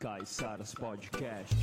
Caiçaras Podcast.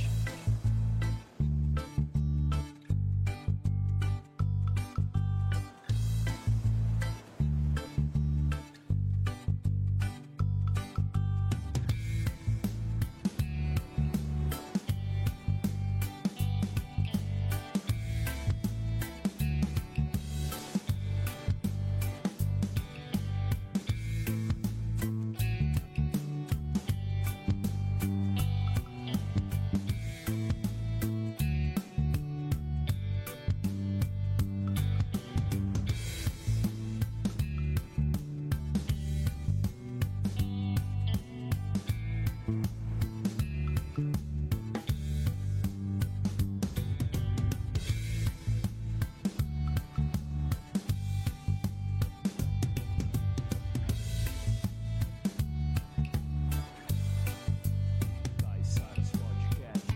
Caiçaras Podcast.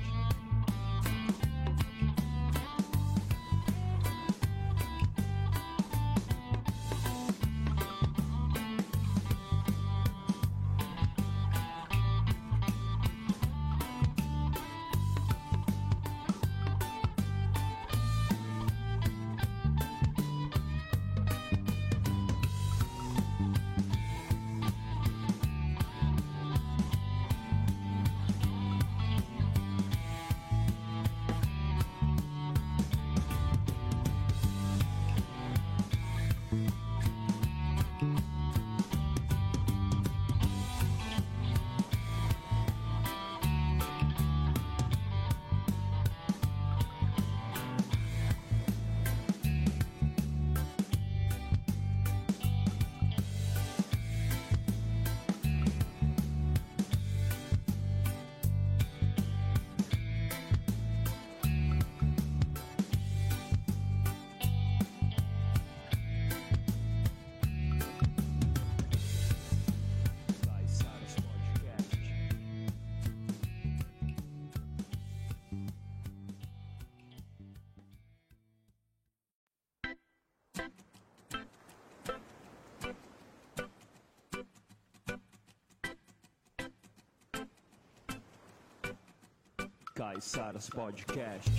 Caiçaras Podcast. Caiçaras Podcast.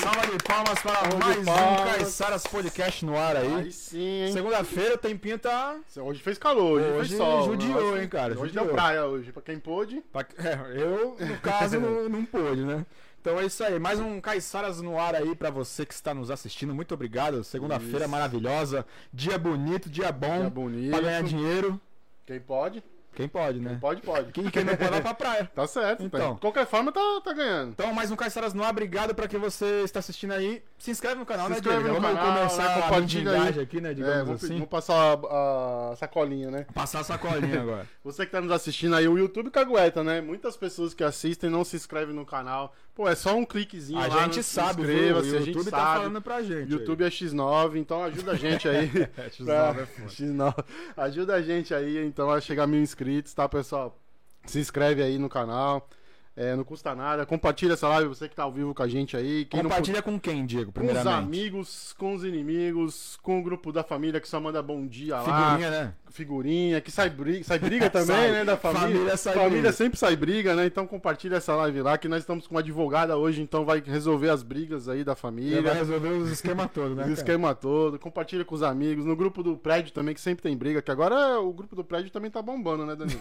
Salva de palmas para Salva de mais um palmas. Caissaras Podcast no ar Aí aí. sim, hein? Segunda-feira o tempinho tá. Hoje fez calor, hoje, Hoje fez sol. né? judiou, Hoje- hein, cara, Hoje judiou. deu praia hoje, pra quem pôde. pra- é, eu, no caso, não, não pude, né? Então é isso aí. Mais um Caissaras no ar aí pra você que está nos assistindo. Muito obrigado. Segunda-feira Isso. maravilhosa. Dia bonito, dia bom. Dia bonito. Pra ganhar dinheiro. Quem pode, Quem pode, né? pode, pode. Quem, quem não pode vai pra praia. Tá certo, Então. então. De qualquer forma, tá, tá ganhando. Então, mais um Caissaras no ar. Obrigado pra quem você está assistindo aí. Se inscreve no canal, Se né, inscreve Diego? no Vamos canal, começar né? com a Compartilha aí. mendigagem aqui, né? É, Digamos vou, assim. vou passar a, a sacolinha, né? Passar a sacolinha agora. Você que tá nos assistindo aí, o YouTube cagueta, né? Muitas pessoas que assistem não se inscrevem no canal. Pô, é só um cliquezinho A lá. gente no- sabe, viu? inscreva-se, o a gente YouTube sabe. tá falando pra gente. YouTube é X9, então ajuda a gente aí. É, X9 pra- é foda. X9. Ajuda a gente aí, então, a chegar a mil inscritos, tá, pessoal? Se inscreve aí no canal. é, não custa nada. Compartilha essa live, você que tá ao vivo com a gente aí. Quem Quem não Compartilha com quem, Diego, puder, com os primeiramente? amigos, com os inimigos, com o grupo da família que só manda bom dia lá. Figurinha, né? Figurinha, que sai briga, sai briga também, Sai. né? Da família. Família sai briga. sempre sai briga, né? Então compartilha essa live lá, que nós estamos com uma advogada hoje, então vai resolver as brigas aí da Ele vai família. resolver né? os esquemas todos, né? Os cara? esquema todo, compartilha com os amigos, no grupo do prédio também, que sempre tem briga, que agora o grupo do prédio também tá bombando, né, Danilo?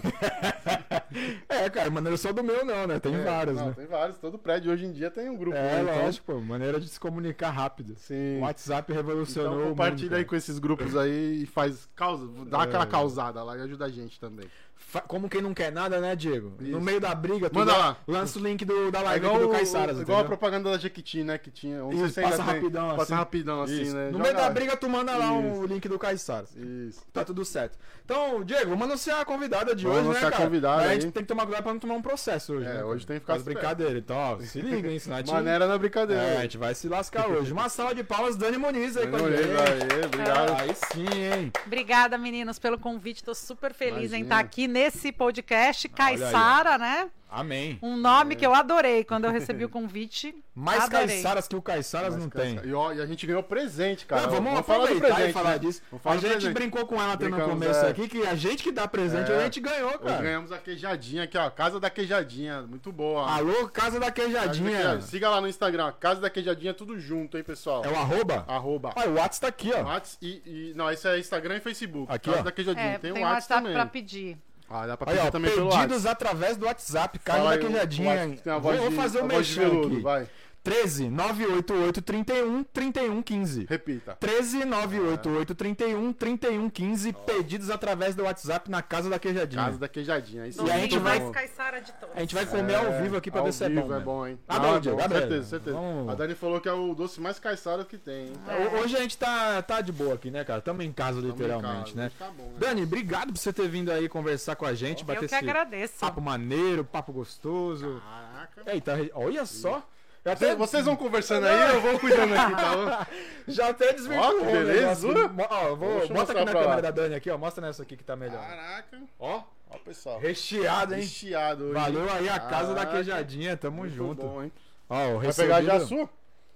É, cara, maneira só do meu não, né? Tem várias, É, Não, né? Tem vários, todo prédio hoje em dia tem um grupo. É, né? Então, lógico, pô, maneira de se comunicar rápido. O Sim. WhatsApp revolucionou Então o compartilha mundo, aí cara. com esses grupos aí e faz causa, dá É. aquela causada lá e ajuda a gente também. fa- como quem não quer nada, né, Diego? No meio da briga, tu Manda lan- lá. lança o link do, da É live aqui igual, do o- Caissaras, igual a entendeu? propaganda da Jequiti, né? Que tinha. Não sei Isso, se ainda passa tem. rapidão, assim. Passa rapidão, assim, Isso. né? No Joga- meio da briga, tu manda lá um Isso. link do Caissaras. Isso. Tá tudo certo. Então, Diego, vamos anunciar a convidada de Vamos hoje, né, anunciar a cara? convidada Mas a aí. gente tem que tomar cuidado pra não tomar um processo hoje, É, né? hoje tem que ficar Faz esperto. brincadeira, então, ó, se liga, hein, senão a gente... Maneira na brincadeira. É, a gente vai se lascar hoje. Uma salva de palmas, Dani Muniz aí com a Beleza, gente. aê, obrigado. Aí sim, hein? Obrigada, meninos, pelo convite. Tô super feliz em Imagina. estar aqui nesse podcast. aí, ó. Caissara, né? Amém. Um nome que eu adorei quando eu recebi o convite. É. Mais Adorei. caiçaras que o Caiçaras não tem. E, ó, e a gente ganhou presente, cara. Não, vamos, falar do aproveitar presente. e falar né? disso. Vamos falar A do gente presente. brincou com ela até no Brincamos, começo é. aqui, que a gente que dá presente, É. a gente ganhou, Hoje cara. ganhamos a queijadinha aqui, ó. Casa da Queijadinha. Muito boa. Alô, Casa da Casa da Queijadinha. Queijadinha. Siga lá no Instagram. Casa da Queijadinha, tudo junto, hein, pessoal. É o arroba? Arroba. Ah, o WhatsApp tá aqui, ó. Whats e, e- Não, esse é Instagram e Facebook. Aqui, Casa ó. da Queijadinha. É, tem tem, o um Whats WhatsApp também. pra pedir. Ah, dá pra Aí, pedir ó, também pelo Whats. pedidos através do WhatsApp, Casa Fala da aí o- o Queijadinha. Whats que tem a vou, voz vou de- fazer a o voz de merchan veludo, aqui. Vai, 13 988 31 31 15. repita. 13 988 31 31 15. Pedidos através do WhatsApp na Casa da Queijadinha. Casa da Queijadinha. é Isso E a aí, aí, gente Domingo todo vai- mais mundo. Caissara de todos. A gente vai comer ao vivo aqui pra ao ver se é vivo bom. mesmo. hein? Tá bom, é Diego, abre aí. certeza, certeza. Vamos. A Dani falou que é o doce mais caissara que tem, É. hein? Ho- Hoje a gente tá, tá de boa aqui, né, cara? Tamo em casa, literalmente, Hoje né? Tá bom, né? Dani, obrigado por você ter vindo aí conversar com a gente, Eu bater que esse agradeço. papo maneiro, papo gostoso. Caraca. Eita, olha só. Eu até, Vocês, vocês vão conversando aí, eu vou cuidando aqui, tá bom? já até Ó, que desvirtuou. o negócio. belezura. Mo- Ó, eu vou, Deixa eu bota aqui mostrar na pra câmera lá. da Dani aqui, ó. Mostra nessa aqui que tá melhor. Caraca. Ó, Ó, pessoal. recheado, hein? Recheado hoje. Valeu aí a casa da Caraca. queijadinha, tamo Muito junto. bom, hein? Ó, Ah, o Vai pegar já a recebido- sua?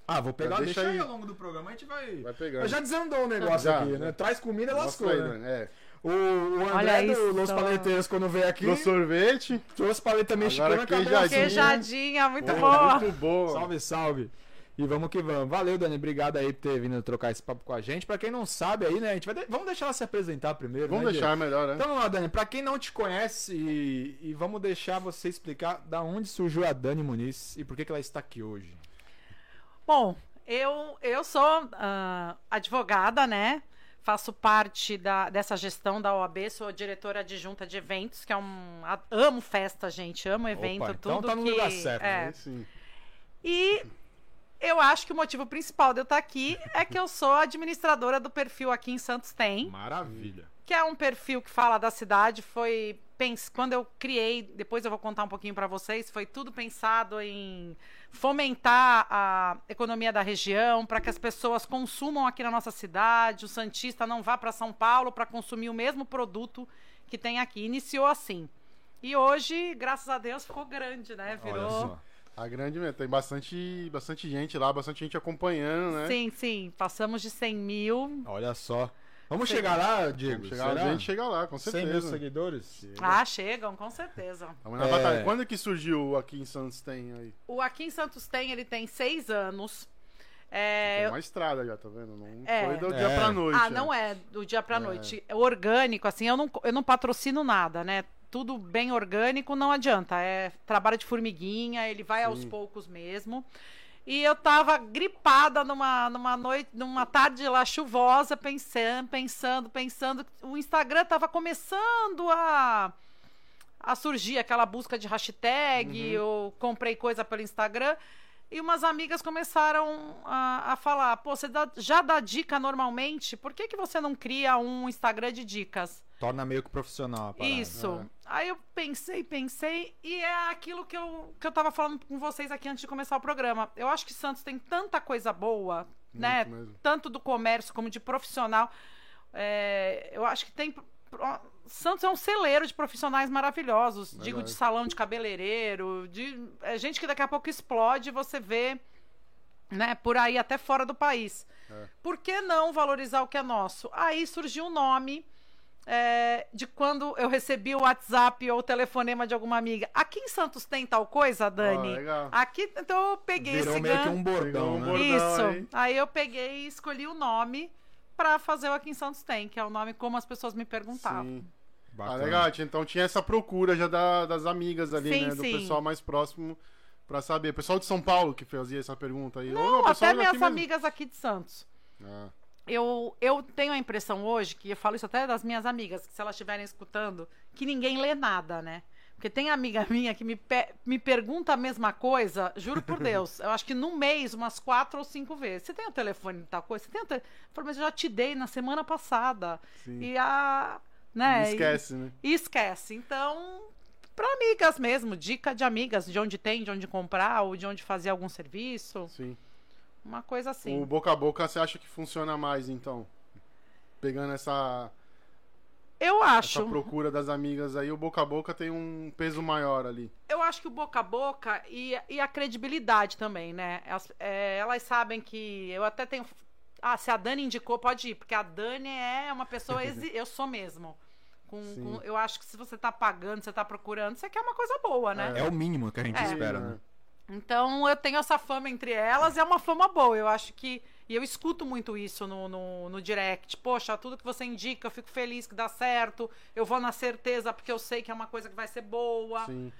Ah, vou pegar, Já deixa deixa, aí aí. ao longo do programa, a gente vai... Vai pegar. Eu já desandou o negócio Já, aqui, já. né? Traz comida, Mostra lascou, né? aí, Dani, é. O, o Olha André do isso. Los Paleteiros, quando veio aqui, No sorvete. trouxe paleta mexicana Agora acabou queijadinha. assim, né? Queijadinha, muito Pô, boa. Muito boa. Salve, salve. E vamos que vamos. Valeu, Dani. Obrigado aí por ter vindo trocar esse papo com a gente. Pra quem não sabe aí, né? A gente vai de- Vamos deixar ela se apresentar primeiro. Vamos né, deixar Diego? melhor, né? Então vamos lá, Dani. Pra quem não te conhece, e, e vamos deixar você explicar da onde surgiu a Dani Muniz e por que, que ela está aqui hoje. Bom, eu, eu sou ah, advogada, né? Faço parte da, dessa gestão da OAB, sou diretora adjunta de eventos, que é um. a- Amo festa, gente, amo evento, Opa, tudo. então tá no que- lugar certo, é. Aí Sim. E eu acho que o motivo principal de eu estar aqui é que eu sou administradora do perfil aqui em Santos Tem Maravilha. que é um perfil que fala da cidade, foi pens- quando eu criei, depois eu vou contar um pouquinho para vocês, foi tudo pensado em fomentar a economia da região, para que as pessoas consumam aqui na nossa cidade, o santista não vá para São Paulo para consumir o mesmo produto que tem aqui. Iniciou assim. E hoje, graças a Deus, ficou grande, né? Olha Virou. só. A grande mesmo. Tem bastante, bastante gente lá, bastante gente acompanhando, né? Uhum. Sim, sim. Passamos de 100 mil. Olha só. Vamos chegar lá, Diego? Vamos chegar lá, Será? a gente chega lá, com 100 mil certeza. seguidores? Ah, chegam, com certeza. Tamo na É. batalha. Quando que surgiu aqui em Santos tem aí? O Aqui em Santos Tem, ele tem seis anos. Tem É, uma estrada já, tá vendo? Não É. foi do É. dia pra noite. ah, não é do dia pra noite. É orgânico, assim, eu não, co- eu não patrocino nada, né? Tudo bem orgânico não adianta. É trabalho de formiguinha, ele vai aos Sim. poucos mesmo. E eu tava gripada numa, numa noite, numa tarde lá chuvosa, pensando, pensando, pensando. O Instagram tava começando a a surgir aquela busca de hashtag, eu comprei coisa pelo Instagram. E umas amigas começaram a, a falar: pô, você dá- já dá dica normalmente? Por que, que você não cria um Instagram de dicas? Torna meio que profissional a parada. Isso. é. Aí eu pensei, pensei, e é aquilo que eu, que eu tava falando com vocês aqui antes de começar o programa. Eu acho que Santos tem tanta coisa boa, né? Muito mesmo. tanto do comércio como de profissional. É, eu acho que tem. pro- Santos é um celeiro de profissionais maravilhosos. Verdade. Digo, de salão de cabeleireiro, de é gente que daqui a pouco explode e você vê né, por aí até fora do país. É. Por que não valorizar o que é nosso? Aí surgiu o nome é, de quando eu recebi o WhatsApp ou o telefonema de alguma amiga. Aqui em Santos tem tal coisa, Ó, Dani? Ah, legal. Aqui, então eu peguei Virou esse meio que gancho. um Virou bordão, um né? bordão. Isso. hein? Aí eu peguei e escolhi o nome pra fazer o Aqui em Santos Tem, que é o nome como as pessoas me perguntavam. Sim. Ah, Bacana. legal. tinha- Então tinha essa procura já da- das amigas ali, Sim, né? Do sim. pessoal mais próximo pra saber. Pessoal de São Paulo que fazia essa pergunta aí. Ou Não, pessoal é até daqui minhas mesmo. amigas aqui de Santos. Ah, eu, eu tenho a impressão hoje, que eu falo isso até das minhas amigas, que se elas estiverem escutando, que ninguém lê nada, né? Porque tem amiga minha que me, pe- me pergunta a mesma coisa, juro por Deus. Eu acho que num mês, umas quatro ou cinco vezes. Você tem o telefone de tal coisa? Você tem o te... Eu falo, mas eu já te dei na semana passada. Sim. E a. Não Né? esquece, né? E esquece. Então, para amigas mesmo, dica de amigas, de onde tem, de onde comprar, ou de onde fazer algum serviço, Sim. uma coisa assim. O boca a boca você acha que funciona mais, então? Pegando essa, Eu essa acho. procura das amigas aí, o boca a boca tem um peso maior ali. Eu acho que o boca a boca e, e a credibilidade também, né? Elas, é, elas sabem que eu até tenho. Ah, se a Dani indicou, pode ir, porque a Dani é uma pessoa. exi- Eu sou mesmo. Com- Sim. com- eu acho que se você tá pagando, você tá procurando, você quer uma coisa boa, né? É o mínimo que a gente É. espera, né? Então eu tenho essa fama entre elas, é uma fama boa. Eu acho que. E eu escuto muito isso no, no, no direct. Poxa, tudo que você indica, eu fico feliz que dá certo. Eu vou na certeza porque eu sei que é uma coisa que vai ser boa. É. Sim.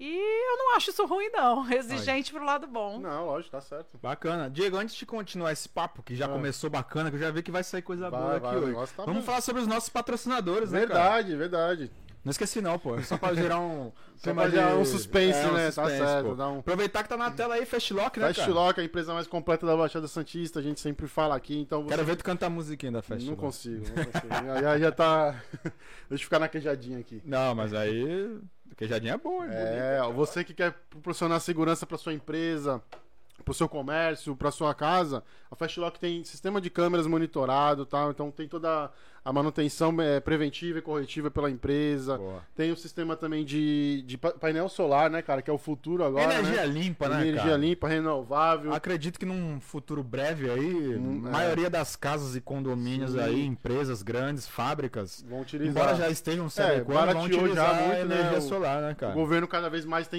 E eu não acho isso ruim, não. Exigente pro lado bom. Não, lógico, tá certo. Bacana. Diego, antes de continuar esse papo, que já Ah. começou bacana, que eu já vi que vai sair coisa Vai, boa aqui vai, o hoje. negócio tá Vamos bom. falar sobre os nossos patrocinadores, né, cara? Verdade, verdade. Não esqueci não, pô. Só pra gerar um... Só clima pra gerar de- é, um suspense, né? Tá certo, pô. dá um- Aproveitar que tá na tela aí, Fastlock, né, cara? Fastlock, a empresa mais completa da Baixada Santista, a gente sempre fala aqui, então você Quero ver tu cantar a musiquinha da Fastlock. Não consigo, não consigo. já, já tá. Deixa eu ficar na queijadinha aqui. Não, mas aí... Queijadinha é boa, é, É, ó, você que quer proporcionar segurança para sua empresa, para o seu comércio, para sua casa, a Fastlock tem sistema de câmeras monitorado, tá? Então tem toda a manutenção eh, preventiva e corretiva pela empresa. Boa. Tem o sistema também de, de pa- painel solar, né, cara? Que é o futuro agora. Energia né? limpa, né, Energia cara? limpa, renovável. Acredito que num futuro breve aí, Hum, a é. maioria das casas e condomínios Sim. aí, empresas grandes, fábricas, Vão utilizar. embora já estejam se É, adequando, vão barateou já utilizar muito, a energia né, o- solar, né, cara? O governo cada vez mais está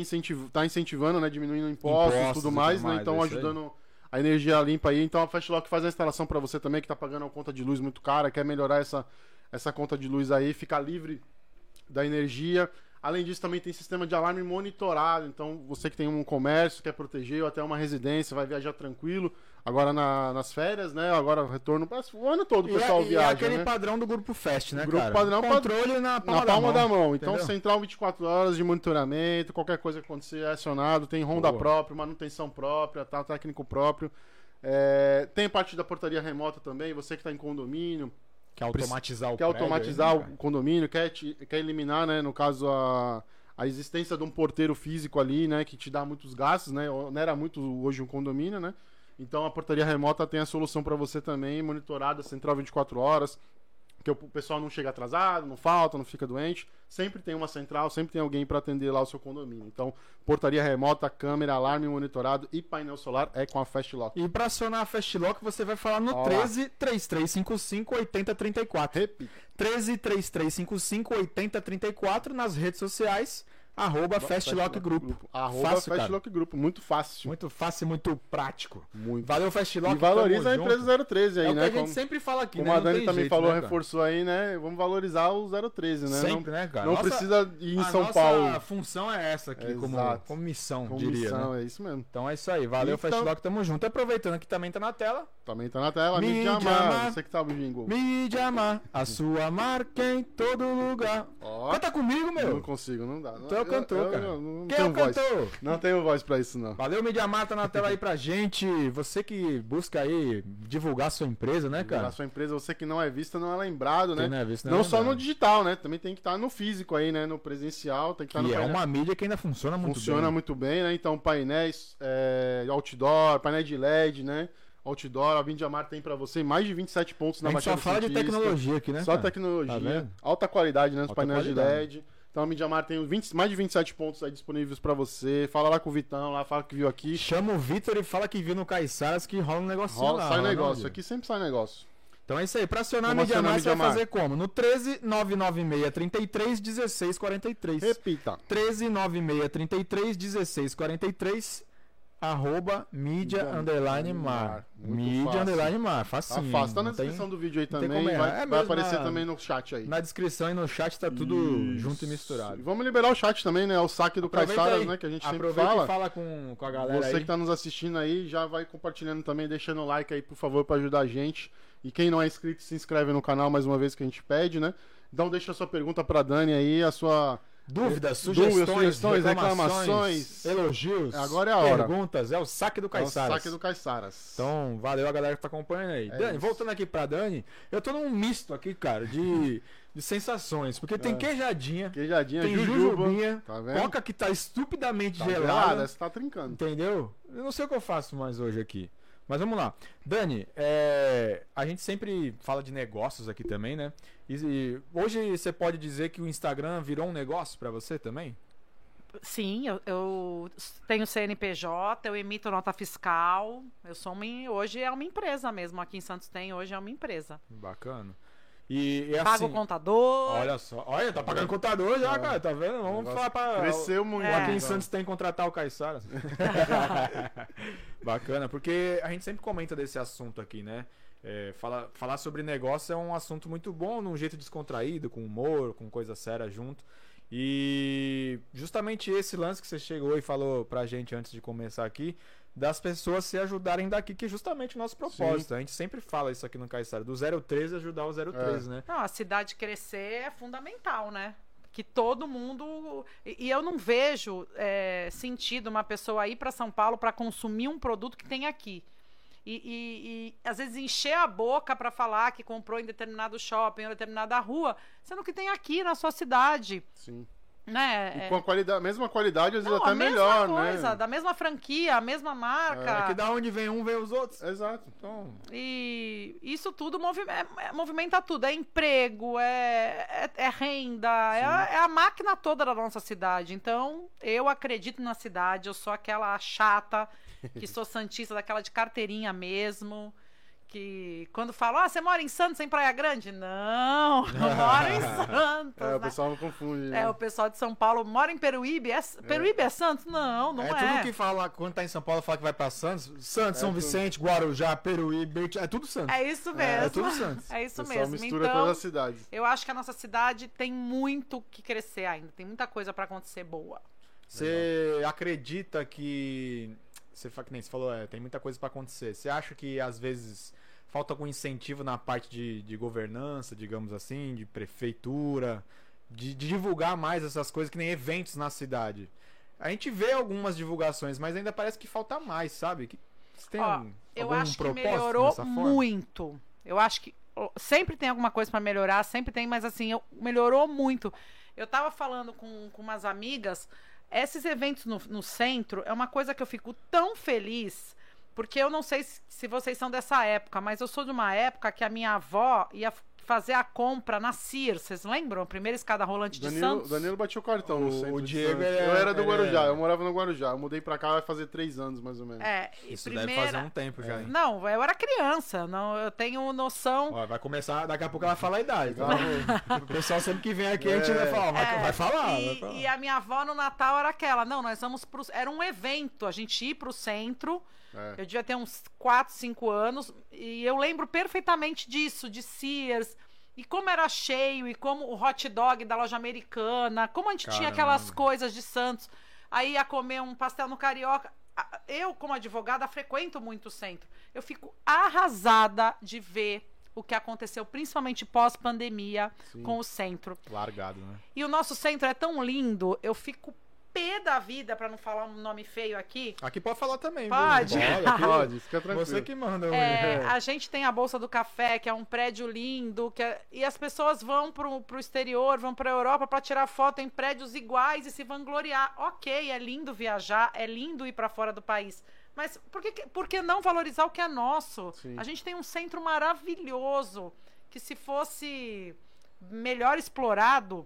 incentivando, né? Diminuindo impostos, Impostos tudo e mais, tudo né? mais, Então é isso aí. ajudando a energia limpa aí. Então a Fastlock faz a instalação para você também, que tá pagando uma conta de luz muito cara, quer melhorar essa, essa conta de luz aí, ficar livre da energia. Além disso, também tem sistema de alarme monitorado. Então, você que tem um comércio, quer proteger, ou até uma residência, vai viajar tranquilo. Agora na- nas férias, né? Agora retorno. mas O ano todo o E, pessoal é- e é viaja. aquele né? padrão do grupo Fest, né, Grupo cara? padrão, Controle na palma, na palma da mão. Então, entendeu? central 24 horas de monitoramento, qualquer coisa que acontecer é acionado, tem ronda Boa. própria, manutenção própria, tá, técnico próprio. É, tem parte da portaria remota também, você que está em condomínio, Quer é automatizar o quer prédio aí, é automatizar né, o cara? condomínio, quer, te- quer eliminar, né, no caso, a, a existência de um porteiro físico ali, né, que te dá muitos gastos, né, onera muito hoje um condomínio, né. Então a portaria remota tem a solução para você também, monitorada, central 24 horas, que o pessoal não chega atrasado, não falta, não fica doente. Sempre tem uma central, sempre tem alguém para atender lá o seu condomínio. Então, portaria remota, câmera, alarme monitorado e painel solar é com a Fastlock. E pra acionar a Fastlock, você vai falar no Ó lá. 13 3355 8034. Repita. 13 3355 8034 nas redes sociais, arroba Fastlock Grupo. Arroba Fácil, cara. Fastlock Grupo, muito fácil. Muito fácil e muito prático. Muito. Valeu, Fastlock. E valoriza a tamo junto. empresa 013 aí, É o que né? a gente como sempre fala aqui, como né? a Não Dani tem também jeito, falou, né, cara? reforçou aí, né? Vamos valorizar o 013, né? Sempre, não né, cara? não Nossa- precisa ir em a São nossa Paulo. função é essa aqui, como, Exato. como missão, Com diria. né? missão, é isso mesmo. Então é isso aí. Valeu, Então- Fastlock. Tamo junto. E Aproveitando que também tá na tela. Também tá na tela. Me Me, chama. chama. Você que tá no jingle. Mídia Mar, a sua marca em todo lugar. Ó, Canta comigo, não meu. consigo, não dá. Tu é o Eu- cantor, eu- cara. eu não Quem é tenho o voz. cantor? Não tenho voz pra isso, não. Valeu, Mídia Mar, tá na tela aí pra gente. Você que busca aí divulgar sua empresa, né, Na cara? sua empresa, você que não é vista, não é lembrado, né? Quem não é visto, não é não só lembrado. no digital, né? Também tem que estar no físico aí, né? No presencial, tem que estar no Que é painel. uma mídia que ainda funciona muito Funciona bem. muito bem, né? Então, painéis é, outdoor, painéis de LED, né? Outdoor, a Vindiamar tem pra você mais de 27 pontos na A gente só Baixada fala de Santista. tecnologia aqui, né? Só cara? Tá tecnologia, vendo? alta qualidade, né? Os Alta painéis qualidade. de LED. Então a Midiamar tem 20 mais de 27 pontos aí disponíveis pra você. Fala lá com o Vitão, lá fala que viu aqui. Chama o Vitor e fala que viu no Caissaras que rola um negocinho Rola, lá. sai rola, negócio. não, aqui sempre sai negócio. Então é isso aí. Pra acionar a Vamos mídia acionar mais, a você vai mídia fazer como? No 13 996 33 16 43. Repita. 13 96 33 16 43. Arroba mídia Mídia underline mar. mar. Muito Mídia fácil. underline mar. Facinho. Afasta. Tá na não tem- descrição do vídeo aí não tem também. como errar. Vai, É vai mesmo aparecer na- também no chat aí. Na descrição e no chat tá tudo junto e misturado. E Vamos liberar o chat também, né? O saque do Aproveita Caissaras, aí. né? Que a gente Aproveita sempre fala. e fala com, com a galera Você tá aí. que tá nos assistindo aí, já vai compartilhando também, deixando o like aí, por favor, pra ajudar a gente. E quem não é inscrito, se inscreve no canal mais uma vez que a gente pede, né? Então deixa a sua pergunta pra Dani aí, a sua. é um Dúvidas, Dúvidas, sugestões, sugestões, reclamações, reclamações, elogios, agora é a hora. perguntas, é o saque do é o Caissaras. saque do Caiçaras. Então, valeu a galera que tá acompanhando aí. Dani, isso. voltando aqui pra Dani, eu tô num misto aqui, cara, de, de sensações. Porque É. tem queijadinha, Queijadinha, tem jujuba. jujubinha, Tá vendo? coca que tá estupidamente Tá gelada. gelada, você tá trincando. Entendeu? Eu não sei o que eu faço mais hoje aqui. Mas vamos lá. Dani, é, a gente sempre fala de negócios aqui também, né? E, e hoje você pode dizer que o Instagram virou um negócio pra você também? Sim, eu, eu tenho CNPJ, eu emito nota fiscal. Eu sou uma, em- hoje é uma empresa mesmo. Aqui em Santos tem, hoje é uma empresa. Bacana. E, e Pago assim, o contador. Olha só. Olha, tá pagando contador já, É. cara. Tá vendo? Vamos Negócio falar pra. Cresceu muito. É. Aqui então. em Santos tem que contratar o Caissara. Bacana, porque a gente sempre comenta desse assunto aqui, né? É, fala- falar sobre negócio é um assunto muito bom, num jeito descontraído, com humor, com coisa séria junto. E justamente esse lance que você chegou e falou pra gente antes de começar aqui, das pessoas se ajudarem daqui, que é justamente o nosso propósito. A gente sempre fala isso aqui no Caissara, do 013 ajudar o 013, né? Não, a cidade crescer é fundamental, né? Que todo mundo. E e eu não vejo é, sentido uma pessoa ir para São Paulo para consumir um produto que tem aqui. E, e- e, às vezes encher a boca para falar que comprou em determinado shopping ou determinada rua, sendo que tem aqui na sua cidade, Sim. né? E É- com a qualidade, mesma qualidade, às vezes Não, até a mesma melhor, coisa, né? da mesma franquia, a mesma É marca. que da onde vem um, vem os outros. Exato. Então, E isso tudo movi- é- é- movimenta tudo. É emprego, é, é- é renda, é a, é a máquina toda da nossa cidade. Então, eu acredito na cidade, eu sou aquela chata, que sou santista, daquela de carteirinha mesmo. Que quando falam, ah, você mora em Santos, em Praia Grande? Não, eu moro em Santos. É, o né? pessoal não confunde. É, né? o pessoal de São Paulo mora em Peruíbe. É, Peruíbe é Santos? Não, não é. é, tudo que fala, quando tá em São Paulo, fala que vai pra Santos. Santos, São tudo. Vicente, Guarujá, Peruíbe, Berti- é tudo Santos. É isso É, é mesmo. tudo Santos. É O isso pessoal mesmo. mistura Então, todas as cidades. eu acho que a nossa cidade tem muito que crescer ainda. Tem muita coisa pra acontecer boa. Você acredita que. Você fa- que nem você falou, é, tem muita coisa pra acontecer. Você acha que às vezes falta algum incentivo na parte de, de governança, digamos assim, de prefeitura, de, de divulgar mais essas coisas, que nem eventos na cidade? A gente vê algumas divulgações, mas ainda parece que falta mais, sabe? Que, você tem Ó, algum, Eu algum acho que propósito melhorou dessa forma? muito. Eu acho que ó, sempre tem alguma coisa pra melhorar, sempre tem, mas assim, eu- melhorou muito. Eu tava falando com, com umas amigas, esses eventos no, no centro é uma coisa que eu fico tão feliz, porque eu não sei se, se vocês são dessa época, mas eu sou de uma época que a minha avó ia f- fazer a compra na CIR, vocês lembram? A primeira escada rolante de Danilo, Santos. Danilo bateu o cartão no O- centro o de Diego Santos. é- Eu era do é- Guarujá, eu morava no Guarujá. Eu mudei pra cá vai fazer três anos, mais ou menos. É, e Isso primeira... deve fazer um tempo já, hein? Não, eu era criança, não, eu tenho noção. Ó, vai começar, daqui a pouco ela fala a idade. tá? Legal. O pessoal sempre que vem aqui, a gente vai falar, ó, vai, É, vai falar. e, vai falar. e a minha avó no Natal era aquela. Não, nós vamos pro. Era um evento, a gente ir pro centro. É. Eu devia ter uns 4, 5 anos. E eu lembro perfeitamente disso, de Sears. E como era cheio, e como o hot dog da loja americana, como a gente tinha aquelas Caramba. coisas de Santos. Aí ia comer um pastel no carioca. A- Eu, como advogada, frequento muito o centro. Eu fico arrasada de ver o que aconteceu, principalmente pós-pandemia, Sim. com o centro. Largado, né? E o nosso centro é tão lindo, eu fico pé da vida, pra não falar um nome feio aqui. Aqui pode falar também. viu? Pode. aqui- Pode, fica tranquilo. Você que manda. né? Will. É, a gente tem a Bolsa do Café, que é um prédio lindo, que é- e as pessoas vão pro, pro exterior, vão pra Europa pra tirar foto em prédios iguais e se vangloriar. Ok, é lindo viajar, é lindo ir pra fora do país. Mas por que, que- por que não valorizar o que é nosso? Sim. A gente tem um centro maravilhoso que se fosse melhor explorado,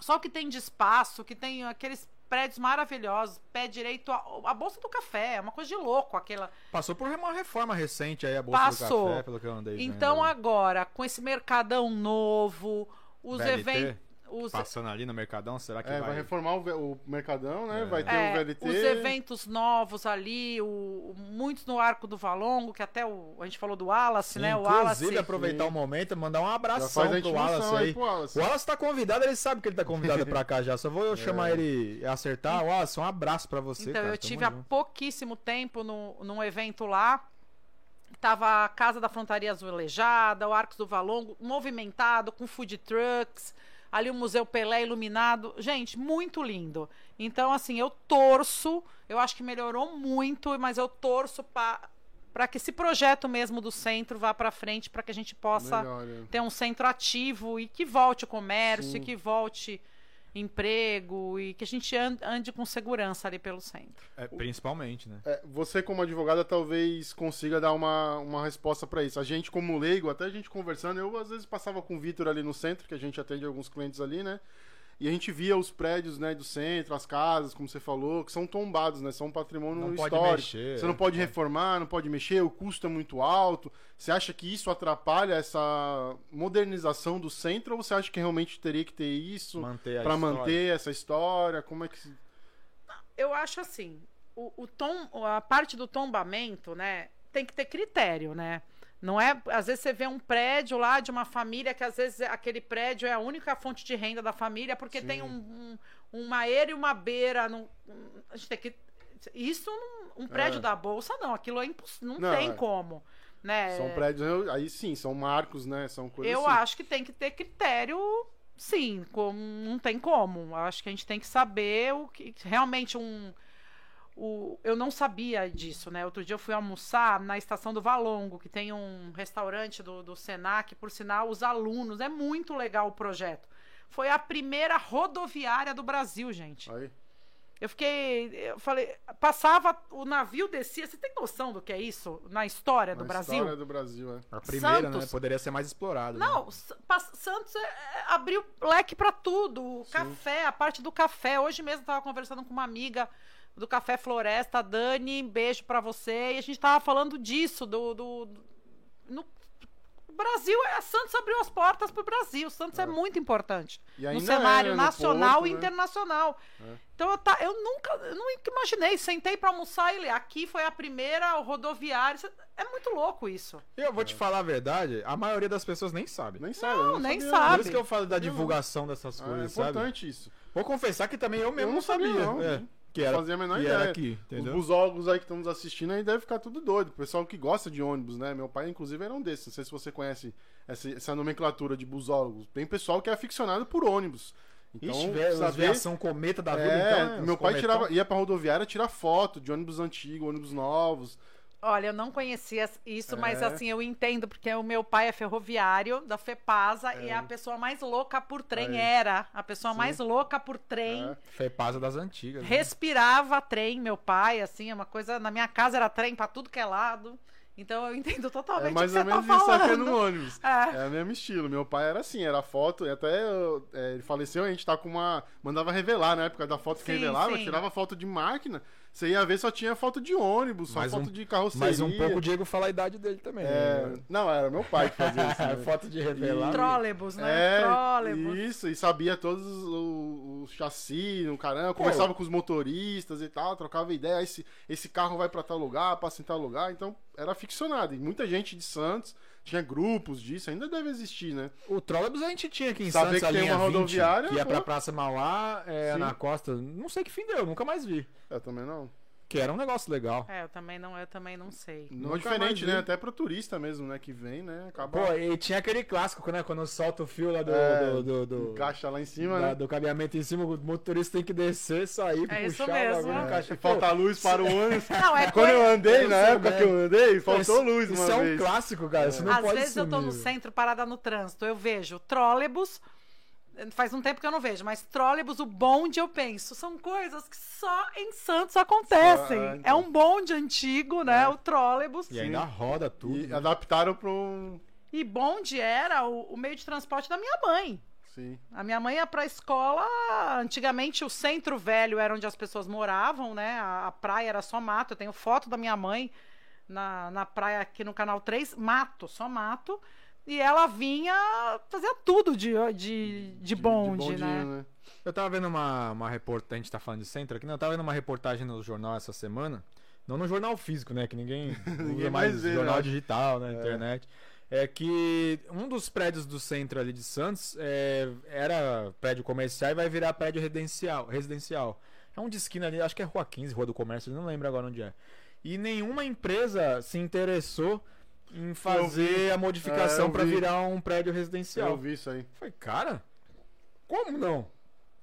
só o que tem de espaço, que tem aqueles prédios maravilhosos, pé direito, a, a bolsa do café, é uma coisa de louco aquela. Passou por uma reforma recente aí, a Bolsa Passou. do Café, pelo que eu andei vendo. Então agora, com esse mercadão novo, os VLT, eventos, os, Passando ali no Mercadão, será que É, vai vai... reformar o, ve- o Mercadão, né? É. Vai ter é, o VLT. os eventos novos ali, o, o- muitos no Arco do Valongo, que até o, a gente falou do Wallace, Sim, né? O Inclusive, Wallace. aproveitar o momento, mandar um Já abração faz a pro Wallace intimação aí aí. pro Wallace. O Wallace tá convidado, ele sabe que ele tá convidado pra cá já. Só vou eu chamar ele e acertar. Wallace, um abraço pra você. Então, cara, eu tamo tive há junto. pouquíssimo tempo no, num evento lá. Tava a Casa da Frontaria Azulejada, o Arcos do Valongo, movimentado, com food trucks, ali o Museu Pelé iluminado. Gente, muito lindo. Então, assim, eu torço, eu acho que melhorou muito, mas eu torço para que esse projeto mesmo do centro vá para frente, para que a gente possa Melhor, é. ter um centro ativo e que volte o comércio, Sim. e que volte emprego e que a gente an- ande com segurança ali pelo centro. É, principalmente, né? É, Você, como advogada, talvez consiga dar uma, uma resposta pra isso. A gente, como leigo, até a gente conversando, eu às vezes passava com o Vitor ali no centro, que a gente atende alguns clientes ali, né? E a gente via os prédios né, do centro, as casas, como você falou, que são tombados, né? São patrimônio Não pode histórico. mexer, você não é. pode reformar, não pode mexer, o custo é muito alto. Você acha que isso atrapalha essa modernização do centro ou você acha que realmente teria que ter isso Manter a pra história. manter essa história? Como é que. se- Eu acho assim, o, o tom, a parte do tombamento, né, tem que ter critério, né? Não é, às vezes você vê um prédio lá de uma família que às vezes aquele prédio é a única fonte de renda da família porque tem Sim. um, um- uma eira e uma beira, não, a gente tem que isso não, um prédio É. da bolsa não, aquilo é impossível, não, Não, tem é. como, né? São prédios, eu- aí sim, são marcos, né? São coisas. Eu assim. acho que tem que ter critério, sim, como, não tem como. Eu acho que a gente tem que saber o que realmente um. O, eu não sabia disso, né? Outro dia eu fui almoçar na estação do Valongo, que tem um restaurante do, do Senac, por sinal, os alunos. É muito legal o projeto. Foi a primeira rodoviária do Brasil, gente. Aí. Eu fiquei. Eu falei. Passava, o navio descia. Você tem noção do que é isso na história do Na Brasil? história do Brasil, é. A primeira, né? Santos. Poderia ser mais explorada. né? Não, S- Pas- Santos é- é- abriu leque para tudo. O Sim. Café, a parte do café. Hoje mesmo eu tava conversando com uma amiga do Café Floresta, a Dani, um beijo para você. E a gente tava falando disso, do. do, do- no, o Brasil, é- Santos abriu as portas pro Brasil. Santos é, muito importante. E No ainda cenário é, no nacional Porto, e né? internacional. É. Então eu, ta- eu nunca, eu nunca imaginei. Sentei para almoçar e li, aqui foi a primeira rodoviária. Isso é- É muito louco isso. Eu vou te falar a verdade, a maioria das pessoas nem sabe. É. Nem sabe. eu Não, nem sabia. sabe. Por isso que eu falo da divulgação dessas Ah, é coisas, sabe? importante isso. Vou confessar que também eu mesmo não não sabia. sabia, não. é, que era, Fazia a menor que ideia. Um era aqui, Os entendeu? busólogos aí que estão nos assistindo aí deve ficar tudo doido. O pessoal que gosta de ônibus, né? Meu pai, inclusive, era um desses. Não sei se você conhece essa, essa nomenclatura de busólogos. Tem pessoal que é aficionado por ônibus. Então, Ixi, velho, os saber... aviação cometa da vida, É, então. né, meu os pai cometão. tirava, ia pra rodoviária tirar foto de ônibus antigo, ônibus novos. Olha, eu não conhecia isso, mas É. assim, eu entendo, porque o meu pai é ferroviário da FEPASA e é a pessoa mais louca por trem Aí. era. A pessoa Sim. mais louca por trem. É. Fepasa das antigas. né? Respirava trem, meu pai, assim, é uma coisa. Na minha casa era trem pra tudo que é lado. Então eu entendo totalmente É mais o que ou você tá menos isso aqui no falando. ônibus. É. É o mesmo estilo. Meu pai era assim, era foto, e até eu, é, ele faleceu, a gente tá com uma. Mandava revelar, na época da foto que Sim, revelava, sim. tirava foto de máquina. Você ia ver, só tinha foto de ônibus, só Mais foto um- de carroceria. Mas um pouco o Diego fala a idade dele também. É, né? não, era meu pai que fazia isso. né? Foto de revelar. Trólebus, É, né? Trólebus. isso, e sabia todos os, os chassi, o caramba, conversava com os motoristas e tal, trocava ideia, "Ah, esse, esse carro vai pra tal lugar, passa em tal lugar, então era ficcionado. E muita gente de Santos tinha grupos disso, ainda deve existir, né? O Trólebus a gente tinha aqui em Saber Santos, que a tem linha uma 20, rodoviária, que ia pra pô. Praça Mauá, é, Sim. na costa, não sei que fim deu, nunca mais vi. Eu também não. Que era um negócio legal. É, eu também não, eu também não sei. Não é Nunca mais diferente, vi. né? Até pro turista mesmo, né? Que vem, né? Acaba Pô, e tinha aquele clássico, né? Quando solta o fio lá do, É, do, do, do- encaixa lá em cima, da- né? do cabeamento em cima, o motorista tem que descer, sair, É isso puxar o mesmo. bagulho no É, caixa. E falta luz para o ônibus. Não, é Quando coisa- eu andei, na Isso época que mesmo. eu andei, é. Pô, faltou luz Isso uma é um vez. clássico, cara. Isso não É. Às pode vezes eu tô no sumir. centro parada no trânsito, eu vejo trólebus. Faz um tempo que eu não vejo, mas trólebus, o bonde, eu penso. São coisas que só em Santos acontecem. Só, é, É então. um bonde antigo, né? O trólebus. É. E ainda roda tudo. E né? adaptaram para um... E bonde era o, o meio de transporte da minha mãe. Sim. A minha mãe ia pra escola. Antigamente o centro velho era onde as pessoas moravam, né? A, a praia era só mato. Eu tenho foto da minha mãe na, na praia aqui no canal 3, mato, só mato. E ela vinha, fazia tudo de, de, de, bonde, né? né? Eu tava vendo uma, uma reportagem, a gente tá falando de centro aqui, não, eu tava vendo uma reportagem no jornal essa semana, não no jornal físico, né, que ninguém, Ninguém usa mais mais, vê, né? jornal digital, né, internet, é que um dos prédios do centro ali de Santos é, era prédio comercial e vai virar prédio residencial, residencial. É um de esquina ali, acho que é Rua 15, Rua do Comércio, não lembro agora onde é. E nenhuma empresa se interessou em fazer a É, modificação eu pra vi. virar um prédio Eu residencial. vi isso aí. Falei, cara, como não?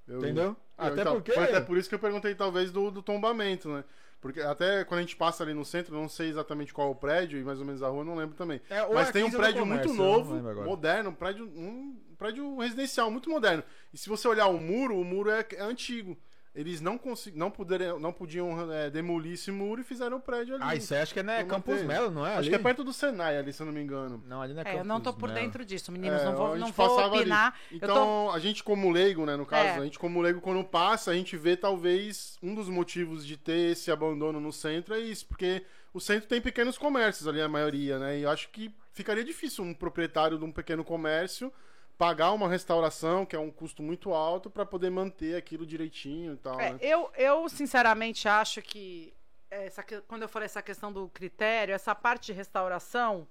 Eu vi. Entendeu? Eu, Até então, porque. Foi até por isso que eu perguntei, talvez, do, do tombamento, né? Porque até quando a gente passa ali no centro, não sei exatamente qual é o prédio e mais ou menos a rua, não lembro também. É, ou Mas é tem um 15 do prédio comércio, muito eu não novo, lembro agora. moderno, um prédio, um prédio residencial muito moderno. E se você olhar o muro, o muro é, é antigo. Eles não, consegui, não, puderam, não podiam é, demolir esse muro e fizeram o prédio ali. Ah, isso aí acho que é né, Eu Campos mantei. Melo, não é? Acho ali? que é perto do Senai ali, se eu não me engano. Não, ali não é É, eu Campos não tô por Melo. dentro disso, meninos. É, não a vou, gente não vou passava ali. opinar. eu tô Então, a gente como leigo, né, no caso, É. a gente como leigo, quando passa, a gente vê talvez um dos motivos de ter esse abandono no centro é isso, porque o centro tem pequenos comércios ali, a maioria, né, e eu acho que ficaria difícil um proprietário de um pequeno comércio pagar uma restauração, que é um custo muito alto, pra poder manter aquilo direitinho e tal, É, né. eu, eu sinceramente acho que essa que- quando eu falei essa questão do critério, essa parte de restauração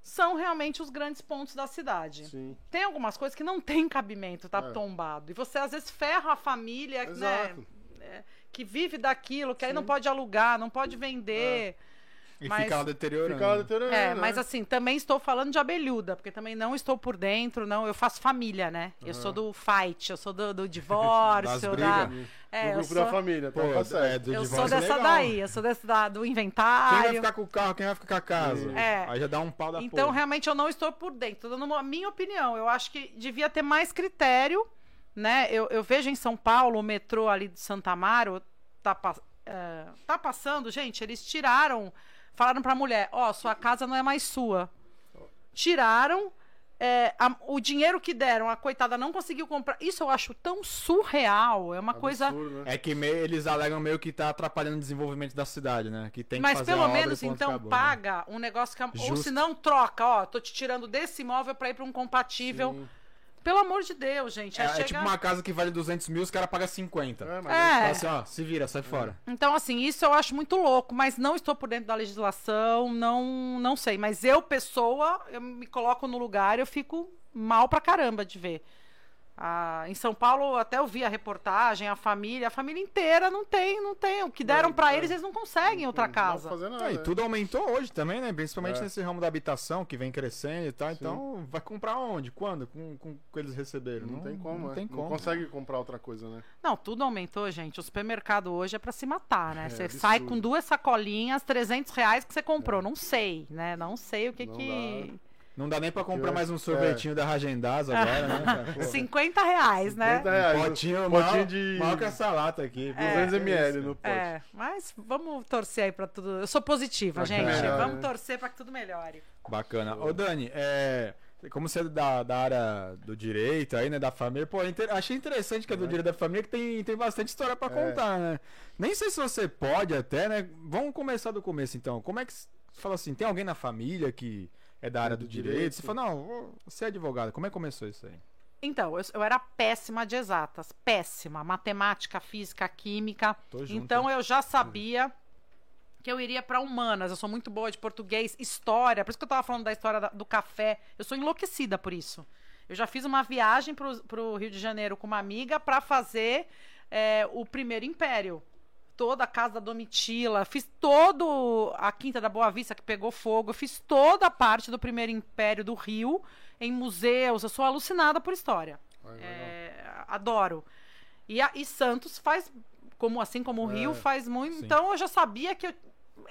são realmente os grandes pontos da cidade. Sim. Tem algumas coisas que não tem cabimento, tá É. tombado. E você às vezes ferra a família, né, Exato. que vive daquilo, que aí não Sim. pode alugar, não pode vender. E Mas- fica lá deteriorando. Fica deteriorando, né? É, mas assim, também estou falando de abelhuda, porque também não estou por dentro, não. Eu faço família, né? Eu sou do fight, eu sou do, do Das divórcio, da. brigas. É, no eu grupo sou, da família, tá, Pô, tá certo. é, do eu sou divórcio é dessa legal. daí, eu sou dessa da, do Quem vai inventário. ficar com o carro, quem vai ficar com a casa? Sim. É. Aí já dá um pau da Então, porra. realmente, eu não estou por dentro. Tô dando a minha opinião. Eu acho que devia ter mais critério, né? Eu, eu vejo em São Paulo o metrô ali de Santa Amaro tá, pas- eh, tá passando, gente. Eles tiraram, falaram pra mulher: Ó, sua casa não é mais sua. Tiraram. eh, a- o dinheiro que deram, a coitada não conseguiu comprar. Isso eu acho tão surreal. É uma coisa. Absurdo, né? É que meio- eles alegam meio que tá atrapalhando o desenvolvimento da cidade, né? Que tem que Mas fazer a pelo obra e menos, ponto, então, acabou, né? paga um negócio que. Ou Justo. se não, troca, ó. Tô te tirando desse imóvel pra ir pra um compatível. Sim. Pelo amor de Deus, gente. É, aí é chega- tipo uma casa que vale 200 mil, os caras pagam 50. É, mas É. aí- Fala assim, ó, se vira, sai fora. Então, assim, isso eu acho muito louco, mas não estou por dentro da legislação, não, não sei. Mas eu, pessoa, eu me coloco no lugar eu fico mal pra caramba de ver. Ah, em São Paulo, até eu vi a reportagem, a família, a família inteira não tem, não tem. O que deram pra eles, eles não conseguem é, outra É, não casa. Não fazer nada, Ah, e né? tudo aumentou hoje também, né? Principalmente É. nesse ramo da habitação que vem crescendo e tal. Então, vai comprar onde? Quando? Com, com, com eles receberam? Não, tem como, Não né? tem Não como. consegue comprar outra coisa, né? Não, tudo aumentou, gente. O supermercado hoje é pra se matar, né? É, Você absurdo. É. sai com duas sacolinhas, 300 reais que você comprou. Não sei, né? Não sei o que Não que. Não dá nem pra comprar Eu- mais um sorvetinho da Ragendaz agora, né? cara? Pô, 50 reais, né? 50 reais, Potinho, um maior, potinho de maior que essa lata aqui. pô. 200 ml no pote. É, mas vamos torcer aí pra tudo. Eu sou positiva, Pra que gente. melhore, vamos né? torcer pra que tudo melhore. Bacana. Ô, Dani, é. Como você é da, da área do direito aí, né? Da família, pô, inter- achei interessante que é do direito da família, que tem, tem bastante história pra contar, né? Nem sei se você pode até, né? Vamos começar do começo, então. Como é que. s- Você fala assim, tem alguém na família que é da área do, do direito? direito? Você fala, não, vou- você é advogado. Como é que começou isso aí? Então, eu, eu era péssima de exatas. Péssima. Matemática, física, química. Tô junto, então hein? eu já sabia que eu iria pra humanas. Eu sou muito boa de português, história. Por isso que eu tava falando da história da- do café. Eu sou enlouquecida por isso. Eu já fiz uma viagem pro, pro Rio de Janeiro com uma amiga pra fazer é, o primeiro império. Toda a casa da Domitila, fiz todo a Quinta da Boa Vista que pegou fogo, eu fiz toda a parte do primeiro império do Rio em museus. Eu sou alucinada por história. Ai, legal. É, adoro. E, a- e Santos faz, como assim como o É, Rio, faz muito. sim. Então eu já sabia que eu-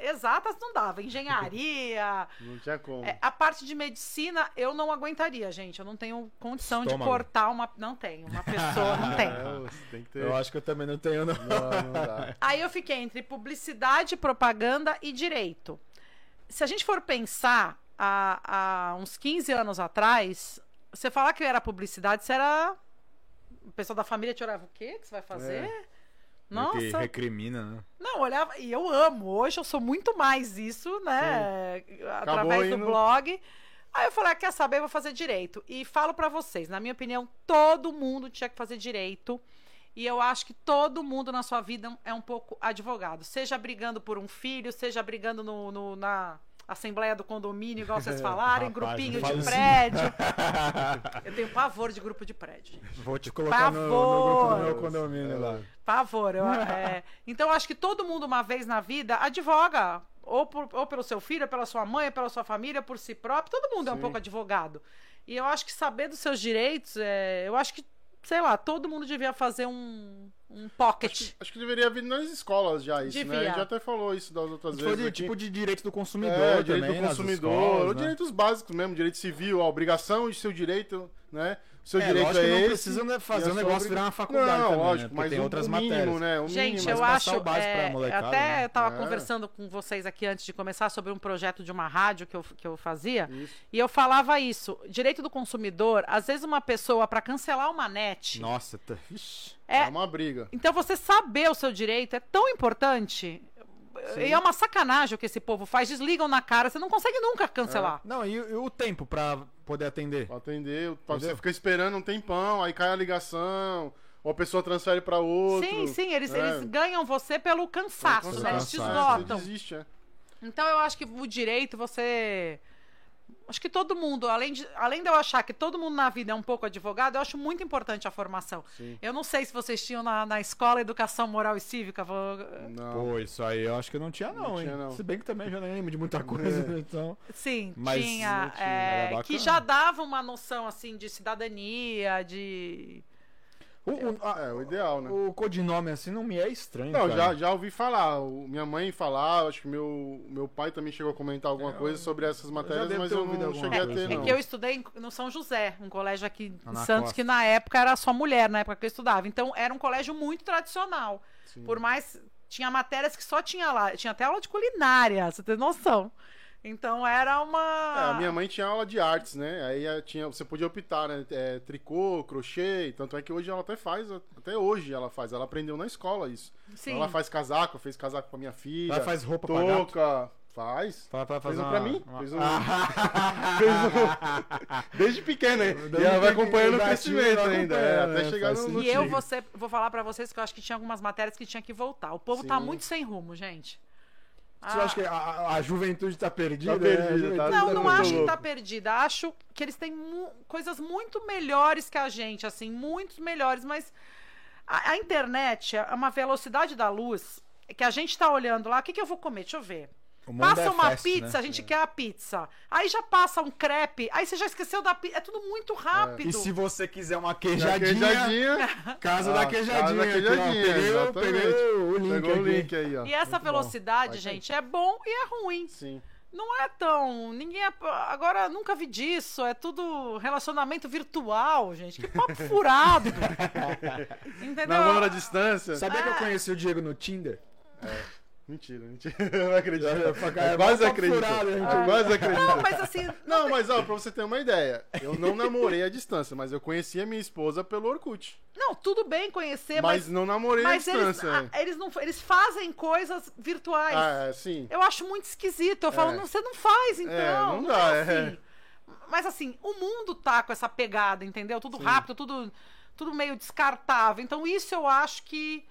exatas não dava. Engenharia. Não tinha como. é, a parte de medicina eu não aguentaria, gente. Eu não tenho condição Estômago. de cortar uma. Não tenho. Uma pessoa não tem. É, você tem que ter. Eu É. acho que eu também não tenho, não. Não, não dá. Aí eu fiquei entre publicidade, propaganda e direito. Se a gente for pensar há, há uns 15 anos atrás, você falar que eu era publicidade, você era. O pessoal da família te olhava, o quê que você vai fazer? Meio que Nossa, recrimina, né? não, olhava, e eu amo, hoje eu sou muito mais isso, né? Através do indo. blog. Aí eu falei, ah, quer saber, eu vou fazer direito. E falo pra vocês, na minha opinião, todo mundo tinha que fazer direito. E eu acho que todo mundo na sua vida é um pouco advogado. Seja brigando por um filho, seja brigando no- no- na assembleia do condomínio, igual vocês falaram, Rapaz, não em grupinho fala de isso. prédio. Eu tenho pavor de grupo de prédio, gente. Vou te colocar no, no grupo do meu condomínio lá. Pavor. Eu, é, então, acho que todo mundo, uma vez na vida, advoga. ou, por- ou pelo seu filho, ou pela sua mãe, ou pela sua família, por si próprio. Todo mundo é um Sim. pouco advogado. E eu acho que saber dos seus direitos, é, eu acho que, sei lá, todo mundo devia fazer um, um pocket. Acho que deveria vir nas escolas já isso, né? A Devia. gente até falou isso das outras Foi vezes. de, aqui. tipo de direito do consumidor também, É, direito do nas consumidor, escolas, ou né? direitos básicos mesmo, direito civil, a obrigação e seu direito, né? O seu É, direito lógico é que não esse. precisa né, fazer e o a negócio sobre- virar uma faculdade não, também, né? lógico, Porque mas tem o outras mínimo, matérias. né? O mínimo, Gente, mas eu passar acho. o básico pra é, molecada, até né? eu estava É. conversando com vocês aqui antes de começar sobre um projeto de uma rádio que eu, que eu fazia. Isso. E eu falava isso, direito do consumidor, às vezes uma pessoa para cancelar uma net. Nossa, tá... Ixi. É- É uma briga. Então você saber o seu direito é tão importante. E é uma sacanagem o que esse povo faz, desligam na cara, você não consegue nunca cancelar. Não, e, e o tempo pra poder atender? Pra atender, pra Entendeu? você ficar esperando um tempão, aí cai a ligação, ou a pessoa transfere pra outro. sim, sim, eles, é. um eles ganham você pelo cansaço, Cansaço, né? cansaço, Eles te você esgotam. desiste, é. Então eu acho que o direito você. Acho que todo mundo, além de, além de eu achar que todo mundo na vida é um pouco advogado, eu acho muito importante a formação. Sim. Eu não sei se vocês tinham na, na escola educação moral e cívica. vou- Não. Pô, isso aí eu acho que eu não tinha não, Não hein? tinha, não. Se bem que também eu já nem lembro de muita coisa, É. então... Sim, Mas não tinha. tinha, é, era que bacana. já dava uma noção assim de cidadania, de. O, o, a- É, o ideal, né? o codinome assim não me é estranho, Não, cara. já, já ouvi falar. o- minha mãe falar, acho que meu, meu pai também chegou a comentar alguma coisa sobre essas matérias, É, devo mas ter eu ouvido não alguma cheguei a coisa, ter, É não. que eu estudei em- no São José, um colégio aqui em Ana Santos, Costa. que na época era só mulher, na época que eu estudava. Então era um colégio muito tradicional. Hum. Sim. É, Por mais. Tinha matérias que só tinha lá. Tinha até aula de culinária, você tem noção. Então era uma. É, a minha mãe tinha aula de artes, né? Aí eh, tinha, você podia optar, né? É, tricô, crochê, tanto é que hoje ela até faz, até hoje ela faz. Ela aprendeu na escola isso. Sim. Ela faz casaco, fez casaco pra minha filha. Ela faz roupa pra gato? touca, faz. Fala pra Fez fazer uma- um pra mim? uma- Fez um- Ah. Desde pequena, né? Desde E ela vai pequena, acompanhando o gatinho, crescimento ela ainda, acompanha, é, né? até chegar Faz no, no E eu time. vou, ser- vou falar pra vocês que eu acho que tinha algumas matérias que tinha que voltar. O povo tá Sim. muito sem rumo, gente. Você Ah, acha que a- a, a juventude tá perdida? Tá né? A perdida, juventude tá- Não, tá não muito acho que louco. tá perdida. Acho que eles têm mu- coisas muito melhores que a gente, assim, muito melhores, mas a, a internet é uma velocidade da luz que a gente tá olhando lá. O que, que eu vou comer? Deixa eu ver. O mundo Passa é uma fast, pizza, né? a gente quer a pizza. Aí já passa um crepe, aí você já esqueceu da pizza. É tudo muito rápido. E se você quiser uma Já é queijadinha, queijadinha, casa Ah, da casa queijadinha. da aqui, ó. queijadinha, peguei, o- exatamente. peguei o link pegou o aqui. link aí, ó. E essa Muito bom. velocidade, Vai, gente, é bom e é ruim. Sim. Não é tão. Ninguém. é- Agora nunca vi disso. É tudo relacionamento virtual, gente. Que papo furado. Entendeu? Namoro à distância? Sabia Ah. que eu conheci o Diego no Tinder? Mentira, mentira. Eu não acredito. Eu Mas quase tá acredito. furado, hein, Eu quase acredito. Não, mas assim. Não, mas ó, pra você ter uma ideia, eu não namorei à distância, mas eu conheci a minha esposa pelo Orkut. Não, tudo bem conhecer, Mas, É, mas. não namorei Mas à eles, distância. né? ah, eles, não, eles fazem coisas virtuais. Ah, é, sim. Eu acho muito esquisito. Eu falo, É. não, você não faz, então. não não dá, é é. assim. Mas assim, o mundo tá com essa pegada, entendeu? Tudo rápido, tudo, tudo meio descartável. Então, isso eu acho que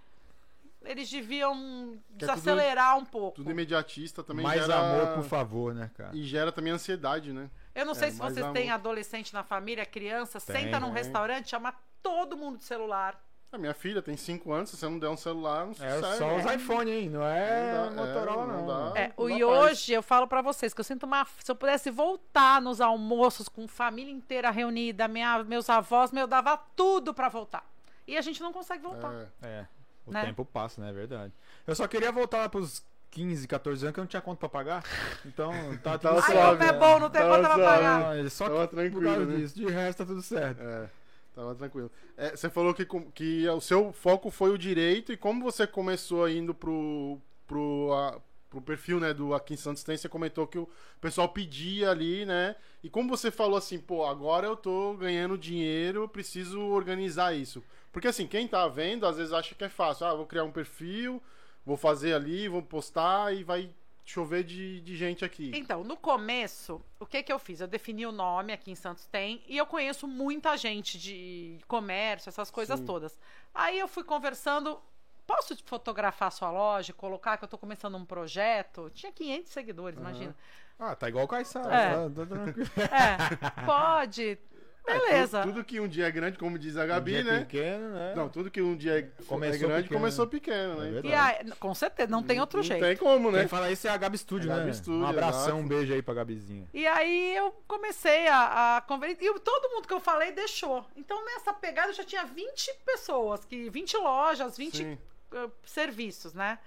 eles deviam Que é desacelerar um pouco. Tudo imediatista também Mais gera... amor, por favor, né, cara? E gera também ansiedade, né? Eu não sei se mas vocês a- têm adolescente na família, criança, Tem, senta num tem. restaurante, chama todo mundo de celular. A minha filha tem 5 anos, se você não der um celular, não É serve. só os iPhone, hein? Não é né? Não dá- é, Motorola, não não. dá. É, o- dá e paz. hoje eu falo pra vocês que eu sinto uma. Se eu pudesse voltar nos almoços com família inteira reunida, minha, meus avós, meu, eu dava tudo pra voltar. E a gente não consegue voltar. É. É. O Né? tempo passa, né? É verdade. Eu só queria voltar lá pros 15, 14 anos que eu não tinha conta pra pagar. Então, tá Tava tudo Ai, suave, como é né? bom, não tem Tava conta pra suave, pagar. Não, é só Tava que por causa tranquilo, né? disso. De resto, tá tudo certo. É, tava tranquilo. É, você falou que, com- que é o seu foco foi o direito e como você começou indo pro, pro, a- pro perfil né, do Aqui em Santos Tem, você comentou que o pessoal pedia ali, né? E como você falou assim, pô, agora eu tô ganhando dinheiro, eu preciso organizar isso. Porque assim, quem tá vendo às vezes acha que é fácil. Ah, vou criar um perfil, vou fazer ali, vou postar e vai chover de, de gente aqui. Então, no começo, o que que eu fiz? Eu defini o nome, aqui em Santos tem, e eu conheço muita gente de comércio, essas coisas Sim. todas. Aí eu fui conversando, posso te fotografar sua loja, colocar que eu tô começando um projeto? Tinha 500 seguidores, imagina. Ah, tá igual o Caissara. É. Tá, tá tranquilo. É, pode. Beleza. Tudo que um dia é grande, como diz a Gabi, Um dia né? pequeno, né? Não, tudo que um dia é, Começou é grande pequeno. começou pequeno, É né? verdade. E aí, com certeza, não tem outro não jeito. tem como, né? Quem fala isso é a Gabi Studio, É a né? Gabi Studio, um abração, exato. um beijo aí pra Gabizinha. E aí eu comecei a, a conversar. E todo mundo que eu falei deixou. Então, nessa pegada, eu já tinha 20 pessoas, que 20 lojas, 20 Sim. eh, serviços, né?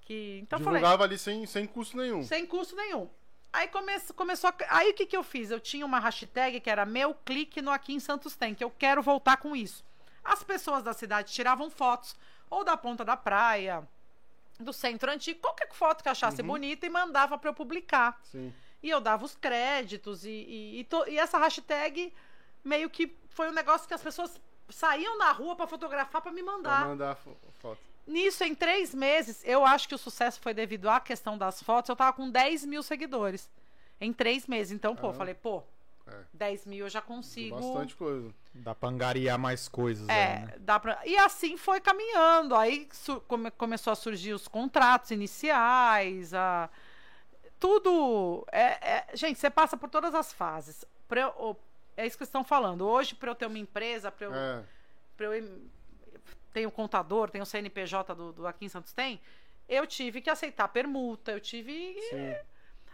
Que, então eu falei, Divulgava ali sem, sem custo nenhum. sem custo nenhum. Aí come, começou a, Aí o que, que eu fiz? Eu tinha uma hashtag que era meu clique no Aqui em Santos Tem, que eu quero voltar com isso. As pessoas da cidade tiravam fotos, ou da ponta da praia, do centro antigo, qualquer foto que achasse Uhum. bonita e mandava para eu publicar. Sim. E eu dava os créditos e, e, e to- e essa hashtag meio que foi um negócio que as pessoas saíam na rua pra fotografar pra me mandar. Pra mandar fo- foto. Nisso, em três meses, eu acho que o sucesso foi devido à questão das fotos. Eu tava com 10 mil seguidores em três meses. Então, pô, Ah. falei, pô, É. 10 mil eu já consigo. Bastante coisa. Dá pra angariar mais coisas aí, né? É, dá pra... E assim foi caminhando. Aí su- come- começou a surgir os contratos iniciais, a... tudo. É, é- Gente, você passa por todas as fases. Pra eu- o- É isso que vocês estão falando. Hoje, para eu ter uma empresa, para eu, É. pra eu em- tenho contador, tenho o CNPJ do, do aqui em Santos tem, eu tive que aceitar permuta, eu tive. Sim.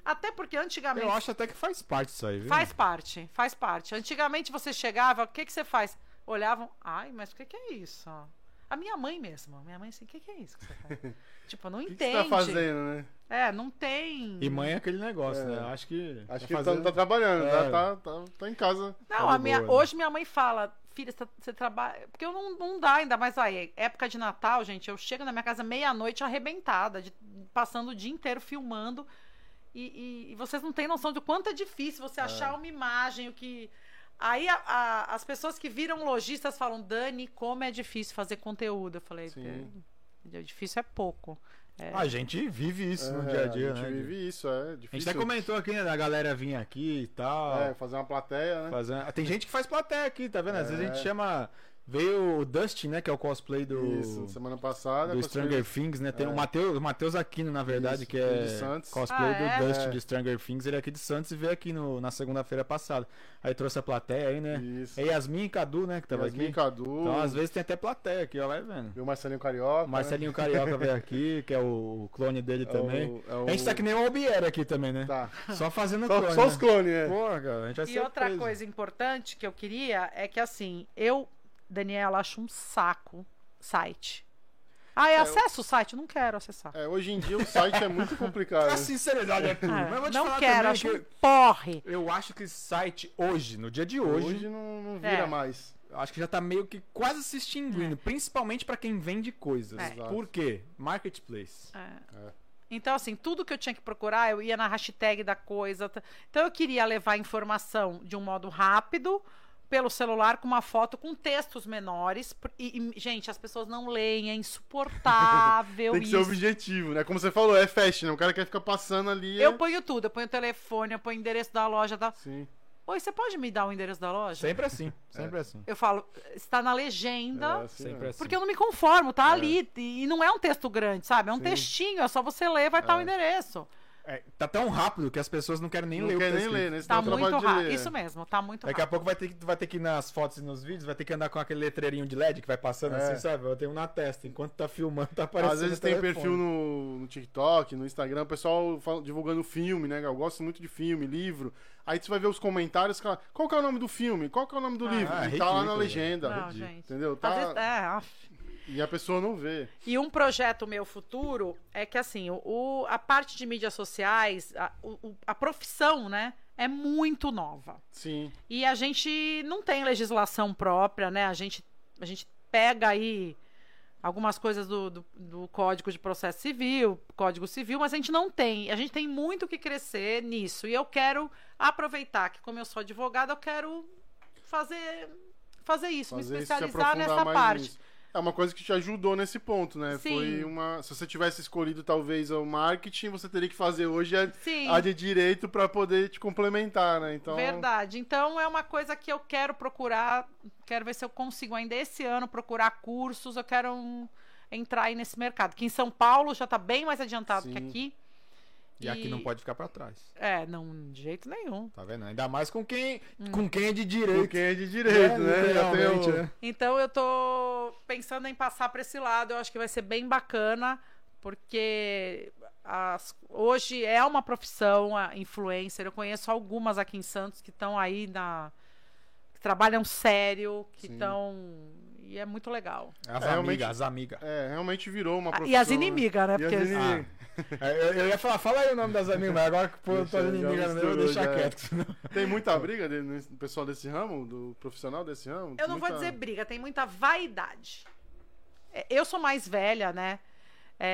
Até porque antigamente. Eu acho até que faz parte disso aí, viu? Faz parte, faz parte. Antigamente você chegava, o que, que você faz? Olhavam, ai, mas o que, que é isso? A minha mãe mesmo. Minha mãe assim, o que, que é isso que você faz? tipo, não O que, que você entende. tá fazendo, né? É, não tem. E mãe é aquele negócio, É. né? Acho que. Acho tá que ele tá, fazendo- tá trabalhando, É. tá, tá, tá, tá em casa. Não, tá a de minha, boa, né? hoje minha mãe fala, filha, você, tá, você trabalha. Porque eu não, não dá ainda mais aí. Época de Natal, gente, eu chego na minha casa meia-noite arrebentada, de- passando o dia inteiro filmando. E, e- e vocês não têm noção de quanto é difícil você achar uma imagem, o que. Aí a- a- as pessoas que viram lojistas falam, Dani, como é difícil fazer conteúdo. Eu falei, Sim. "É, difícil é pouco. A gente vive isso no É, dia a dia, A gente né? vive isso, é A difícil. gente até comentou aqui, né? Da galera vir aqui e tal. É, fazer uma plateia, né? Fazendo... Tem gente que faz plateia aqui, tá vendo? Às vezes a gente É. chama. Veio o Dustin, né? Que é o cosplay do. Isso, semana passada. do com Stranger Things, né? Tem o Matheus, o Matheus Aquino, na verdade, É. Isso, que ele é de Santos. cosplay Ah, é? do Dust É. de Stranger Things. Ele é aqui de Santos e veio aqui no- na segunda-feira passada. Aí trouxe a plateia aí, né? Isso. É Yasmin e Cadu, né? Que tava Yasmin aqui. Cadu, Então, às vezes tem até plateia aqui, ó, vai vendo. viu o Marcelinho Carioca. O Marcelinho Carioca veio aqui, que é o clone dele né? É o- também. é o- A gente tá que nem o Albieri aqui também, né? Tá. Só fazendo Só, clone. só né? os clones, né? Porra, cara, a gente vai E ser outra preso. coisa importante que eu queria é que assim, eu, Daniela, acho um saco site. Ah, é, eu- acesso o site? Não quero acessar. É, hoje em dia o site é muito complicado. A sinceridade é tudo. Ah, Mas eu vou te não falar quero, também acho que um porre. eu acho que esse site hoje, no dia de hoje hoje não, não vira É. mais. acho que já tá meio que quase se extinguindo, principalmente pra quem vende coisas. É. Exato. Por quê? Marketplace. É. É. Então, assim, tudo que eu tinha que procurar, eu ia na hashtag da coisa. t- Então, eu queria levar informação de um modo rápido, pelo celular, com uma foto, com textos menores. pr- E, e, gente, as pessoas não leem, é insuportável Tem que ser isso. objetivo, né? Como você falou, é fast, né? O cara quer ficar passando ali. é- Eu ponho tudo, eu ponho telefone, eu ponho endereço da loja. Tá? Sim. Oi, você pode me dar o endereço da loja? Sempre assim, sempre assim. Eu falo, está na legenda. É, assim, Sempre é. assim. Porque eu não me conformo, tá ali. E e não é um texto grande, sabe? É um Sim. textinho, é só você ler, vai estar o É. endereço. É, tá tão rápido que as pessoas não querem nem Não ler quer o que tá nem ler, escrito. né? Você É Tá dá um muito trabalho de rápido. ler. Isso mesmo, tá muito Daqui a rápido. pouco vai ter, que, vai ter que ir nas fotos e nos vídeos, vai ter que andar com aquele letreirinho de LED que vai passando É. assim, sabe? Eu tenho um na testa. Enquanto tá filmando, tá aparecendo. Às vezes no um tem telefone. perfil no, no TikTok, no Instagram, o pessoal fala- divulgando filme, né? Eu gosto muito de filme, livro. Aí você vai ver os comentários, cara, qual que é o nome do filme? Qual que é o nome do Ah, livro? é e tá ridículo, lá na velho. legenda. Não, Ridículo, gente. Entendeu? Às vezes- Tá... é, af. E a pessoa não vê. E um projeto meu futuro é que, assim, o, o- a parte de mídias sociais, a, o- o- a profissão, né, é muito nova. Sim. E a gente não tem legislação própria, né? A gente, a gente pega aí algumas coisas do, do, do Código de Processo Civil, Código Civil, mas a gente não tem. A gente tem muito que crescer nisso. E eu quero aproveitar que, como eu sou advogada, eu quero fazer, fazer isso, Fazer isso, se me especializar aprofundar nessa mais parte. nisso. É uma coisa que te ajudou nesse ponto, né? Sim. Foi uma. Se você tivesse escolhido talvez o marketing, você teria que fazer hoje a, Sim. a de direito pra poder te complementar, né? Então. Verdade. Então é uma coisa que eu quero procurar. Quero ver se eu consigo ainda esse ano procurar cursos. Eu quero um- entrar aí nesse mercado. Que em São Paulo já está bem mais tá adiantado que Sim. aqui. E aqui não pode ficar pra trás. É, não, de jeito nenhum. Tá vendo? Ainda mais com quem, Hum. com quem é de direito. Porque é de direito, né? Já tem literalmente, o- né? Então eu tô pensando em passar para esse lado. Eu acho que vai ser bem bacana, porque as- hoje é uma profissão a influencer. Eu conheço algumas aqui em Santos que estão aí na. que trabalham sério, que Sim. estão. E é muito legal. As É, realmente- amigas, as amigas. É, realmente virou uma Ah, e profissão. as inimigas, né? né? E as Porque inimigas. É, Eu, eu ia falar, fala aí o nome das amigas, mas agora que pô, eu tô Deixa, já inimiga, eu vou misturou, deixar já. quieto. que senão- Ah, Tem muita briga de- no pessoal desse ramo, do profissional desse ramo? Eu não Muita- vou dizer briga, tem muita vaidade. É, Eu sou mais velha, né?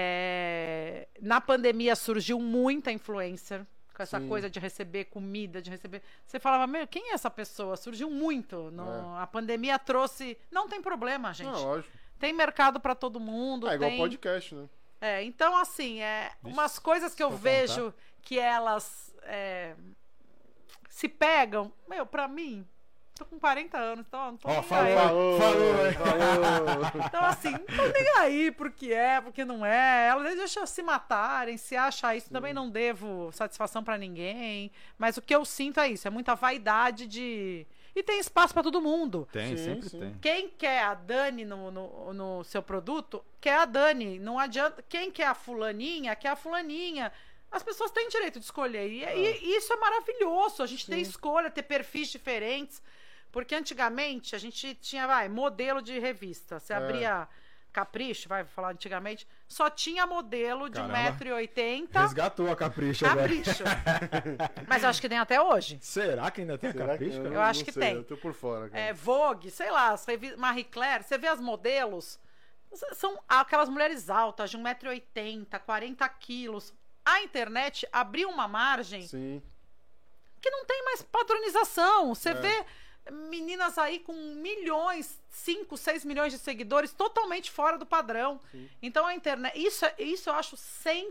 É, na pandemia surgiu muita influencer com essa Sim. coisa de receber comida, de receber. Você falava, meu, quem é essa pessoa? Surgiu muito. no- A pandemia trouxe. Não tem problema, gente. É. Não, lógico. Tem mercado pra todo mundo. É igual tem- podcast, né? é, então, assim, é, Deixa umas coisas que eu só contar. vejo que elas é, se pegam, meu, pra mim, tô com 40 anos, então não tô Ó, nem falou, falou, aí. falou. é. Então, assim, não tô nem aí porque é, porque não é. Elas deixam se matarem, se acha isso. Também não devo satisfação pra ninguém. Mas o que eu sinto é isso, é muita vaidade de. E tem espaço pra todo mundo. Tem, Sim, sempre sim. tem. Quem quer a Dani no, no, no seu produto, quer a Dani. Não adianta. Quem quer a fulaninha, quer a fulaninha. As pessoas têm direito de escolher. E, e isso é maravilhoso. A gente tem escolha, ter perfis diferentes. Porque antigamente a gente tinha, vai, modelo de revista. Você É. abria Capricho, vai falar antigamente, só tinha modelo de Caramba. Tá. 1,80m. Resgatou a capricha agora. Capricho. Mas eu acho que tem até hoje. Será que ainda tem a Será que- capricha? não- Eu acho não que sei, tem. Eu tô por fora, cara. é, Vogue, sei lá, as revi- Marie Claire, você vê as modelos, s- são aquelas mulheres altas, de 1,80m, 40 quilos. A internet abriu uma margem Sim. que não tem mais padronização. Você É. vê meninas aí com milhões, 5, 6 milhões de seguidores totalmente fora do padrão. Sim. Então a internet, isso, é- isso eu acho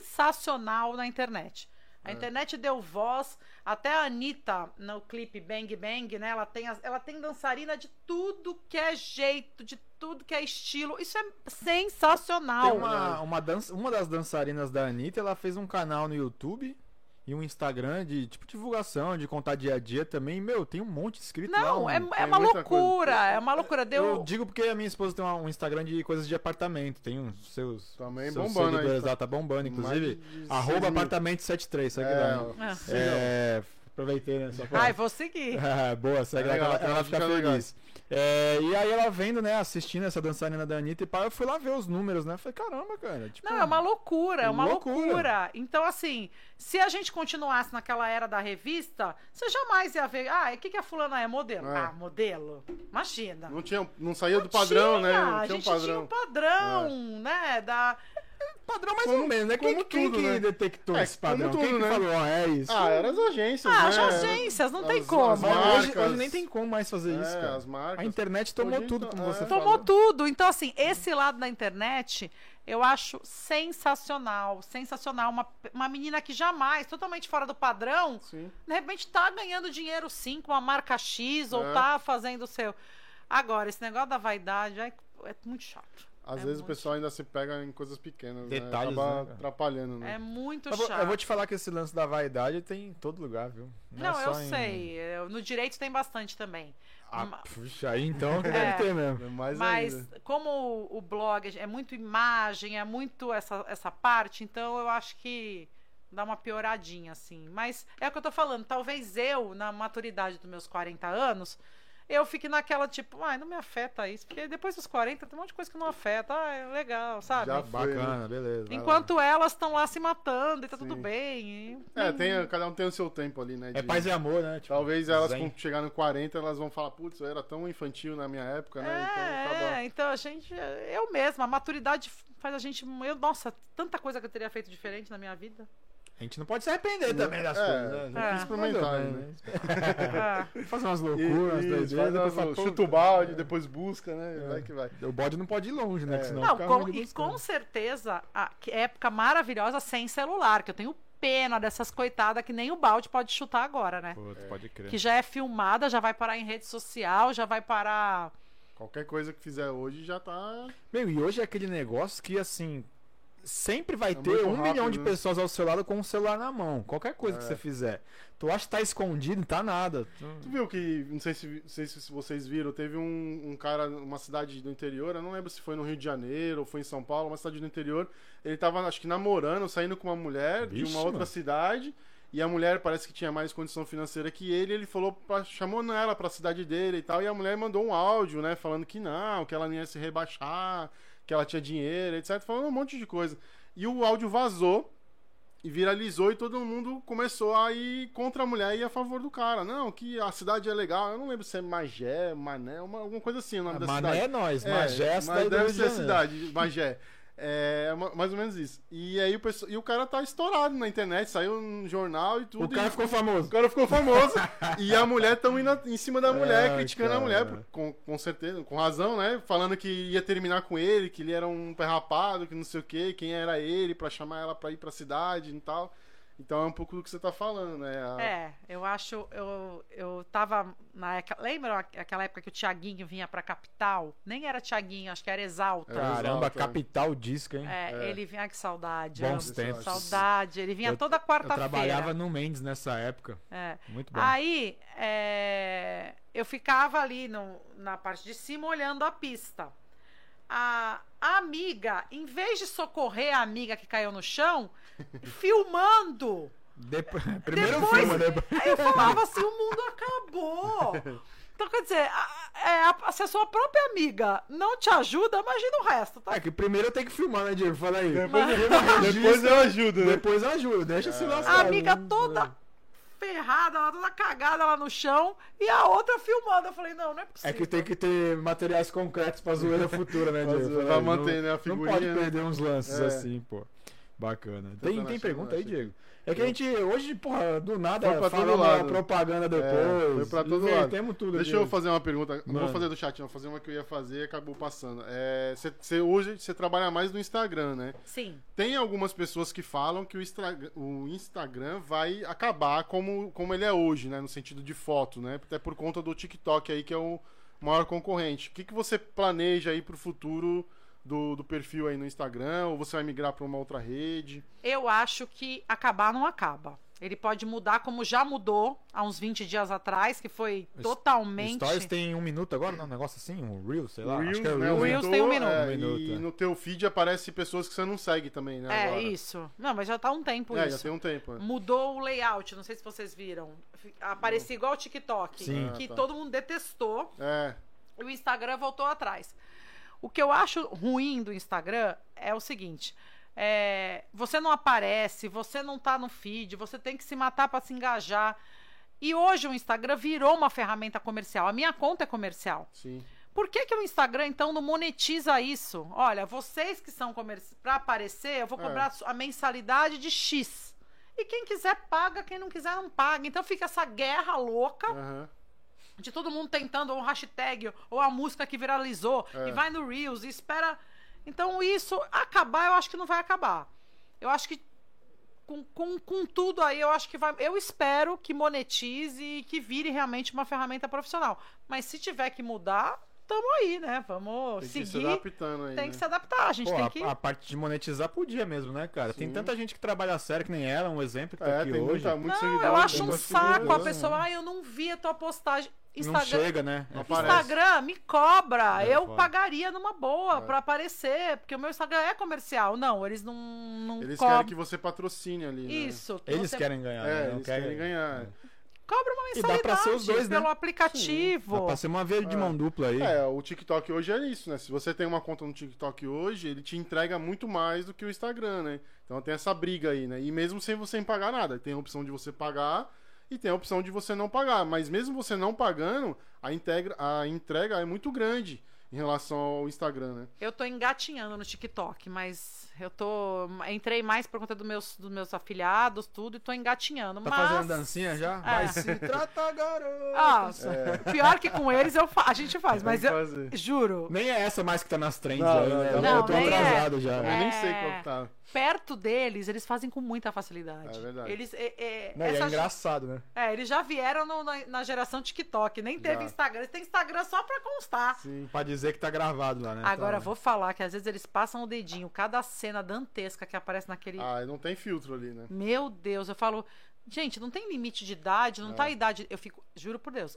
sensacional na internet. A É. internet deu voz, até a Anitta, no clipe Bang Bang, né? Ela tem, as- ela tem dançarina de tudo que é jeito, de tudo que é estilo. Isso é Tem sensacional. uma, uma, dança, uma das dançarinas da Anitta, ela fez um canal no YouTube e um Instagram de tipo divulgação, de contar dia a dia também. Meu, tem um monte de inscrito lá. Não, um- é, é tem uma muita coisa. loucura, é uma loucura. Eu Deu, digo porque a minha esposa tem uma- um Instagram de coisas de apartamento. Tem uns seus. Também seus bombando aí, seguidores tá- lá, tá bombando, inclusive. Arroba apartamento 73, segue É, lá. Ah. É, aproveitei, né? Só pra... Ai, vou seguir. Ah, Boa, segue É legal, lá, ela, tem uma ela fica dica legal. feliz. É, e aí ela vendo, né, assistindo essa dançarina da Anitta e pá, eu fui lá ver os números, né? Falei, caramba, cara. Tipo, Não, é uma loucura, é uma loucura. Loucura. Então, assim, se a gente continuasse naquela era da revista, você jamais ia ver. Ah, o que, que a fulana é? Modelo. É. Ah, modelo. Imagina. Não, tinha, não saía do padrão, tinha, né? Não a tinha um gente tinha padrão. um É. padrão, né? Da... padrão mais Como- ou menos, né? Quem, como quem tudo, que né? detectou É, esse padrão? como quem tudo, que né? falou, ó, é isso? Ah, eram as agências, Ah, né? as agências, não tem As- como. as Mas hoje, marcas. hoje nem tem como mais fazer isso, É, cara. as marcas. A internet tomou Hoje a então, tudo, gente- como é. você Tomou falou. Tomou tudo. Então, assim, esse lado da internet eu acho sensacional. Sensacional. Uma, uma menina que jamais, totalmente fora do padrão, Sim. de repente tá ganhando dinheiro sim com a marca X ou É. tá fazendo o seu. Agora, esse negócio da vaidade ai, é, muito chato. Às É vezes muito. o pessoal ainda se pega em coisas pequenas, Detalhes, né, né? Acaba cara? atrapalhando, É né? muito Eu vou, chato. eu vou te falar que esse lance da vaidade tem em todo lugar, viu? é Não, eu só em- sei. eu- No direito tem bastante também. Ah, Ma- puxa, aí então que deve ter mesmo. É mais Mas ainda. como o, o blog é muito imagem, é muito essa, essa parte, então eu acho que dá uma pioradinha, assim. Mas é o que eu tô falando, talvez eu, na maturidade dos meus 40 anos, eu fique naquela, tipo, ai, não me afeta isso, porque depois dos 40 tem um monte de coisa que não afeta, ah, é legal, sabe? Já foi, Bacana, beleza. vai lá. Enquanto elas estão lá se matando e tá tudo Sim. bem. e- É, tem, cada um tem o seu tempo ali, né? É de- paz e amor, né? Tipo, Talvez elas, zen. quando chegar no 40, elas vão falar, putz, eu era tão infantil na minha época, né? então É, acaba. é, então a gente. Eu mesma, a maturidade faz a gente. Eu, nossa, tanta coisa que eu teria feito diferente na minha vida. A gente não pode se arrepender também das É, coisas, né? é. Tem que experimentar, Mais ou né? Ah. Fazer umas E- loucuras, né? umas e doideiras, faz depois as- fala, pô, chuta o balde, depois busca, né? É. Vai que vai. O bode não pode ir longe, né? É. Que senão Não, fica com- ruim de e buscar. com certeza, a que época maravilhosa sem celular, que eu tenho pena dessas coitadas que nem o balde pode chutar agora, né? Pô, tu pode crer. Que já é filmada, já vai parar em rede social, já vai parar. Qualquer coisa que fizer hoje já tá. Meu, e hoje é aquele negócio que, assim, sempre vai É ter muito um rápido, milhão de né? É. pessoas ao seu lado com o celular na mão. Qualquer coisa que você fizer. Tu acha que tá escondido, tá nada. Tu viu que, não sei se, não sei se vocês viram, teve um, um cara, uma cidade do interior, eu não lembro se foi no Rio de Janeiro ou foi em São Paulo, uma cidade do interior. Ele tava, acho que namorando, saindo com uma mulher de Vixe, uma outra mano. cidade. E a mulher parece que tinha mais condição financeira que ele, ele falou, pra- chamou ela pra cidade dele e tal, e a mulher mandou um áudio, né, falando que não, que ela não ia se rebaixar, que ela tinha dinheiro, etc, falando um monte de coisa. E o áudio vazou, e viralizou e todo mundo começou a ir contra a mulher e a favor do cara. Não, que a cidade é legal. Eu não lembro se é Magé, Mané, uma, alguma coisa assim o nome da Mané é cidade. nós, É, Magé é a mas cidade do deve Rio de ser a Janeiro. cidade, Magé. É ma- mais ou menos isso. E aí o, pessoal, e o cara tá estourado na internet, saiu no jornal e tudo. O cara e- ficou o famoso. cara ficou famoso. e a mulher tão indo em cima da mulher, Ai, criticando a cara. mulher, por- com, com certeza, com razão, né? Falando que ia terminar com ele, que ele era um perrapado, que não sei o quê, quem era ele, pra chamar ela pra ir pra cidade e tal. Então é um pouco do que você tá falando, né? Ah. A- É, eu acho. Eu, eu tava. Na, eca- lembra aqu- aquela época que o Tiaguinho vinha pra capital? Nem era Tiaguinho, acho que era Exalta. Era Caramba, exato, é. capital disco, hein? É, ele vinha. Ai, que saudade. Bons amo. tempos. Saudade. Ele vinha Eu- toda Eu quarta-feira. trabalhava no Mendes nessa época. É. Muito bom. Aí é, eu ficava ali no- na parte de cima olhando a pista. A, a amiga, em vez de socorrer a amiga que caiu no chão, filmando. Depo- Primeiro Depois- filme, né? Aí eu falava assim: o mundo acabou. Então, quer dizer, a- é, a- se a sua própria amiga não te ajuda, imagina o resto, tá? É que primeiro eu tenho que filmar, né, Diego? Fala aí. Depois eu ajudo, né? Depois eu ajudo, deixa se lascar. A Ah, amiga Não- toda ferrada, ela toda cagada lá no chão, e a outra filmando. Eu falei, não, não é possível. É que tem que ter materiais concretos pra zoeira futura, né, Pra Diego? zoeira, Fala aí, pra manter, né, a Não pode figurinha, né? perder uns lances É. assim, pô. Bacana. Tô Tem, tentando tem achar, pergunta aí, achei. Diego? É que a gente, hoje, porra, do Foi nada, pra todo falamos a lado. propaganda depois. É, foi pra todo lado. Temos tudo Deixa Diego. eu fazer uma pergunta. Não vou Manda. fazer do chat, não. Vou fazer uma que eu ia fazer e acabou passando. É, você- você- hoje você trabalha mais no Instagram, né? Sim. Tem algumas pessoas que falam que o, Instra- o Instagram vai acabar como, como ele é hoje, né? No sentido de foto, né? Até por conta do TikTok aí, que é o maior concorrente. O que, que você planeja aí pro futuro do, do perfil aí no Instagram? Ou você vai migrar pra uma outra rede? Eu acho que acabar não acaba. Ele pode mudar como já mudou há uns 20 dias atrás, que foi Os- totalmente. Stories tem um minuto agora, não? Um negócio assim? Um Reels, sei lá. acho que é né, Reels, né? Reels tem um minuto. é, Um minuto, e é. no teu feed aparece pessoas que você não segue também, né? É, agora. isso. Não, mas já tá há um tempo É, já isso. tem um tempo. né? Mudou o layout, não sei se vocês viram. Fi- Aparecia igual o TikTok, Sim. que Ah, tá. todo mundo detestou. É, e o Instagram voltou atrás. O que eu acho ruim do Instagram é o seguinte: é, você não aparece, você não tá no feed, você tem que se matar para se engajar. E hoje o Instagram virou uma ferramenta comercial. A minha conta é comercial. sim. Por que, que o Instagram, então, não monetiza isso? Olha, vocês que são comerciais, para aparecer, eu vou É. cobrar a mensalidade de X. E quem quiser paga, quem não quiser não paga. Então fica essa guerra louca Aham. de todo mundo tentando ou um hashtag ou a música que viralizou É. e vai no Reels e espera. Então isso acabar, eu acho que não vai acabar. Eu acho que com, com, com tudo aí, eu acho que vai. Eu espero que monetize e que vire realmente uma ferramenta profissional. Mas se tiver que mudar, tamo aí, né? Vamos Tem que se seguir. adaptando aí. tem né? que se adaptar, a gente Pô, tem a- que. a, parte de monetizar podia mesmo, né, cara? Tem Sim. tanta gente que trabalha a sério que nem ela, um exemplo que tá É, aqui tem hoje. muita, muito Não, seguidor. eu acho tem um muito saco a seguidor, né? pessoa. Ah, eu não vi a tua postagem. Não Instagram, chega, né? Não É. aparece. Instagram me cobra. É, eu foda. pagaria numa boboa É. pra aparecer, porque o meu Instagram é comercial. Não, eles não, não Eles cobram. querem que você patrocine ali, né? um Isso. Eles você querem ganhar, É, né? Não eles querem- querem ganhar. Cobra uma E dá pra mensalidade ser os dois, né? pelo Dá aplicativo. Tá pra ser uma veia de É. mão dupla aí. É, o TikTok hoje é isso, né? Se você tem uma conta no TikTok hoje, ele te entrega muito mais do que o Instagram, né? Então tem essa briga aí, né? E mesmo sem você pagar nada, tem a opção de você pagar e tem a opção de você não pagar. Mas mesmo você não pagando, a, integra, a entrega é muito grande em relação ao Instagram, né? Eu tô engatinhando no TikTok, mas eu tô. Entrei mais por conta dos meus, dos meus afiliados, tudo, e tô engatinhando. Tá mas. é. fazendo dancinha já? Mas se trata, garoto. Ah, É. pior que com eles eu fa- a gente faz, mas Tem que eu fazer. juro, Nem é essa mais que tá nas trends Não, aí, né? não, não, eu tô nem é. atrasado já. Eu né? nem É. sei qual que tá. perto deles, eles fazem com muita facilidade. É verdade. Eles, é, é, Não, e é essa engraçado, né? É, eles já vieram no- na, na geração TikTok, nem teve Já. Instagram. Eles têm Instagram só pra constar. Sim. Pra dizer que tá gravado lá, né? Agora Tá- vou falar que às vezes eles passam o dedinho, cada cena dantesca que aparece naquele. Ah, não tem filtro ali, né? Meu Deus, eu falo, gente, não tem limite de idade, não tá a idade. Eu fico, juro por Deus,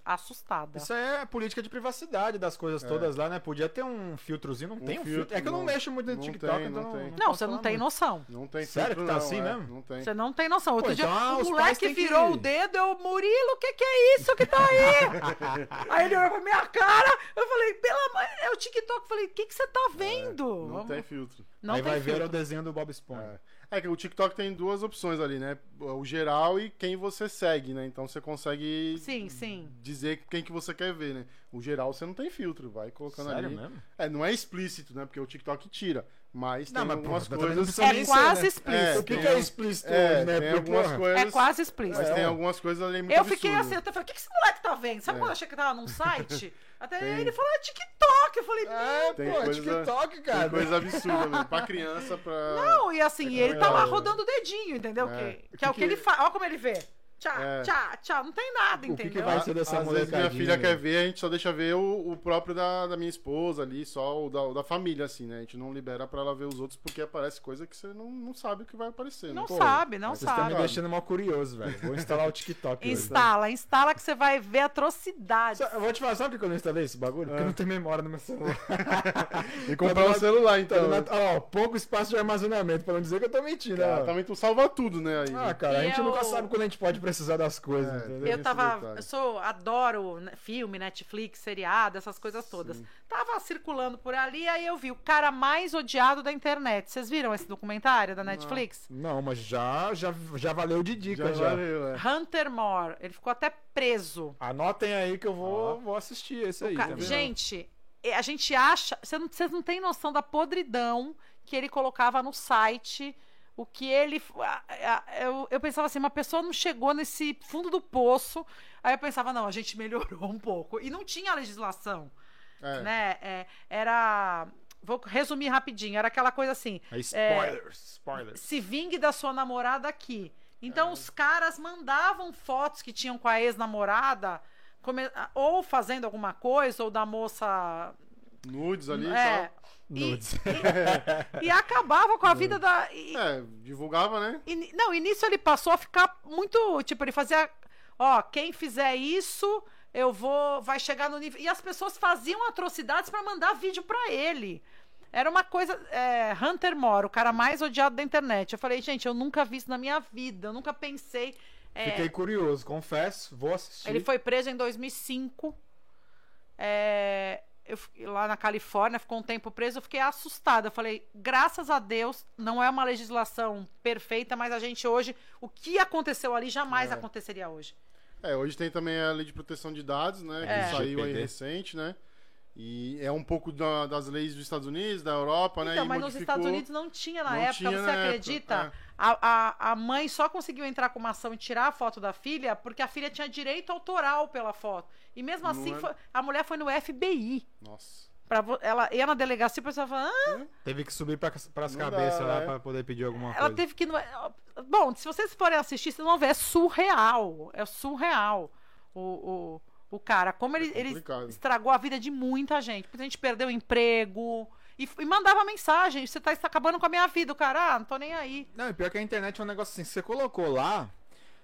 É. assustada. Isso aí é política de privacidade das coisas todas lá, né? Podia ter um filtrozinho, não tem um filtro. É. filtro, É que eu não não. mexo muito no Não TikTok, tem, então. não tem. Não, posso você não falar tem muito. noção. Não tem Sério filtro, que tá não, assim é, mesmo? Não tem. Você não tem noção. Outro Pô, dia, então o os pais moleque têm que- virou o dedo, eu, Murilo, o que que é isso que tá aí? aí ele olhou pra minha cara, eu falei, pela mãe, é o TikTok. Eu falei, o que que você tá vendo? Não tem filtro. Não É, aí tem vai ver filtro. o desenho do Bob Esponja. É. É que o TikTok tem duas opções ali, né? O geral e quem você segue, né? Então você consegue Sim, sim. dizer quem que você quer ver, né? O geral você não tem filtro, vai colocando Sério ali. mesmo? É, não é explícito, né? Porque o TikTok tira, mas Não, tem mas, pô, tá algumas também não coisas. precisa É nem quase ser, né? explícito. O que, que Tem é um- explícito É, hoje, né? tem Porque, algumas porra, coisas. É quase explícito. Mas tem É. algumas coisas ali muito Eu fiquei assim, absurdas. eu até falei, o que que esse moleque tá vendo? Sabe É. quando eu achei que tava num site? Até Tem. ele falou, é TikTok. Eu falei, É, Tem pô, é coisa- TikTok, Tem cara. coisa absurda, mesmo. Pra criança, pra. não, e assim, e ele tá lá rodando o dedinho, entendeu? É. Que, que é o que ele faz. Olha como ele vê. Tchá, É. tchá, tchá. Não tem nada, O que que entendeu? vai ser dessa Às vezes minha molecadinha, filha né? quer ver, a gente só deixa ver o, o próprio da, da minha esposa ali, só o da, o da família, assim, né? A gente não libera pra ela ver os outros porque aparece coisa que você não, não sabe o que vai aparecer, né? Não Pô, sabe, não Vocês estão me sabe. cara. deixando mal curioso, velho. Vou instalar o TikTok hoje. Instala, instala que você vai ver atrocidades. Sa- Eu vou te falar, sabe por que eu não instalei esse bagulho? Porque eu não tenho memória no meu celular. Ah. Tá E comprar um celular, então. Então, ó, pouco espaço de armazenamento, pra não dizer que eu tô mentindo. né? Cara, tá também tu salva tudo, né? Aí, Ah, né? cara, a E gente eu- nunca sabe quando a gente pode precisar das coisas, É, entendeu? tem Eu esse tava. detalhe. Eu sou, adoro né, filme, Netflix, seriado, essas coisas todas. Tava circulando por ali, aí eu vi o cara mais odiado da internet. Vocês viram esse documentário da Netflix? Não, mas já, já, já valeu de dica, já, já. valeu, é. Hunter Moore. Ele ficou até preso. Anotem aí que eu vou, vou assistir esse aí. Ca- tá vendo? gente, eh, a gente acha. Vocês não, cês não têm noção da podridão que ele colocava no site. O que ele. f- a- a- Eu, eu pensava assim, uma pessoa não chegou nesse fundo do poço. Aí eu pensava, não, a gente melhorou um pouco. E não tinha legislação. É. Né? É, era. Vou resumir rapidinho. Era aquela coisa assim: É spoilers, spoilers. se vingue da sua namorada aqui. Então É. os caras mandavam fotos que tinham com a ex-namorada, come- ou fazendo alguma coisa, ou da moça. Nudes ali e é, e, Nudes. e- e acabava com a vida da. e- tal. É, divulgava, né? e ni- não, e nisso ele passou a ficar muito. Tipo, ele fazia. Ó, quem fizer isso, eu vou. Vai chegar no nível. E as pessoas faziam atrocidades pra mandar vídeo pra ele. Era uma coisa. é, Hunter Moore, o cara mais odiado da internet. Eu falei, gente, eu nunca vi isso na minha vida. Eu nunca pensei. é, Fiquei curioso, confesso, vou assistir. ele foi preso em 2005. É, eu fiquei lá na Califórnia, ficou um tempo preso. Eu fiquei assustada. Eu falei, graças a Deus, não é uma legislação perfeita, mas a gente hoje, o que aconteceu ali jamais aconteceria hoje. É, hoje tem também a lei de proteção de dados, né? Que É. saiu aí LGPD. recente, né? E é um poupa da- das leis dos Estados Unidos, da Europa, né? então, e mas nos modificou. Estados Unidos não tinha na Não época. tinha você na época, acredita? é. A, a, a mãe só conseguiu entrar com uma ação e tirar a foto da filha porque a filha tinha direito autoral pela foto. E mesmo Não assim, é- foi- a mulher foi no FBI. Nossa. Pra, vo- ela ia na delegacia e a pessoa falava, "Ah, Teve que subir pra, pras Não dá, cabeças lá né? pra poder pedir alguma Ela coisa. teve que. Bom, se vocês forem assistir, vocês vão ver. É surreal. É surreal o, o, o cara. Como É ele, ele é complicado. estragou a vida de muita gente. Muita gente perdeu o emprego. E, e mandava mensagem: você tá, está acabando com a minha vida. O cara, ah, não tô nem aí. Não, e pior que a internet é um negócio assim, você colocou lá,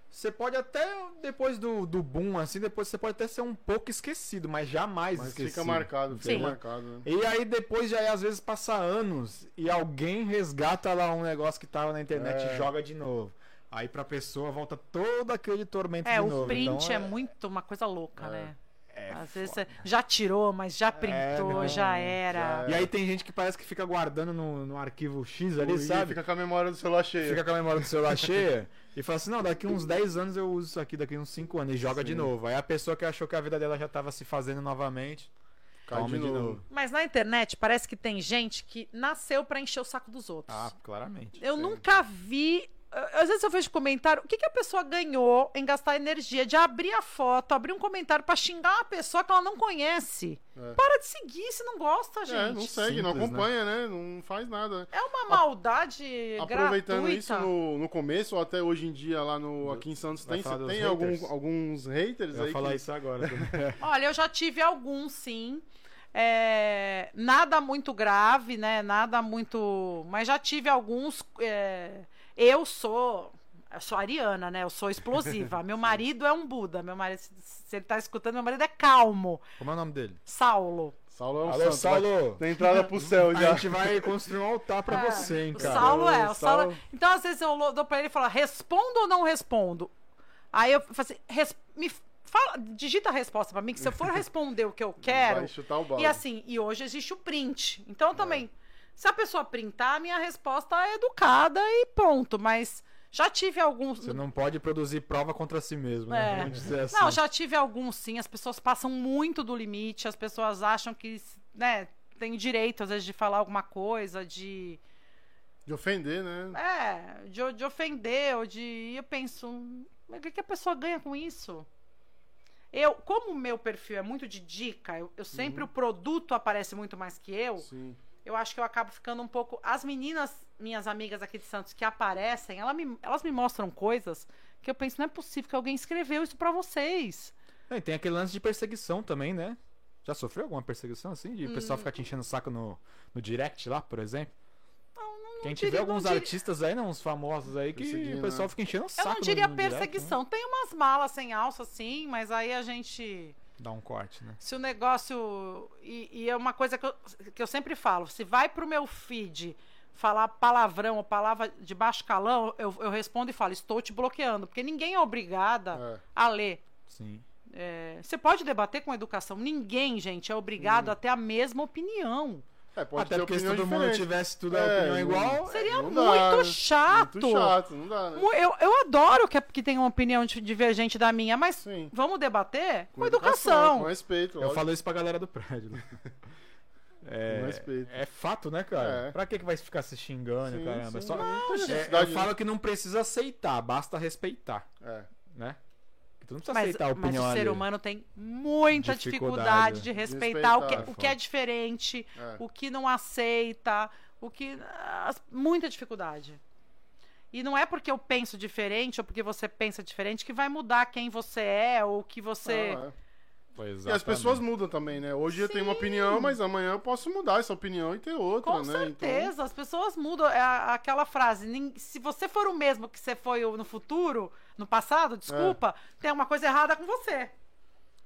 você pode até, depois do, do boom, assim, depois você pode até ser um pouco esquecido, mas jamais Mas esquecido. fica marcado, fica Sim. marcado, né? E aí depois já é, às vezes passa anos e alguém resgata lá um negócio que tava na internet É. e joga de novo. Aí pra pessoa volta todo aquele tormento É, de o novo. print Então, é, muito uma coisa louca, né? é Às vezes você já tirou, mas já printou, não, é. já era. E aí tem gente que parece que fica guardando no, no arquivo X ali, Ui, sabe? Fica com a memória do celular cheia. Fica com a memória do celular cheia e fala assim: não, daqui uns 10 anos eu uso isso aqui, daqui uns 5 anos, e joga de novo. Aí a pessoa que achou que a vida dela já tava se fazendo novamente, Cai toma de novo. Mas na internet parece que tem gente que nasceu pra encher o saco dos outros. Ah, claramente. Eu nunca vi. a- Às vezes eu vejo comentário. O que, que a pessoa ganhou em gastar energia de abrir a foto, abrir um comentário pra xingar uma pessoa que ela não conhece? É. Para de seguir se não gosta, É, não gente. segue, não simples, acompanha, né? Não faz nada. É, uma maldade Aproveitando É gratuita. isso no, no começo, ou até hoje em dia, lá no, aqui em Santos, Vai tem, falar dos tem haters? algum- alguns haters Eu aí ia falar que isso agora. Olha, eu já tive algum, sim. É, nada muito grave, né? Nada muito. Mas já tive alguns. é, eu sou. Eu sou ariana, né? Eu sou explosiva. meu marido é um Buda. Meu marido, se- se ele tá escutando, meu marido é calmo. Como é o nome dele? Saulo. Saulo é um Alô, santo. vai- Saulo! Tem entrada pro céu A já. gente vai construir um altar pra É, você, hein, o cara. Saulo é. O O Saulo... Saulo- Então, às vezes, eu lo- dou pra ele e falo, "Ah, respondo ou não respondo? Aí eu falo assim, "Res- me fala, digita a resposta pra mim, que se eu for responder o que eu quero. Vai chutar o balde. E assim, e hoje existe o print. Então, também, se a pessoa printar, a minha resposta é educada e pronto. Mas já tive alguns. Você não pode produzir prova contra si mesmo, né? É. Vamos dizer assim. Não, já tive alguns sim. As pessoas passam muito do limite, as pessoas acham que, né, tem direito, às vezes, de falar alguma coisa, de. De ofender, né? É, de, de ofender, ou de. e Eu penso, "Hum, mas o que, que a pessoa ganha com isso? Eu, como o meu perfil é muito de dica, eu, eu sempre Uhum. o produto aparece muito mais que eu, Sim. eu acho que eu acabo ficando um pouco. As meninas, minhas amigas aqui de Santos, que aparecem, ela me- elas me mostram coisas que eu penso, não é possível que alguém escreveu isso pra vocês. Não, É, e tem aquele lance de perseguição também, né? Já sofreu alguma perseguição assim? De o Hum. pessoal ficar te enchendo o saco no, no direct lá, por exemplo? Não, não, Quem tiver diria- alguns não diria- artistas aí, né? Uns famosos aí, que Perseguindo, o pessoal né? fica enchendo o Eu saco. não no- diria no direct, né? perseguição. Tem umas malas sem alça, sim, mas aí a gente. Dá um corte, né? Se o negócio. E, e é uma coisa que eu, que eu sempre falo: se vai pro meu feed falar palavrão ou palavra de baixo calão, eu, eu respondo e falo, estou te bloqueando. Porque ninguém é obrigada É. a ler. Sim. É, você pode debater com educação. Ninguém, gente, é Uhum. obrigado a ter a mesma opinião. É, pode Até ter porque se opinião todo mundo diferente. tivesse tudo a É, opinião não- igual. Seria não muito, dá, né? chato. Muito chato, não dá, né? Mu- Eu, eu adoro que, que tenha uma opinião di- divergente da minha, mas Sim. vamos debater com, educação. Com respeito, Eu lógico. falo isso pra galera do prédio. né? É, Com respeito. é fato, né, cara? É. Pra que, que vai ficar se xingando, Sim, caramba? É sim. Só... Não, É, necessidade, eu né? falo que não precisa aceitar, basta respeitar, É. né? Tu não precisa Mas, aceitar a mas opinião o ser alheia. humano tem muita Dificuldade. dificuldade, de respeitar, o, que, Respeitar, o que é diferente, É. o que não aceita, o que. as- Muita dificuldade. E não é porque eu penso diferente ou porque você pensa diferente que vai mudar quem você é ou que você. Não, é. Pois E as pessoas mudam também, né? Hoje eu tenho uma opinião, mas amanhã eu posso mudar essa opinião e ter outra, Com né? certeza, as pessoas mudam. É a- aquela frase: "Nin- se você for o mesmo que você foi no futuro, no passado, desculpa, tem alguma coisa errada com você.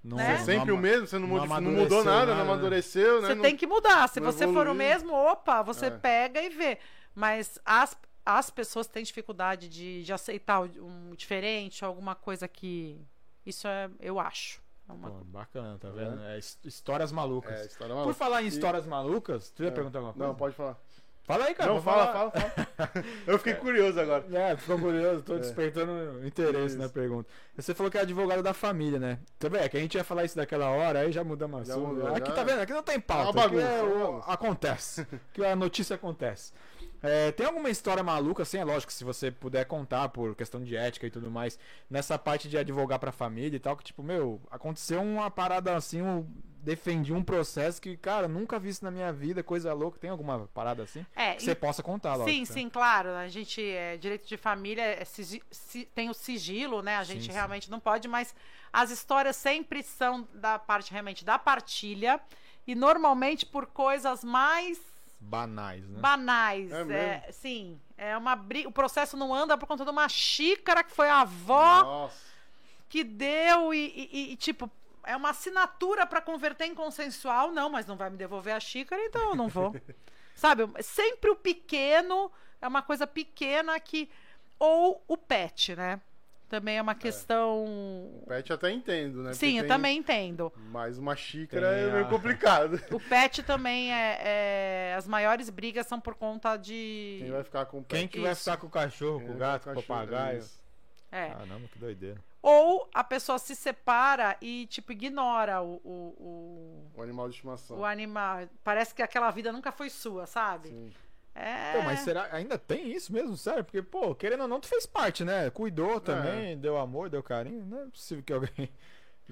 não, né? É sempre o mesmo, você não, não modi- não amadureceu mudou nada, nada, não né? amadureceu, né? Você Não- tem que mudar. Se não você for o evoluir. mesmo, opa, você É. pega e vê. Mas as, as pessoas têm dificuldade de, de aceitar o- um diferente, alguma coisa que. Isso é, eu acho. É uma- Pô, bacana, tá vendo? É his- histórias malucas. É, história Por maluca. falar em E- histórias malucas, tu ia É. perguntar alguma coisa? Não, pode falar. Fala aí, cara. não, vou fala, falar. fala, fala. eu fiquei curioso agora. É, ficou curioso, tô despertando interesse Isso. na pergunta. Você falou que é advogado da família, né? Também é que a gente ia falar isso daquela hora, aí já mudamos Já assunto. mudou, aqui já tá é. vendo? Aqui não tem pauta. É uma aqui é bagunça, o- é uma bagunça. acontece. que a notícia acontece. É, tem alguma história maluca, assim, é lógico, se você puder contar por questão de ética e tudo mais, nessa parte de advogar pra família e tal, que tipo, meu, aconteceu uma parada assim, eu defendi um processo que, cara, nunca vi isso na minha vida, coisa louca. Tem alguma parada assim? É, Que você possa contar, lógico. Sim, né? sim, claro. A gente, é, direito de família, é sigi- si- tem o sigilo, né? A Sim, gente sim. realmente não pode, mas as histórias sempre são da parte realmente da partilha e normalmente por coisas mais Banais, né? banais. É É, mesmo? sim, é uma briga. O processo não anda por conta de uma xícara que foi a avó Nossa. que deu e, e- e, tipo. É uma assinatura para converter em consensual, não, mas não vai me devolver a xícara, então eu não vou. Sabe, sempre o pequeno é uma coisa pequena que. Ou o pet, né? Também é uma questão. Pet eu até entendo, né? É, Sim, Porque eu tem- também entendo. Mas uma xícara Tem é meio a- complicado. O pet também é, é- As maiores brigas são por conta de. Quem vai ficar com o Quem pet? que vai Isso. ficar com o cachorro, Quem com o vai gato, com ficar o com cachorro? papagaio? Isso. É. Caramba, que doideira. Ou a pessoa se separa e, tipo, ignora o, o, O animal de o, estimação. o animal. Parece que aquela vida nunca foi sua, sabe? Sim. É. Pô, mas será ainda tem isso mesmo, sério? Porque, pô, querendo ou não, tu fez parte, né? Cuidou também, deu amor, deu carinho. Não é possível que alguém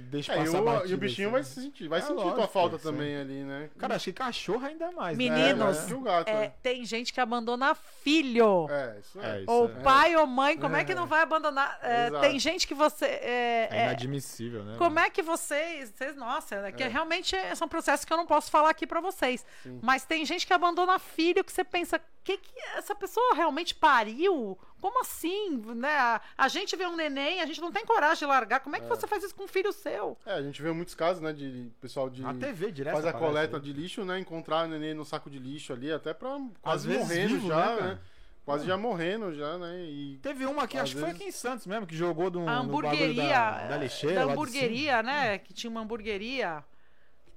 Deixa É, e, passar o, batida, e o bichinho assim, vai né? sentir, vai É, sentir tua lógico, falta sim. também ali, né? Cara, acho que cachorro ainda mais. né? é, Meninos, mais que o gato. É, É, tem gente que abandona filho. é isso é. É, isso ou é, pai ou mãe, como é que não vai abandonar? É, Exato. tem gente que você. é, é é, inadmissível, né? como é que vocês. vocês nossa, é que É. realmente é- são processos que eu não posso falar aqui pra vocês. Sim. Mas tem gente que abandona filho que você pensa, que, que essa pessoa realmente pariu? Como assim? Né? A, a gente vê um neném, a gente não tem coragem de largar. Como é que você faz isso com um filho seu? É, a gente vê muitos casos, né, de pessoal de A TV direto. faz a aparece, coleta né? de lixo, né, encontrar o neném no saco de lixo ali, até pra quase vezes morrendo vivo, já, né, né? cara? Quase já morrendo já, né? E Teve uma aqui, Às acho que foi vezes- aqui em Santos mesmo, que jogou do. A hamburgueria. Da, da lixeira. da lá de hamburgueria, né? Que tinha uma hamburgueria. cima.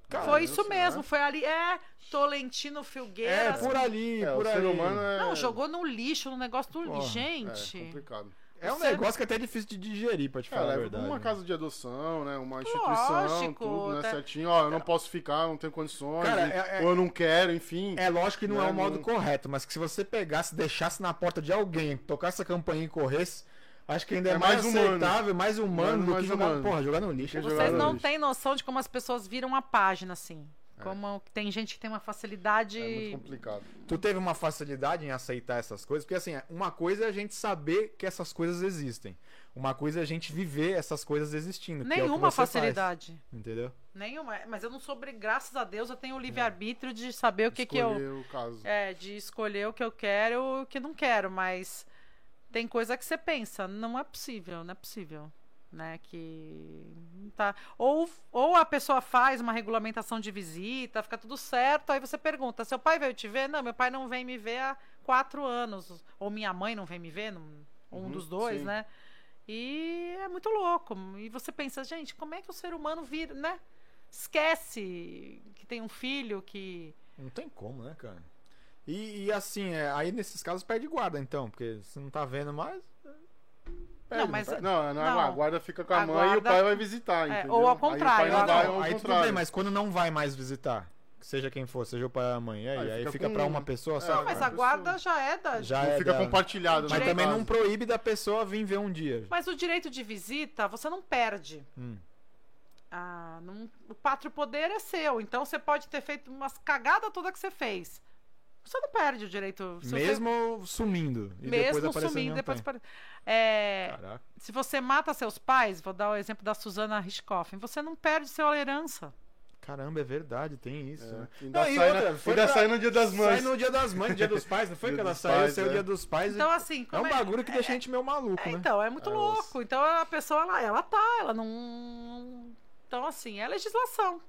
Cara, foi isso isso, mesmo, né? foi ali. É, Tolentino É, Filgueiras. por ali, é, por o ali. ser humano é Não, jogou no lixo, no negócio do lixo. Porra, é Gente. complicado. É um Você- negócio que é até difícil de digerir, pra te É, falar a leva pra verdade. uma né? casa de adoção, né? Uma instituição, Lógico, tudo, né? tá- Certinho, ó, eu não posso ficar, não tenho condições, Cara, e- é- é- ou eu não quero, enfim. É lógico que não, Não, um- é o modo não- correto, mas que se você pegasse, deixasse na porta de alguém, tocasse a campainha e corresse, acho que ainda é, É mais, mais humano. aceitável, mais humano Humano, do que mais jogar, humano. porra, jogar no lixo. Porque Você- Vocês jogar no não lixo. têm noção de como as pessoas viram a página, assim. Como tem gente que tem uma facilidade. É muito complicado. Tu teve uma facilidade em aceitar essas coisas, porque assim, uma coisa é a gente saber que essas coisas existem. Uma coisa é a gente viver essas coisas existindo. que é o que Nenhuma você faz, facilidade. entendeu? Nenhuma. Mas eu não sou. obri- Graças a Deus, eu tenho o livre-arbítrio de saber o que, que eu. Escolher o caso. É, de escolher o que eu quero e o que não quero, mas tem coisa que você pensa, não é possível, não é possível, né, que não tá. Ou, ou a pessoa faz uma regulamentação de visita, fica tudo certo, aí você pergunta, seu pai veio te ver? Não, meu pai não vem me ver há quatro anos, ou minha mãe não vem me ver, não, um Uhum, dos dois, sim. né, e é muito louco, e você pensa, gente, como é que o ser humano vira, né, esquece que tem um filho, que... Não tem como, né, cara? E, e, assim, é, aí nesses casos perde guarda, então, porque você não tá vendo mais. não, É, mas É, tá- Não, não, Não. a guarda fica com a, mãe A e o guarda- pai vai visitar, É, entendeu? ou ao Aí o pai contrário, não a- vai, não, ou ao aí tudo contrário. bem, mas quando não vai mais visitar, seja quem for, seja o pai ou a mãe, e aí, Aí aí fica, fica com pra um. uma pessoa É, só. Não, mas cara? a guarda já é da. já Não é fica dela. compartilhado, Mas né, também no não caso. proíbe da pessoa vir ver um dia. Mas o direito de visita você não perde. Hum. Ah, não- O pátrio poder é seu, então você pode ter feito umas cagadas toda que você fez. Você não perde o direito. se você- Mesmo sumindo. E depois mesmo aparecer sumindo, não depois tem. apare- É, Caraca. se você mata seus pais, vou dar o exemplo da Susana Richthofen, você não perde sua herança. Caramba, é verdade, tem isso. né? Ainda, Não, e sai, outra, na, foi ainda pra- sai no dia das mães. Sai no dia das mães, dia dos pais, não foi É. Dia que ela dos saiu, pais, saiu o é. dia dos pais. e- Então, assim, é como um é- bagulho que deixa a gente meio maluco, É, né? então, é muito É, louco. osso. Então a pessoa, ela, ela tá, ela não. Então, assim, é legislação.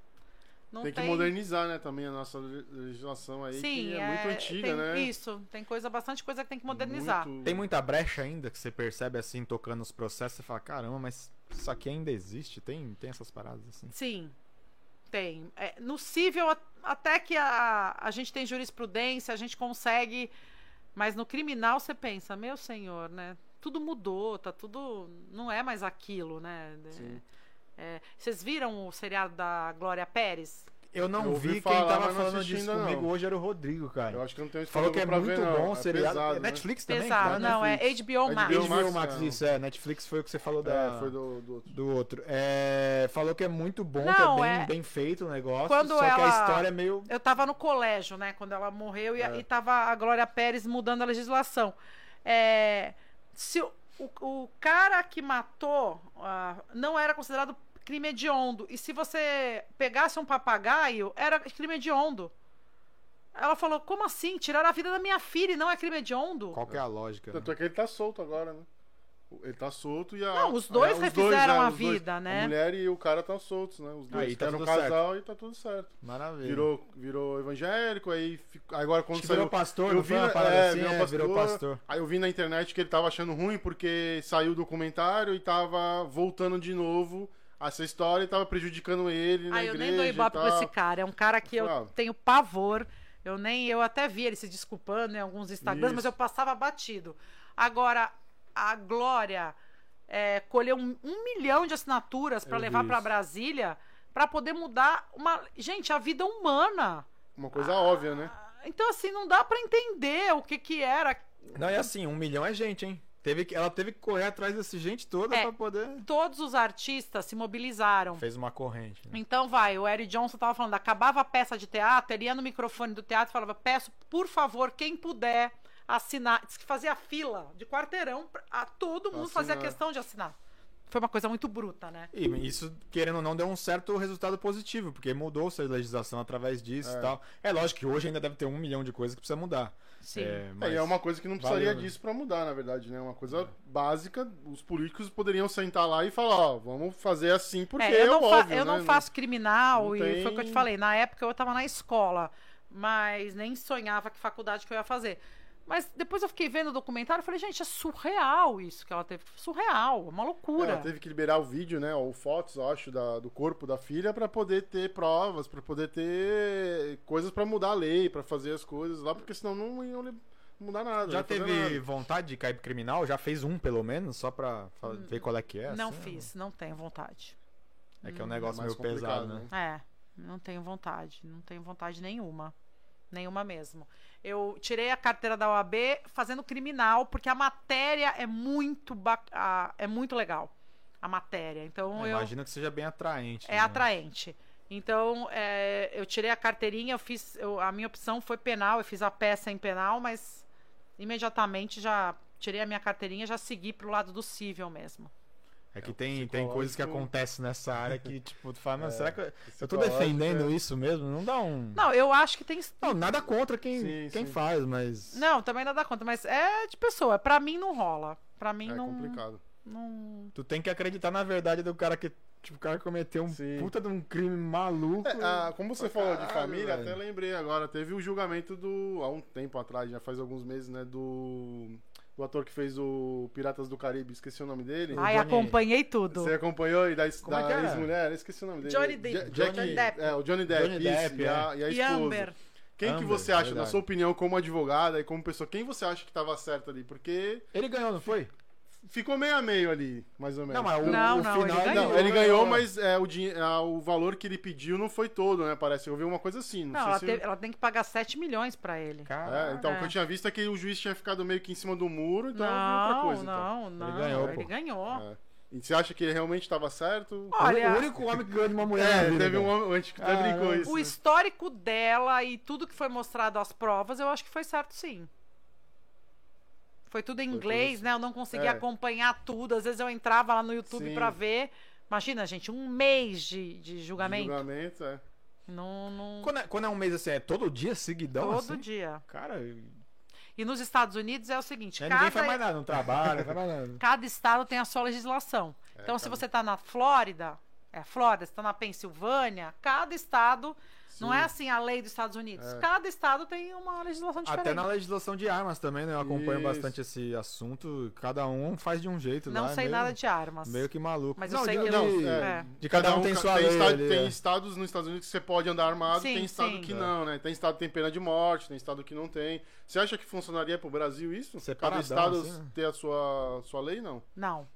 Não Tem tem, que modernizar, né, também a nossa legislação aí, que é, muito antiga, tem né? Isso, tem coisa, bastante coisa que tem que modernizar. Muito- Tem muita brecha ainda que você percebe assim, tocando os processos, você fala, caramba, mas isso aqui ainda existe? Tem, tem essas paradas assim? Sim, tem. É, no civil, a- até que a, a gente tem jurisprudência, a gente consegue. Mas no criminal você pensa, meu senhor, né? Tudo mudou, tá tudo. Não é mais aquilo, né? Sim. É, vocês viram o seriado da Glória Pérez? Eu não Eu ouvi vi, quem falar, tava mas não falando assisti disso ainda, comigo não. hoje era o Rodrigo, Eu cara. acho que não tem um Falou que é pra muito ver, não. bom o seriado. pesado, é né? Netflix também? Pesado. Tá na não, é Netflix. HBO HBO Max. HBO HBO Max, Max, não. isso, é. Netflix foi o que você falou da... É, foi do, do outro. do outro. É, falou que é muito bom, Não, que é bem, é- bem feito o negócio. Quando só que a ela- história é meio. Eu tava no colégio, né, quando ela morreu, e, É. e tava a Glória Pérez mudando a legislação. É, se o, o, o cara que matou ah, não era considerado crime hediondo, e se você pegasse um papagaio, era crime hediondo. Ela falou, como assim? Tiraram a vida da minha filha e não é crime hediondo? Qual que é a lógica? né? Tanto é que ele tá solto agora, né? Ele tá solto e a. Não, os dois é, refizeram a os dois. vida, né? A mulher e o cara estão soltos, né? Os dois Aí tá eram um tudo certo. casal e tá tudo certo. Maravilha. Virou, virou evangélico, aí fico- agora Acho quando que saiu. virou pastor, eu não foi vi uma na- parada é, assim, virou é, virou pastor. pastor. Aí eu vi na internet que ele tava achando ruim porque saiu o documentário e tava voltando de novo essa história e tava prejudicando ele na Ah, eu igreja. nem dou ibope e com tal. esse cara. É um cara que eu Ah. tenho pavor. Eu nem eu até vi ele se desculpando em alguns Instagrams, mas Isso. eu passava batido. Agora a Glória é, colheu um, um milhão de assinaturas para Eu vi levar para isso. Brasília para poder mudar uma gente a vida humana. Uma coisa Ah. óbvia, né? Então assim não dá para entender o que que era. Não, é assim, um milhão é gente, hein? Teve que, ela teve que correr atrás desse gente toda É. pra poder. Todos os artistas se mobilizaram. Fez uma corrente. né? Então vai, o Eric Johnson tava falando, acabava a peça de teatro, ele ia no microfone do teatro e falava, peço, por favor, quem puder assinar. Diz que fazia fila de quarteirão, pra- a todo mundo fazia assinar. questão de assinar. Foi uma coisa muito bruta, né? E isso, querendo ou não, deu um certo resultado positivo, porque mudou-se a legislação através disso e tal. É lógico que hoje ainda deve ter um milhão de coisas que precisa mudar. Sim. É, É, mas e é uma coisa que não precisaria Valeu, né? disso pra mudar, na verdade, né? Uma coisa básica, os políticos poderiam sentar lá e falar, ó, vamos fazer assim porque É, eu não, é fa- óbvio, eu né? não faço criminal, não e foi o que eu te tem- falei. Na época eu tava na escola, mas nem sonhava que faculdade que eu ia fazer. Mas depois eu fiquei vendo o documentário e falei, gente, é surreal isso que ela teve. Surreal, é uma loucura. Ela teve que liberar o vídeo, né? Ou fotos, eu acho, da- do corpo da filha pra poder ter provas, pra poder ter coisas pra mudar a lei, pra fazer as coisas lá, porque senão não iam li- mudar nada. já não ia fazer teve nada. vontade de cair pro criminal? Já fez um, pelo menos, só pra fa- ver qual é que é? não assim? né? fiz, não tenho vontade. É que é um É negócio mais meio pesado, complicado, né? né? É, não tenho vontade, não tenho vontade nenhuma. Nenhuma mesmo. Eu tirei a carteira da OAB fazendo criminal, porque a matéria é muito, bac- a- é muito legal. A matéria. Então Eu eu. Imagino que seja bem atraente. né? é atraente. Então, é, eu tirei a carteirinha, eu fiz. eu- a minha opção foi penal, eu fiz a peça em penal, mas imediatamente já tirei a minha carteirinha e já segui pro lado do civil mesmo. É que tem, tem coisas que psicológico- É, acontecem nessa área que, tipo, tu fala, mas será que eu, eu tô psicológico, defendendo é. isso mesmo? Não dá um. Não, eu acho que tem. Não, nada contra quem, Sim, quem sim. faz, mas. Não, também nada conta, mas é de pessoa. Pra mim não rola. Pra mim É não, complicado. não. Tu tem que acreditar na verdade do cara que. Tipo, o cara cometeu um Sim. puta de um crime maluco. É, ah, como você falou de caralho, família, velho. até lembrei agora, teve o julgamento do. há um tempo atrás, já faz alguns meses, né? Do. Do ator que fez o Piratas do Caribe, esqueci o nome dele. Ai, Johnny- acompanhei tudo. Você acompanhou e da, Como é da que era? ex-mulher? Esqueci o nome dele. Johnny Depp. Ja- Jack- Johnny Depp. É, o Johnny Depp. Johnny isso, Depp, é. e, a, e a E é esposa. Amber. Quem que Amber, você acha, na verdade. sua opinião, como advogada e como pessoa, quem você acha que tava certo ali? Porque Ele ganhou, não foi? ficou meio a meio ali, mais ou menos. Não, mas o, Não, o não, ele final ganhou. Não, ele ganhou, mas é, o, dinhe- ah, o valor que ele pediu não foi todo, né? Parece. Eu vi uma coisa assim. Não, Não, ela, sei se. teve- ela tem que pagar 7 milhões pra ele. Cara, É, então, o É. que eu tinha visto é que o juiz tinha ficado meio que em cima do muro, então eu vi outra não, coisa. então. não, não. ganhou, Ele pô. ganhou. É. E você acha que ele realmente tava certo? o- Olha- É, o único homem que ganhou de uma mulher. na É, vida, teve um cara. homem antes que até brincou Caramba. isso. O né? histórico dela e tudo que foi mostrado às provas, eu acho que foi certo sim. Foi tudo em tudo inglês, assim. né? Eu não conseguia É. acompanhar tudo. Às vezes eu entrava lá no YouTube Sim. pra ver. Imagina, gente, um mês de, de julgamento. Julgamento, é. Não, não- Quando é, quando é um mês assim, é todo dia seguidão? Todo assim? dia. Cara, aí E nos Estados Unidos é o seguinte: ninguém faz mais cada, nada, não trabalha, não faz mais nada. cada estado tem a sua legislação. É, então, se cada- um. você tá na Flórida, é Flórida, se tá na Pensilvânia, cada estado. Não Sim. é assim a lei dos Estados Unidos. É. Cada estado tem uma legislação diferente. Até na legislação de armas também, né? Eu acompanho Isso. bastante esse assunto. Cada um faz de um jeito Não lá. sei meio, nada de armas. Meio que maluco. Mas eu sei que não, de, é. de cada, um tem sua lei. esta- ali, tem é. estados nos Estados Unidos que você pode andar armado, Sim, tem estado sim. que É. não, né? Tem estado que tem pena de morte, tem estado que não tem. Você acha que funcionaria pro Brasil isso? Separadão, Cada estado assim, né? ter a sua, sua lei? Não, Não,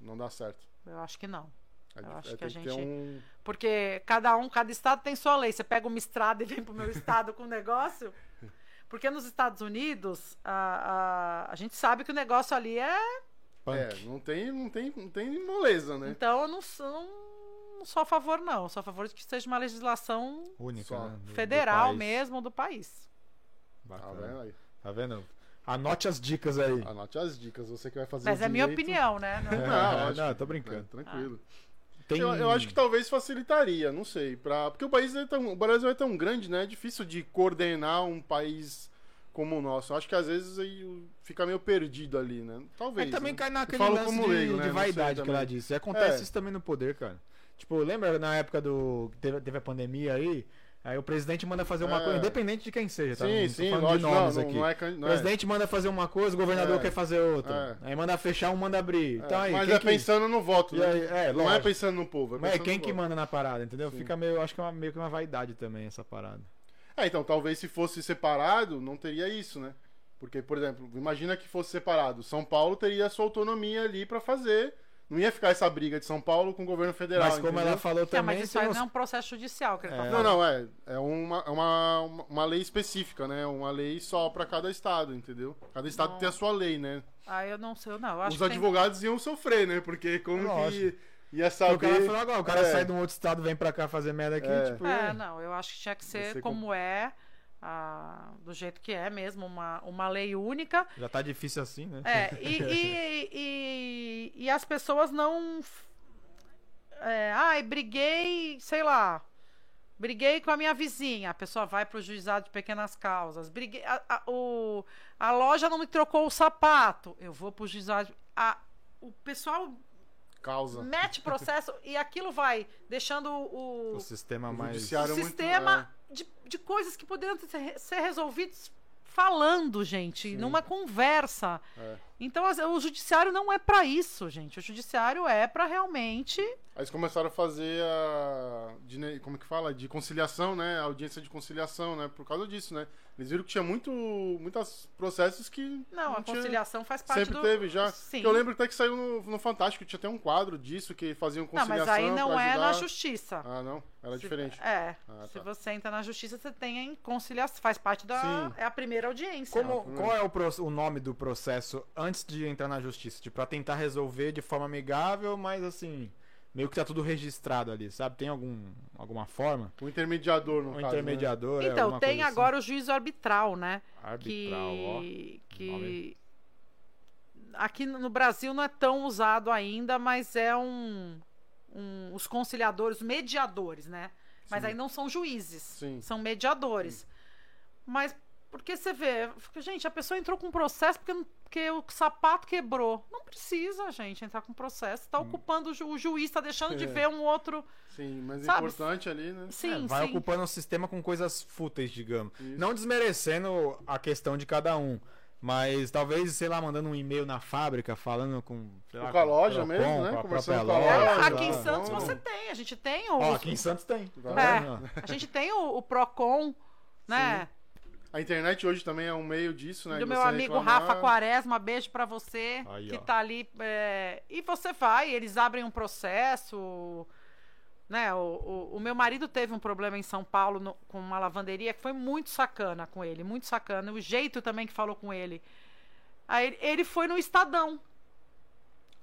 não dá certo. eu acho que não. É Eu dif- acho é, que tem a gente- ter um... Porque cada um, cada estado tem sua lei. Você pega uma estrada e vem pro meu estado com o negócio. Porque nos Estados Unidos, a, a, a gente sabe que o negócio ali é. Punk. É, não tem, não, tem, não tem moleza, né? Então eu não sou, um, não sou a favor, não. Eu Sou a favor de que seja uma legislação Única, É, Só. né? do- do federal país. mesmo do país. Tá Bacana. vendo aí? Tá vendo? Anote as dicas aí. Anote as dicas, você que vai fazer Mas o é minha direito. opinião, né? Não- Não, É, Não, acho não, que- eu tô brincando. Ah, É, tranquilo. Tem- Eu, eu acho que talvez facilitaria, não sei. Pra... Porque o país é tão. O Brasil é tão grande, né? É difícil de coordenar um país como o nosso. Eu acho que às vezes aí o- fica meio perdido ali, né? Talvez. É Aí É também né? cai naquele falo lance como de, de leigo, né? Não sei vaidade que também. ela disse. E acontece É. isso também no poder, cara. Tipo, lembra na época do. que Teve, teve a pandemia aí? Aí o presidente manda fazer uma É. coisa, independente de quem seja, tá? Não Sim, tô sim, falando lógico. de nomes não, não, aqui. não é can- não o é. presidente manda fazer uma coisa, o governador É. quer fazer outra. Aí manda fechar um, manda abrir. Então aí, Mas quem é que- pensando no voto, E né? aí, é, Não é lógico. pensando no povo. É Mas é pensando quem no que voto. manda na parada, entendeu? Sim. Fica meio, acho que é uma, meio que uma vaidade também essa parada. É, então talvez se fosse separado, não teria isso, né? Porque, por exemplo, imagina que fosse separado. São Paulo teria a sua autonomia ali pra fazer Não ia ficar essa briga de São Paulo com o governo federal. Mas como ela entendeu? falou Tá, também, mas isso aí tem não é uns- um processo judicial que ele tá É. falando. Não, não, é. É uma, é uma, uma lei específica, né? Uma lei só pra cada estado, entendeu? Cada estado Não. tem a sua lei, né? Ah, eu não sei, eu não. Eu acho Os que tem- advogados iam sofrer, né? Porque como Lógico. que ia o cara saber. falou agora, o cara Tá É. sai de um outro estado, vem pra cá fazer merda aqui, É. tipo... É, É, não, eu acho que tinha que ser ser como é, ah, do jeito que é mesmo, uma, uma lei única. Já tá difícil assim, né? É, e, e, e- e as pessoas não. f- É, ai, briguei, sei lá. Briguei com a minha vizinha. A pessoa vai pro juizado de pequenas causas. Briguei, a, a- o, a loja não me trocou o sapato. Eu vou pro juizado. de- A, o pessoal Causa. mete processo e aquilo vai deixando o, O sistema O mais... judiciário- é um o muito- sistema de, de coisas que poderiam ter- ser, resolvidas falando, gente, Sim. numa conversa. É. Então, as- o judiciário não é pra isso, gente. O judiciário é pra realmente. Aí eles começaram a fazer a. de ne- como que fala? De conciliação, né? Audiência de conciliação, né? Por causa disso, né? Eles viram que tinha muito. muitos processos que. Não, a tinha- conciliação faz parte Sempre do. teve já. Sim. Que eu lembro até que saiu no, no Fantástico, tinha até um quadro disso que faziam Não, conciliação. mas aí não pra é ajudar. na justiça. Ah, não? Era Se- diferente. É. Ah, Se tá. você entra na justiça, você tem em conciliação. Faz parte da. Sim. É a primeira audiência. Como, né? qual é o, proce- o nome do processo antes de entrar na justiça? Tipo, pra tentar resolver de forma amigável, mas assim, meio que tá tudo registrado ali, sabe? Tem algum, alguma forma? O intermediador, no Um caso. né? intermediador? é, Então, alguma tem coisa assim? agora o juízo arbitral, né? Arbitral, ó. que, nome. que aqui no Brasil não é tão usado ainda, mas é um, um- os conciliadores, mediadores, né? Mas Sim. aí não são juízes, Sim. são mediadores. Mas porque você vê, fica, gente, a pessoa entrou com um processo porque, não- porque o sapato quebrou. Não precisa, gente, entrar com um processo. Hum. Está ocupando o, ju- o juiz, está deixando de É. ver um outro. Sim, mas Sabe? importante ali, né? Sim, É, vai sim. ocupando o sistema com coisas fúteis, digamos. Isso. Não desmerecendo a questão de cada um. Mas talvez, sei lá, mandando um e-mail na fábrica, falando com. Sei lá, Com a loja Procon, mesmo, né? Com a própria Conversando loja. com a loja, É, Aqui em tá. Santos Não. você tem, a gente tem o, né? Ó, aqui em Santos tem. Tá É. vendo? A gente tem o, o Procon, né? A internet hoje também é um meio disso, né? Do de meu você amigo reclamar. Rafa Quaresma, beijo pra você Aí, que ó. tá ali. é, e você vai, eles abrem um processo. Né, o, o, o meu marido teve um problema em São Paulo no- com uma lavanderia que foi muito sacana com ele, muito sacana. O jeito também que falou com ele. Aí ele- ele foi no Estadão.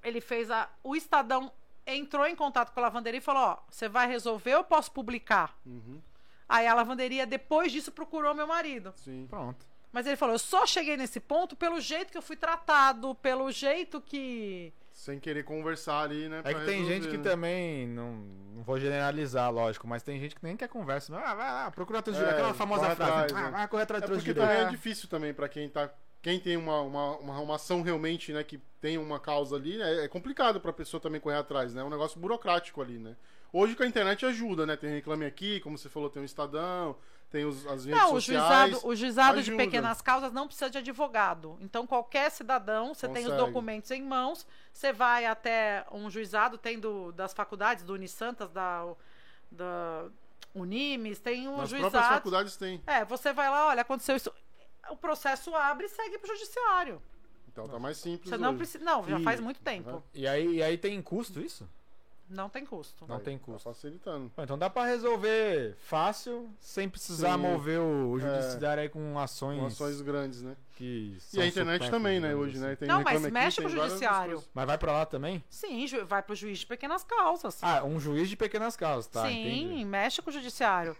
Ele fez a. O Estadão entrou em contato com a lavanderia e falou: Ó, você vai resolver ou posso publicar? Uhum, Aí a lavanderia, depois disso, procurou meu marido. sim. Pronto. Mas ele falou: eu só cheguei nesse ponto pelo jeito que eu fui tratado, pelo jeito que. Sem querer conversar ali, né? É que pra tem gente resolver, que né? também, não, não vou generalizar, lógico, mas tem gente que nem quer conversa. Não, ah, vai lá, procura teus É, direitos. Aquela famosa corre frase, atrás, ah, né? vai correr atrás É dos teus porque direitos. também é É. difícil também pra quem tá. Quem tem uma, uma, uma, uma ação realmente, né, que tem uma causa ali, né, é complicado pra pessoa também correr atrás, né? É um negócio burocrático ali, né? Hoje com a internet ajuda, né? Tem Reclame Aqui, como você falou, tem o Estadão, tem os, as redes Não, o sociais. juizado, o juizado de ajuda. pequenas causas não precisa de advogado. Então, qualquer cidadão, você tem os Consegue. documentos em mãos, você vai até um juizado, tem do, das faculdades, do Unisantas, da, da Unimes, tem um Nas próprias juizado. faculdades tem. É, você vai lá, olha, aconteceu isso. O processo abre e segue pro judiciário. Então tá mais simples. Você não hoje. precisa. Não, já E- faz muito tempo. E aí, e aí tem custo isso? Não tem custo. Não Aí, tem tá custo. facilitando. Bom, então dá pra resolver fácil, sem precisar Sim. É. mover o judiciário aí com ações, Com ações grandes, né? que E são a internet supérfluas, também, né? digamos Hoje, assim. né? Tem Não, mas Reclame Aqui, mexe tem pro várias judiciário. coisas. Mas vai pra lá também? Sim, ju- vai pro juiz de pequenas causas. Ah, um juiz de pequenas causas, tá? Sim, entendi. mexe com o judiciário.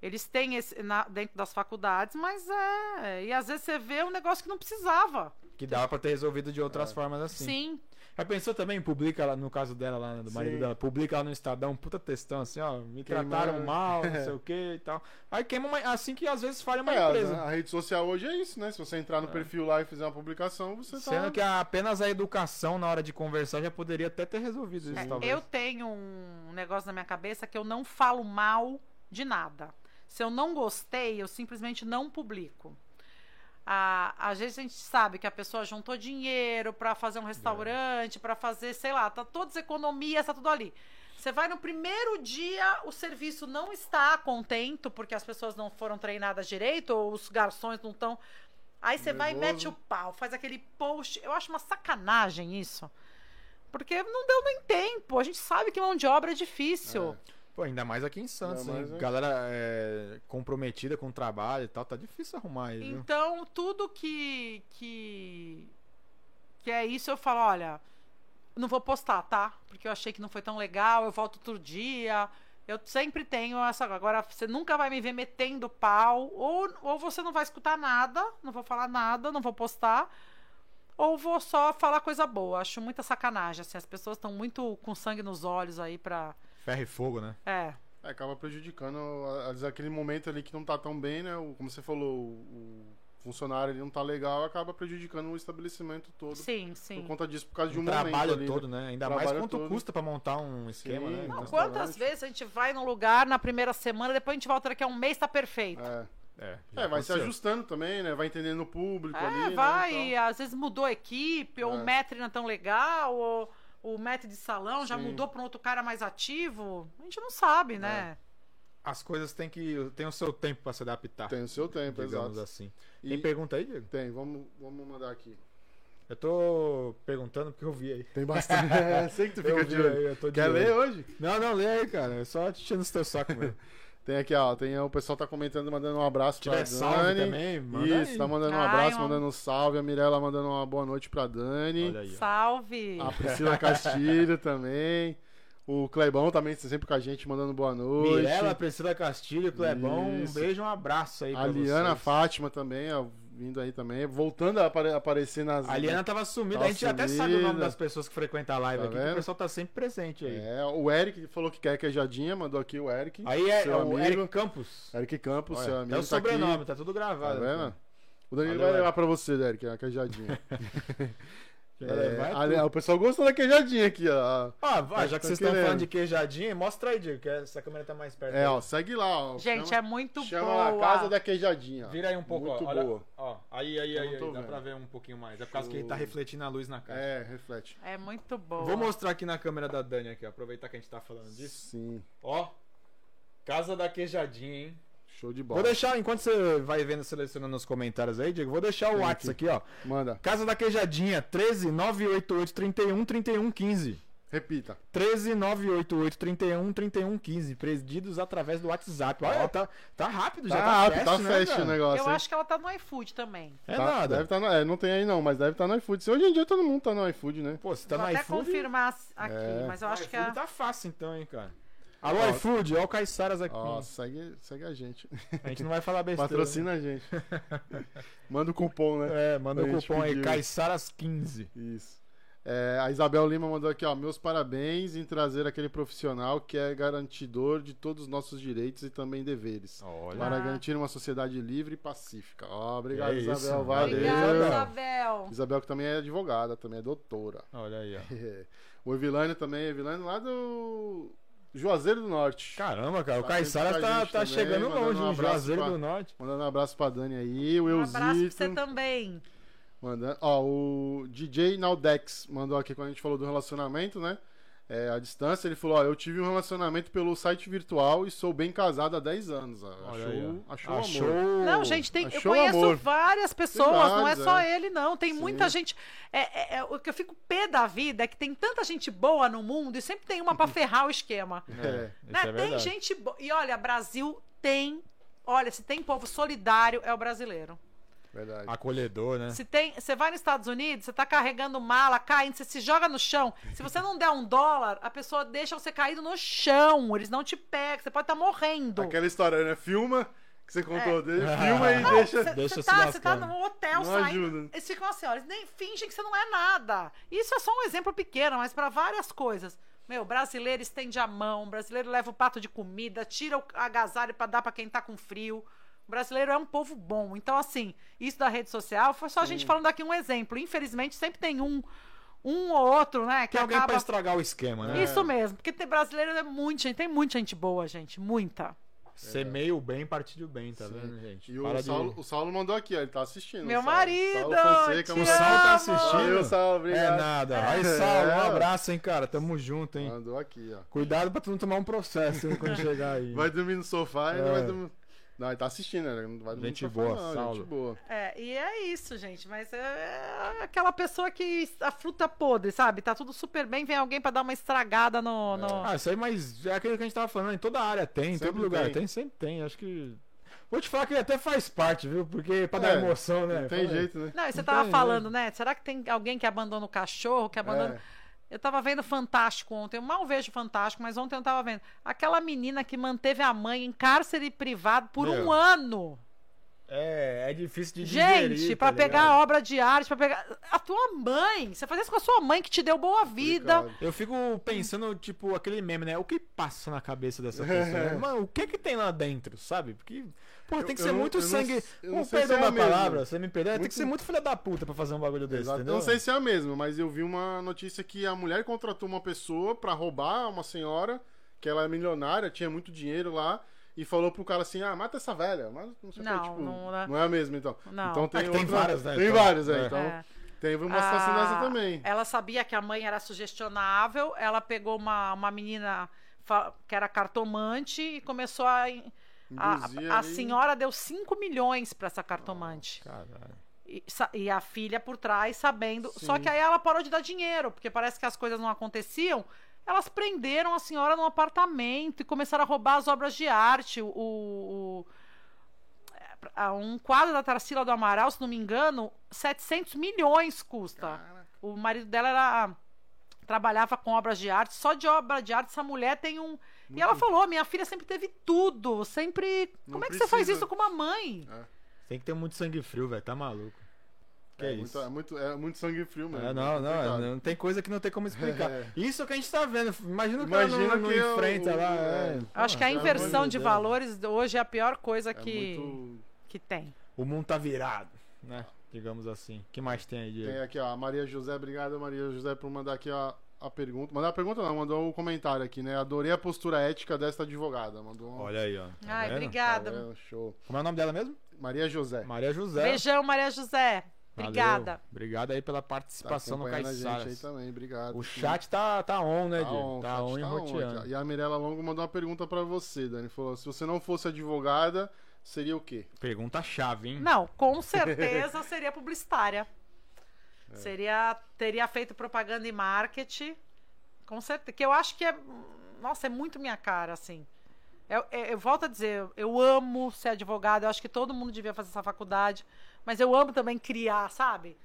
Eles têm esse, na- dentro das faculdades, mas é. E às vezes você vê um negócio que não precisava. Que dava pra ter resolvido de É. outras formas assim. Sim. Já pensou também, publica lá, no caso dela lá, né, do marido Sim. dela, publica lá no Estadão, puta textão, assim, ó, me Queimando. trataram mal, não sei o que e tal. Aí queima uma, assim que às vezes falha uma É, empresa. a, a rede social hoje é isso, né? Se você entrar no perfil lá e fizer uma publicação, você tá. Sendo que a- apenas a educação na hora de conversar já poderia até ter resolvido isso, É, talvez. eu tenho um negócio na minha cabeça que eu não falo mal de nada. Se eu não gostei, eu simplesmente não publico. Ah, às vezes a gente sabe que a pessoa juntou dinheiro pra fazer um restaurante, pra fazer, sei lá, tá todas as economias, tá tudo ali. Você vai no primeiro dia, o serviço não está contento porque as pessoas não foram treinadas direito ou os garçons não estão. Aí você vai e Nervoso. mete o pau, faz aquele post. Eu acho uma sacanagem isso. Porque não deu nem tempo. A gente sabe que mão de obra é difícil. Pô, ainda mais aqui em Santos, Ainda hein? mais, né? Galera é, comprometida com o trabalho e tal, tá difícil arrumar aí, viu? Então, tudo que, que. que é isso, eu falo: olha, não vou postar, tá? Porque eu achei que não foi tão legal, eu volto outro dia. Eu sempre tenho essa. Agora, você nunca vai me ver metendo pau. Ou, ou você não vai escutar nada, não vou falar nada, não vou postar. Ou vou só falar coisa boa. Acho muita sacanagem. Assim, as pessoas estão muito com sangue nos olhos aí pra. Ferro e fogo, né? É. É, acaba prejudicando, às vezes, aquele momento ali que não tá tão bem, né? O- como você falou, o, o funcionário ali não tá legal, acaba prejudicando o estabelecimento todo. Sim, sim. Por conta disso, por causa de um o momento trabalho ali, todo, né? Ainda mais Trabalho quanto todo. custa pra montar um esquema, Sim. né? Não, Não, Então, quantas restaurante. vezes a gente vai num lugar na primeira semana, depois a gente volta daqui a um mês, tá perfeito. né? É, É, já é vai se aconteceu. ajustando também, né? Vai entendendo o público É, ali, né? vai, Então- às vezes mudou a equipe, ou É. o mestre não é tão legal, ou o mestre de salão já Sim. mudou pra um outro cara mais ativo. A gente não sabe, né? As coisas têm que. Tem o seu tempo pra se adaptar. Tem o seu tempo, digamos exato. assim. E- Tem pergunta aí, Diego? Tem, vamos, vamos mandar aqui. Eu tô perguntando porque eu vi aí. Tem bastante. é, sei que tu fica eu de vi aí, olho. eu tô de Quer olho. ler hoje? Não, não, lê aí, cara. É só te enchendo o teu saco, mano. Tem aqui, ó. Tem, o pessoal tá comentando, mandando um abraço Se pra tiver salve Dani. também, manda Isso, aí. tá mandando um Ai, abraço, ó. mandando um salve. A Mirella mandando uma boa noite pra Dani. Olha aí, ó. Salve! A Priscila Castilho também. O Clebão também tá sempre com a gente, mandando boa noite. Mirela, Priscila Castilho, Clebão, Isso. um beijo, um abraço tá aí a pra Liana vocês. Fátima também, ó, vindo aí também. Voltando a apare- aparecer nas. A Liana tava sumida, Tava a gente até sabe o nome Tá sumida. das pessoas que frequentam a live Tá aqui, que vendo? o pessoal tá sempre presente aí. É, o Eric falou que quer queijadinha, mandou aqui o Eric. Aí é, seu o amigo. Eric Campos. Eric Campos, Olha, seu é amigo. o tá aqui. sobrenome, tá tudo Tá gravado. vendo? O Danilo Valeu, vai levar Eric. pra você, Eric, a queijadinha. Já levar É, tudo. ali- o pessoal gostou da queijadinha aqui, ó. Ah, vai, já que Tô vocês estão querendo. falando de queijadinha, mostra aí, Diego, que essa câmera tá mais perto. É, aí. ó, segue lá, ó. gente, chama, é muito Chama boa. lá, Casa da Queijadinha. Vira aí um pouco, Muito ó. olha- boa. ó, aí, aí, Eu aí, não tô aí, dá vendo. pra ver um pouquinho mais. É por causa Show. que tá refletindo a luz na cara. É, reflete. É muito boa. Vou mostrar aqui na câmera da Dani aqui, ó, aproveitar que a gente tá falando disso. Sim, Ó, Casa da Queijadinha, hein? show de Vou bola. deixar, enquanto você vai vendo, selecionando nos comentários aí, Diego, vou deixar o Tem WhatsApp aqui, ó. Manda, Casa da Queijadinha, 13 988 31 31 15. repita. 13 988 31 31 15. Presididos um através do WhatsApp. Olha, tá, tá rápido, já tá tá rápido, fast, tá né, fast cara? o negócio. Eu hein? acho que ela tá no iFood também. É Tá- nada. Deve tá no, é, não tem aí não, mas deve estar tá no iFood. Se hoje em dia todo mundo tá no iFood, né? Pô, você tá Vou no até iFood? confirmar aqui, É. mas eu acho que iFood é. tá fácil então, hein, cara. Alô, Ó. iFood, ó o Caissaras Tá aqui. Ó, segue, segue a gente. A gente não vai falar besteira. Patrocina a gente. Manda o cupom, né? É, manda A o gente cupom aí, pediu. Caissaras15. Isso. É, a Isabel Lima mandou aqui, ó. Meus parabéns em trazer aquele profissional que é garantidor de todos os nossos direitos e também deveres. Olha. Para Ah. garantir uma sociedade livre e pacífica. Ó, obrigado, É isso, Isabel. Valeu. valeu. né, Obrigada, Isabel. Isabel, que também é advogada, também é doutora. Olha aí, ó. O Evilânio também, Evilânio lá do Juazeiro do Norte. Caramba, cara, o Tá Caissaras sempre com a tá, gente tá também, chegando mandando longe, um um abraço Juazeiro pra- do Norte. Mandando um abraço pra Dani aí, o Um abraço pra Elzito. você também. mandando... Ó, o DJ Naldex mandou aqui quando a gente falou do relacionamento, né? É, a distância, ele falou: Ó, eu tive um relacionamento pelo site virtual e sou bem casado há 10 anos. Ó, Olha aí, Achou, um- ó. achou, o amor. Não, gente, tem, eu Achou o conheço amor. várias pessoas, não é vários, só é. ele, não. Tem Sim. muita gente. É, é- é o que eu fico pé da vida é que tem tanta gente boa no mundo e sempre tem uma pra ferrar o esquema. Uhum. É. né? tem gente boa. E olha, Brasil tem. Olha, se tem povo solidário, é o brasileiro. Verdade. Acolhedor, É. né? Se tem, você vai nos Estados Unidos, você tá carregando mala, caindo, você se joga no chão. Se você não der um dólar, a pessoa deixa você caído no chão. Eles não te pegam, você pode estar morrendo. Aquela história, né? Filma que você É. contou dele, Ah. filma e Não, deixa. Cê- Deixa cê se tá, cê tá lascando. no hotel Não saindo. ajuda. Eles ficam assim, ó, eles nem fingem que você não é nada. Isso é só um exemplo pequeno, mas para várias coisas. Meu, brasileiro estende a mão, brasileiro leva o prato de comida, tira o agasalho para dar para quem tá com frio. O brasileiro é um povo bom. Então, assim, isso da rede social foi só a gente falando aqui um exemplo. Infelizmente, sempre tem um, um ou outro, né, que Tem alguém pra acaba. estragar o esquema, né? Isso mesmo, porque tem brasileiro é muito gente, tem muita gente boa, gente, muita. Semeia o bem, partilha o bem, tá É. Sim. vendo, gente? E Para o de- Saulo, o Saulo mandou aqui, ó, ele tá assistindo. Meu o Saulo. marido, Saulo Fonseca, te O mandou- um Saulo tá amo. assistindo? Valeu, Saulo, obrigado. É nada. Aí, Saulo, um abraço, hein, cara. Tamo junto, hein. Mandou aqui, ó. Cuidado pra tu não tomar um processo hein, quando chegar aí. Vai dormir no sofá e não É. vai dormir. Não, ele tá assistindo, né? Não vai Gente não vai falar, boa, não, Saulo. Gente boa. É, e é isso, gente. Mas é aquela pessoa que a fruta podre, sabe? Tá tudo super bem, vem alguém pra dar uma estragada no. no- Ah, isso aí, mas é aquilo que a gente tava falando, em toda área tem, em Sempre todo lugar tem. tem. sempre tem. Acho que. Vou te falar que ele até faz parte, viu? Porque pra É, dar emoção, né? Não tem Fala aí. jeito, né? Não, e você não tava tem, falando, né? Será que tem alguém que abandona o cachorro, que abandona. É. Eu tava vendo Fantástico ontem, eu mal vejo Fantástico, mas ontem eu tava vendo. Aquela menina que manteve a mãe em cárcere privado por Meu. um ano. É, é difícil de Gente, digerir, pra tá pegar ligado? obra de arte, pra pegar. A tua mãe! Você faz isso com a sua mãe que te deu boa vida. Complicado. Eu fico pensando, tipo, aquele meme, né? O que passa na cabeça dessa pessoa? né? Mano, o que que tem lá dentro, sabe? Porque, pô, tem que eu ser não- muito eu não- sangue. eu não Com sei se perdão é da a mesma. palavra, você me perdoa, tem Muito- que ser muito filha da puta pra fazer um bagulho desse, Exato. Eu entendeu? não sei se é a mesma, mas eu vi uma notícia que a mulher contratou uma pessoa pra roubar uma senhora, que ela é milionária, tinha muito dinheiro lá, e falou pro cara assim: ah, mata essa velha. Mas não sei o Não, que, tipo, não, né? não é a mesma, então. Não. Então tem, É que tem outra- várias, né, Tem então. várias, é, É. então. É. Tem uma situação Ah, dessa também. Ela sabia que a mãe era sugestionável, ela pegou uma, uma menina fa- que era cartomante e começou a. A, Induzir a ali. senhora deu 5 milhões pra essa cartomante. Caralho. E, sa- e a filha por trás sabendo. Só Sim. que aí ela parou de dar dinheiro, porque parece que as coisas não aconteciam. Elas prenderam a senhora num apartamento e começaram a roubar as obras de arte. O, o- é, pra- ah, um quadro da Tarsila do Amaral, se não me engano, 700 milhões custa. Caraca. O marido dela era- trabalhava com obras de arte. Só de obra de arte, essa mulher tem um. E ela falou: minha filha sempre teve tudo, sempre. Não Como é que você faz precisa. isso com uma mãe? Tem que ter muito sangue frio, velho, tá maluco. Que é, isso? Muito, é, muito, é muito sangue frio mesmo. É, não, não, Complicado. é, não tem coisa que não tem como explicar. É. Isso que a gente tá vendo. Imagina o cara Imagina não, não que eu- enfrenta lá. é. é. Acho que a pelo inversão amor de de Deus. valores hoje é a pior coisa É que, muito. que tem. O mundo tá virado, né? Digamos assim. O que mais tem aí, Diego? Tem aqui, ó, a Maria José, obrigado, Maria José, por mandar aqui a, a pergunta. Mandar a pergunta não, mandou o comentário aqui, né? Adorei a postura ética desta advogada. Mandou um. Olha aí, ó. tá Ai, vendo? obrigada. É, show. Como é o nome dela mesmo? Maria José. Maria José. Beijão, Maria José. Valeu. Obrigada. Obrigado aí pela Tá participação no acompanhando a Caixara. gente aí também, obrigado. O chat tá, tá on, né, Tá Diego? on, tá chat on e tá on aqui, ó. roteando. E a Mirella Longo mandou uma pergunta pra você, Dani. Falou: se você não fosse advogada, seria o quê? Pergunta chave, hein? Não, com certeza seria publicitária. Seria, teria feito propaganda e marketing. Com certeza. Que eu acho que é. Nossa, é muito minha cara, assim. Eu, eu- eu volto a dizer, eu- eu amo ser advogada, eu acho que todo mundo devia fazer essa faculdade, mas eu amo também criar, sabe?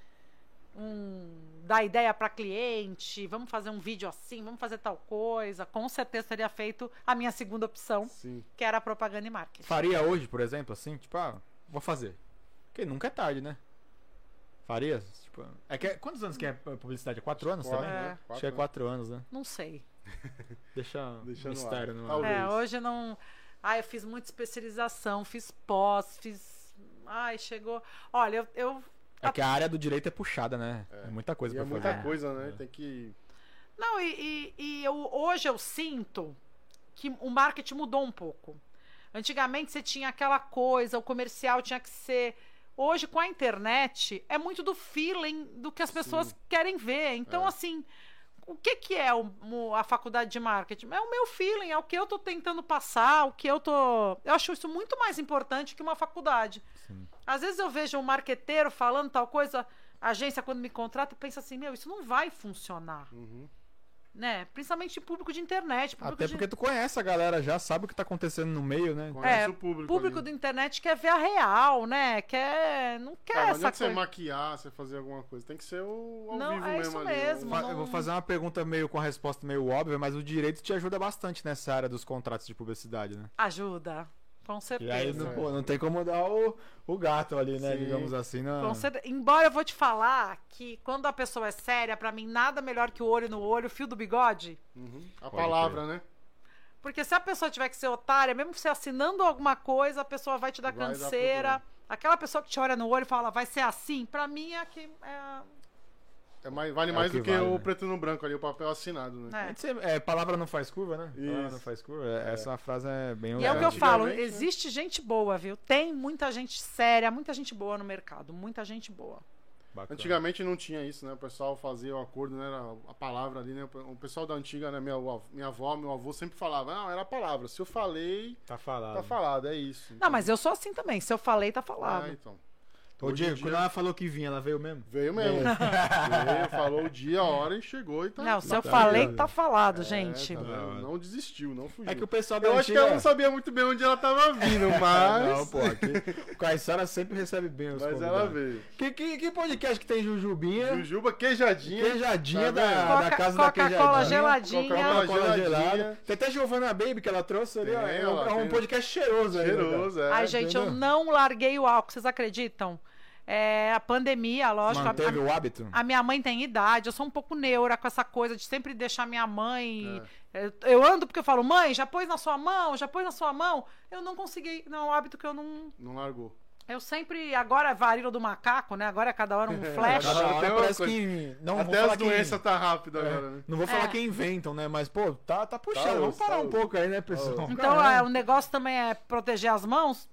Um, dar ideia para cliente, vamos fazer um vídeo assim, vamos fazer tal coisa. Com certeza teria feito a minha segunda Então, opção, Sim. que era propaganda e marketing. Faria hoje, por exemplo, assim? Tipo, ah, vou fazer. Porque nunca é tarde, né? Faria? Tipo, é que é- quantos anos que é publicidade? É quatro anos Quatro, também? É. né? Acho que é quatro anos, né? Não sei. Deixa, Deixa no mistério ar. no Talvez. É, hoje não. Ah, eu fiz muita especialização, fiz pós, fiz. Ai, chegou. Olha, eu. eu- É que a área do direito é puxada, né? É, muita coisa E é pra muita fazer. coisa, né? Tem que. Não, e, e- e eu, hoje eu sinto que o marketing mudou um pouco. Antigamente você tinha aquela coisa, o comercial tinha que ser. Hoje, com a internet, é muito do feeling do que as pessoas querem ver. Então, É. assim, o que, que é o- o- a faculdade de marketing? É o meu feeling, é o que eu tô tentando passar, o que eu tô. Eu acho isso muito mais importante que uma faculdade. Sim. Às vezes eu vejo um marqueteiro falando tal coisa, a agência, quando me contrata, pensa assim: meu, isso não vai funcionar Uhum. né? Principalmente público de internet, público, Até de- porque tu conhece a galera já, sabe o que tá acontecendo no meio, né? Conhece É, o público. público ali. de internet quer ver a real, né? Quer, não quer Cara, não essa adianta você coisa. maquiar, você fazer alguma coisa. Tem que ser o ao Não, vivo é mesmo isso ali. mesmo. Fa- não- Eu vou fazer uma pergunta meio com a resposta meio óbvia, mas o direito te ajuda bastante nessa área dos contratos de publicidade, né? Ajuda, com E aí certeza. não, pô, não tem como dar o, o gato ali, né? Sim. Digamos assim, na... Com cer- Embora eu vou te falar que quando a pessoa é séria, pra mim nada melhor que o olho no olho, o fio do bigode. Uhum. A Pode palavra, né? Porque se a pessoa tiver que ser otária, mesmo você assinando alguma coisa, a pessoa vai te dar Vai dar canseira. Aquela pessoa que te olha no olho e fala, vai ser assim, pra mim é que. é- É mais, vale É o mais que do que vale, o né? preto no branco ali, o papel assinado, né? né? É, de ser- é, palavra não faz curva, né? Palavra Isso. não faz curva. é- Essa frase é bem E é o que eu Antigamente, falo, né? existe gente boa, viu? Tem muita gente séria, muita gente boa no mercado, muita gente boa. Bacana. Antigamente não tinha isso, né? O pessoal fazia o acordo, né? Era a palavra ali, né? O pessoal da antiga, né? Minha, avó- minha avó, meu avô sempre falava, não, era a palavra. Se eu falei, Tá falado. tá falado, é isso. Não, mas eu sou assim também. Se eu falei, tá É, falado. então. Ô, Hoje em Diego, dia- quando ela falou que vinha, ela veio mesmo? Veio mesmo. Veio, falou o dia, a hora e chegou e tá. Não, se eu tá falei, ligado. tá falado, É, gente. tá vendo? Da hora. não desistiu, não fugiu. É que o pessoal da Eu acho que um antiga... ela não sabia muito bem onde ela tava vindo, Não, mas. pô, aqui, o Caissara sempre recebe bem os mas convidados. ela veio. Que, que, que podcast que tem Jujubinha? Jujuba queijadinha. Queijadinha Tá da, vendo? da Coca- casa da queijadinha. Coca-Cola Coca-Cola geladinha. Coca-Cola geladinha. gelada. Tem até Giovanna Baby que ela trouxe ali, ó. Tem, É um, ó, é um tem- podcast cheiroso aí. né, Cheiroso, é. Ai, gente, eu entendeu? não larguei o álcool, vocês acreditam? É, a pandemia, lógico. a- a- Manteve o hábito. A minha mãe tem idade, eu sou um pouco neura com essa coisa de sempre deixar minha mãe. É. Eu, eu ando porque eu falo, mãe, já pôs na sua mão, já pôs na sua mão. Eu não consegui. Não, é um hábito que eu não. Não largou. Eu sempre. Agora é varíola do macaco, né? Agora é cada hora um flash. cada Até hora é parece uma que... Não, vou Até Então, falar as que- doenças tá rápido agora, né? Não vou falar É. que inventam, né? Mas, pô, tá, tá puxado. Vamos osso, parar tá um osso. pouco aí, né, um pessoal? Então, Caramba. é, o negócio também é proteger as mãos.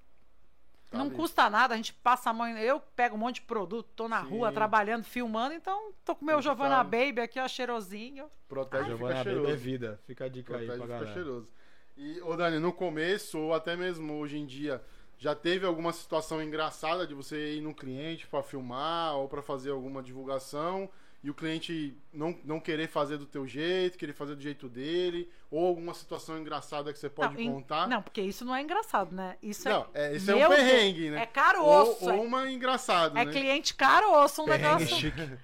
Tá não bem. custa nada, a gente passa a mão. Eu pego um monte de produto, tô na Sim. rua trabalhando, filmando, então tô com o meu Tem que Giovanna tá. Baby aqui, ó, cheirosinho. Protege e Giovanna fica Baby é cheiroso. vida. Fica a dica aí pra Protege e tá fica galera. cheiroso. E, ô Dani, no começo, ou até mesmo hoje em dia, já teve alguma situação engraçada de você ir num cliente pra filmar ou pra fazer alguma divulgação e o cliente não, não querer fazer do teu jeito, querer fazer do jeito dele, ou alguma situação engraçada que você pode em- contar? não, porque isso não é engraçado, né? Isso Ah. Não, é. é, esse é Meu um Deus, perrengue, né? É caro ou, osso. é ou uma engraçada, É né? cliente caro ou um Perrengue negócio. chique.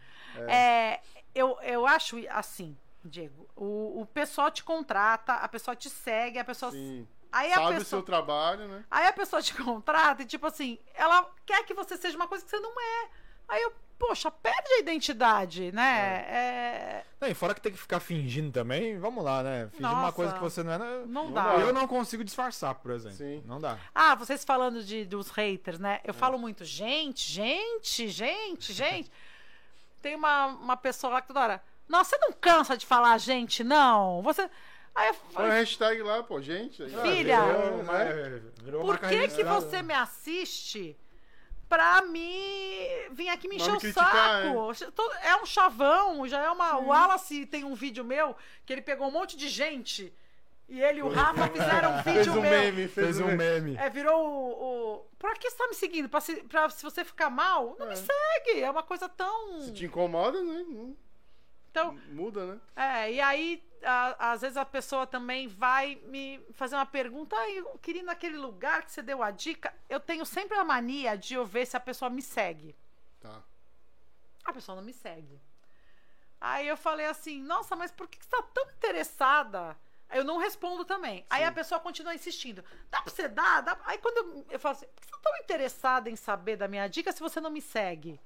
É, eu, eu acho assim, Diego. O, o pessoal te contrata, a pessoa te segue, a pessoa. Sim. Aí a Sabe o pessoa. seu trabalho, né? Aí a pessoa te contrata e, tipo assim, ela quer que você seja uma coisa que você não é. Aí eu, poxa, perde a identidade, né? É, Não, e fora que tem que ficar fingindo também, vamos lá, né? Fingir uma Nossa. coisa que você não é. né? não Não dá. dá. Eu não consigo disfarçar, por exemplo. Sim. Não dá. Ah, vocês falando de, dos haters, né? É. Eu falo muito, gente, gente, gente, gente. Tem uma, uma pessoa lá que toda hora. Nossa, você não cansa de falar gente, não? Você. Aí eu Põe falo, a hashtag lá, pô, gente. Filha, Virou, Ah, né? né? Virou por marca que, que registrada. você me assiste pra me vir aqui me Pra encher me o criticar, saco? Tô- É um chavão, já é uma. O Wallace tem um vídeo meu que ele pegou um monte de gente. E ele e o Rafa fizeram um Fez vídeo um meu. meme, fez, Fez um meme. É, virou o. o... Pra que você tá me seguindo? Pra se, pra se você ficar mal? Não É. me segue. É uma coisa tão. Se te incomoda, né? Não- Então, Muda, né? é, e aí, a- às vezes a pessoa também vai me fazer uma pergunta. Ah, eu queria ir naquele lugar que você deu a dica. Eu tenho sempre a mania de eu ver se a pessoa me segue. Tá. A pessoa não me segue. Aí eu falei assim, nossa, mas por que que você tá tão interessada? Aí Eu não respondo também. Aí a pessoa continua insistindo. Dá pra você dar? Dá pra-" Aí quando eu, eu falo assim, por que você tá tão interessada em saber da minha dica se você não me segue?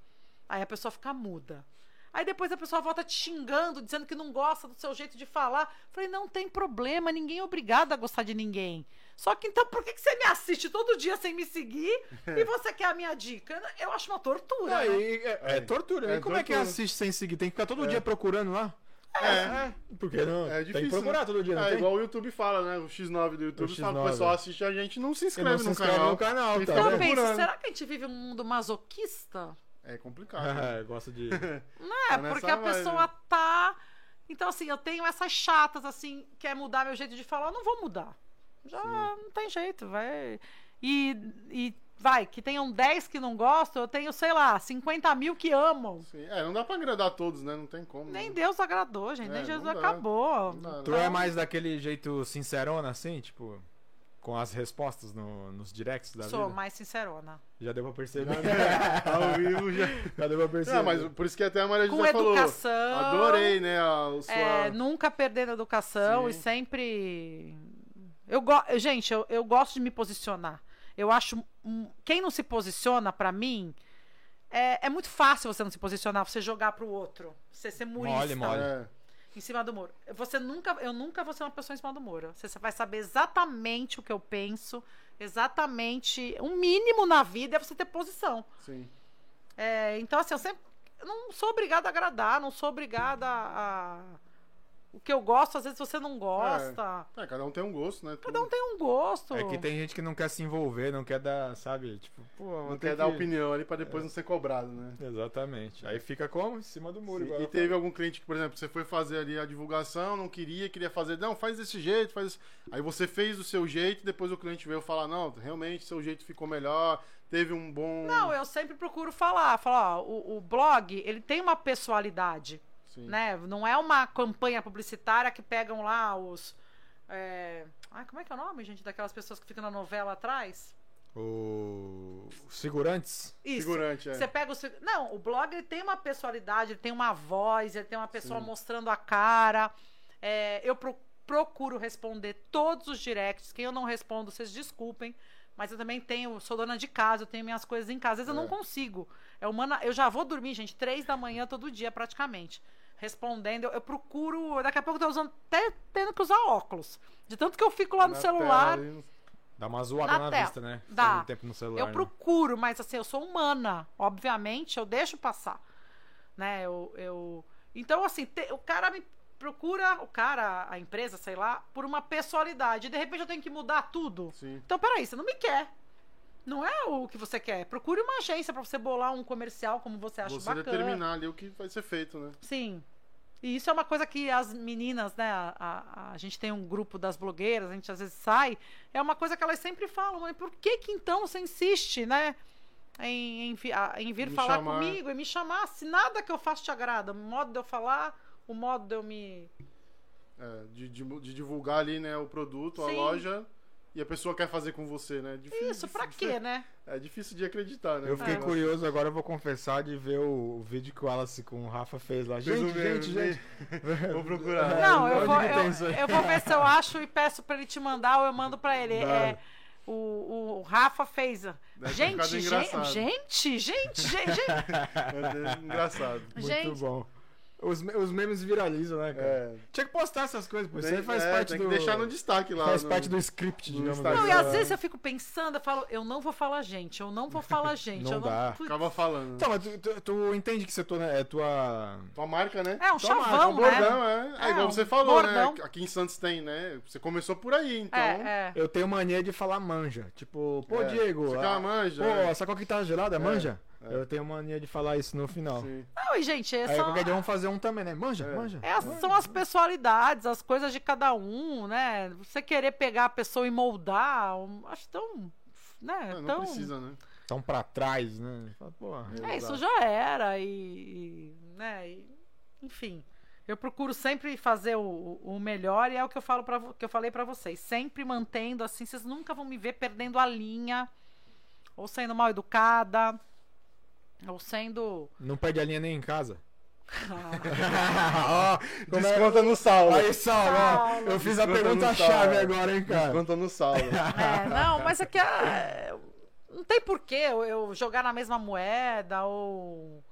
Aí a pessoa fica muda. Aí depois a pessoa volta te xingando, dizendo que não gosta do seu jeito de falar. Eu Falei, não tem problema, ninguém é obrigado a gostar de ninguém. Só que então por que que você me assiste todo dia sem me seguir e você quer a minha dica? Eu acho uma tortura. né? Aí, é, é tortura. É e como é que tortura. assiste sem seguir? Tem que ficar todo dia procurando lá? É. Porque não. É Tem difícil. que procurar né? todo dia, não É tem? igual o YouTube fala, né? O X9 do YouTube O fala pro X9. pessoal assiste a gente e não se Porque inscreve, não se no, inscreve canal. no canal, E tá fica Então vendo? eu penso, procurando. será que a gente vive um mundo masoquista? É complicado. É, gosto de. É, Tá nessa porque a vibe. pessoa tá. Então, assim, eu tenho essas chatas, assim, quer mudar meu jeito de falar, eu não vou mudar. Já não tem jeito, vai. E, e vai, que tenham 10 que não gostam, eu tenho, sei lá, 50 mil que amam. Sim. É, não dá pra agradar todos, né? Não tem como. Nem né? Deus agradou, gente, É, nem não Jesus dá. acabou. Não dá, né? Tu é mais daquele jeito sincerona, assim, tipo, com as respostas no- nos directs da Sou vida? mais sincerona. Já deu pra perceber. Ao vivo já. Já deu pra perceber. Não, mas por isso que até a Maria Com José falou. educação. Adorei, né? A, o sua... É, nunca perdendo a educação e Sim. sempre. Eu go... Gente, eu, eu gosto de me posicionar. Eu acho. um- Quem não se posiciona, pra mim, é, é muito fácil você não se posicionar, você jogar pro outro. Você ser murista Mole, mole. É. em cima do muro. Você nunca, eu nunca vou ser uma pessoa em cima do muro. Você vai saber exatamente o que eu penso, exatamente. Um mínimo na vida é você ter posição. Sim. É, então, assim, eu sempre eu não sou obrigada a agradar, não sou obrigada a, o que eu gosto, às vezes você não gosta. É, cada um tem um gosto, né? Cada um tem um gosto. É que tem gente que não quer se envolver, não quer dar, sabe? Tipo, pô, vou um Não ter quer dar que- opinião ali pra depois não ser cobrado, né? Exatamente. Aí fica como? Em cima do muro. Sim, igual E eu teve algum cliente que, por exemplo, você foi fazer ali a divulgação, não queria, queria fazer, não, faz desse jeito, faz. Aí você fez do seu jeito, depois o cliente veio falar, não, realmente seu jeito ficou melhor, teve um bom. Não, eu sempre procuro falar. Falar, ó, o, o blog, ele tem uma pessoalidade, Sim. né? Não é uma campanha publicitária que pegam lá os... é, Ai, como é que é o nome, gente? Daquelas pessoas que ficam na novela atrás? falo. O... Os Segurantes? Isso. Figurante, é. Você pega o. seu- Não, o blog ele tem uma pessoalidade, ele tem uma voz, ele tem uma pessoa Sim. mostrando a cara. É, eu pro- procuro responder todos os directs. Quem eu não respondo, vocês desculpem. Mas eu também tenho, sou dona de casa, eu tenho minhas coisas em casa. Às vezes eu É. não consigo. É humana, eu já vou dormir, gente, três da manhã todo dia, praticamente. Respondendo, eu, eu procuro. Daqui a pouco eu tô usando, até tendo que usar óculos. De tanto que eu fico lá no Na celular. tela ali, Dá uma zoada na, Na tela. vista, né? Dá. Fica muito tempo no celular. Eu né? procuro, mas assim, eu sou humana. Obviamente, eu deixo passar. Né? Eu, eu... Então, assim, te- o cara me procura, o cara, a empresa, sei lá, por uma pessoalidade. De repente eu tenho que mudar tudo. Sim. Então, peraí, você não me quer. Não é o que você quer. Procure uma agência pra você bolar um comercial como você acha Você bacana. determinar ali o que vai ser feito, né? Sim. E isso é uma coisa que as meninas, né? A, a- a gente tem um grupo das blogueiras, a gente às vezes sai. É uma coisa que elas sempre falam, mas por que que então você insiste, né? Em, em vi- a- em vir Me falar chamar. comigo, em me chamar, se nada que eu faço te agrada, o modo de eu falar, o modo de eu me. É, de, de, de divulgar ali, né, o produto, a Sim. loja. E a pessoa quer fazer com você, né? Difí- Isso, pra difí- quê, né? É difícil de acreditar, né? Eu fiquei É. curioso, agora eu vou confessar de ver o, o vídeo que o Wallace com o Rafa fez lá. Fez um Gente, meme, gente, gente. Vou procurar. É, Não, onde eu vou, que tem isso eu, aí? eu vou ver se eu acho e peço pra ele te mandar ou eu mando pra ele. Dá. É, o, o- o Rafa fez. ter Gente, ficado gente, engraçado. gente, gente, gente, gente. É engraçado. Muito Gente. bom. Os, me- os memes viralizam, né, cara? É. Tinha que postar essas coisas, pô. Isso aí Tem- faz é, parte tem do. que deixar no destaque lá. Faz no- parte do script, no digamos Instagram. Não, assim. e às vezes eu fico pensando, eu falo, eu não vou falar gente, eu não vou falar gente. Não eu dá. Putz. Acaba falando. Então, mas tu, tu- tu entende que você tô, né, é tua. Tua marca, né? É um Toma, chavão, é um né? Bordão, é. É, É, igual um você falou, né? bordão. Aqui em Santos tem, né? Você começou por aí, então. É, é. Eu tenho mania de falar manja. Tipo, pô, É, Diego. você quer uma ah, manja? Pô, É. essa coca que tá gelada, é manja? é. Eu tenho mania de falar isso no final. Sim. Não, e gente, é Aí só- qualquer dia vamos fazer um também, né? Manja, É. manja. é as- são as personalidades, as coisas de cada um, né? Você querer pegar a pessoa e moldar, um- acho tão. Né, É, não tão... precisa, né? Tão Então pra trás, né? Fala, Porra. É, isso Exato. já era, e. e, né, e- enfim. Eu procuro sempre fazer o, o melhor e é o que eu, falo pra, vo- que eu falei pra vocês. Sempre mantendo assim, vocês nunca vão me ver perdendo a linha, ou sendo mal educada, ou sendo. Não perde a linha nem em casa. Ah, Ó, como é- Desconta no saldo. Aí, Saulo, ó, Saulo. eu fiz a Desconta no pergunta-chave Saulo. agora, hein, cara. Desconta no saldo. é, não, mas é que. ah, não tem porquê eu, eu jogar na mesma moeda ou.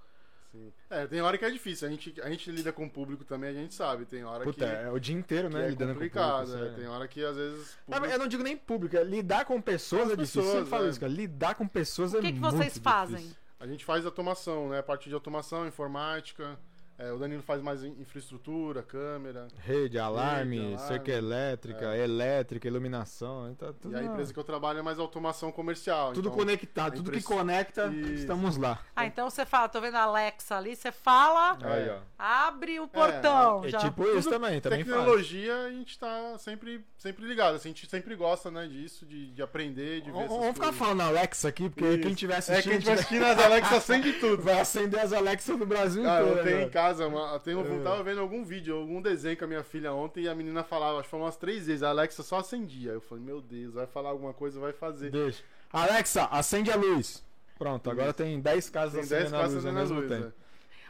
Sim. É, tem hora que é difícil. A gente, a gente lida com o público também, a gente sabe. Tem hora Puta, que, é o dia inteiro, que né? é lidando complicado. com o público, é. assim, Tem né? hora que às vezes. Na verdade, Eu não digo nem público, é lidar com pessoas Com é difícil. Eu sempre pessoas, falo é. isso, cara. Lidar com pessoas é O que, que muito vocês fazem? difícil. A gente faz automação, né? A partir de automação, informática. É, o Danilo faz mais in- infraestrutura, câmera. Rede, alarme, alarme, É. cerca elétrica, elétrica, iluminação. Tá tudo e a na- empresa que eu trabalho é mais automação comercial. Tudo então, conectado, a tudo que impressão- conecta, Isso. estamos lá. Ah, então você fala, tô vendo a Alexa ali, você fala, é, Aí, ó. abre o portão. É Então já. tipo isso também, também faz. tecnologia, a gente tá sempre, sempre ligado. assim, a gente sempre gosta, né, disso, de, de aprender, de ver Vamos essas vamos ficar coisas. falando Alexa aqui, porque Isso. quem tiver assistindo É, quem tiver tiver- assistindo as Alexa acende tudo. vai acender as Alexa do Brasil Cara, inteiro. eu tenho né? em casa, uma, eu, tenho, É. eu tava vendo algum vídeo, algum desenho com a minha filha ontem e a menina falava, acho que falou umas três vezes, a Alexa só acendia. Eu falei, meu Deus, vai falar alguma coisa, vai fazer. Deixa. Alexa, acende a luz. Pronto, agora tem 10 casas Tem 10 acendendo a luz casas ao na mesmo luz. tempo. né?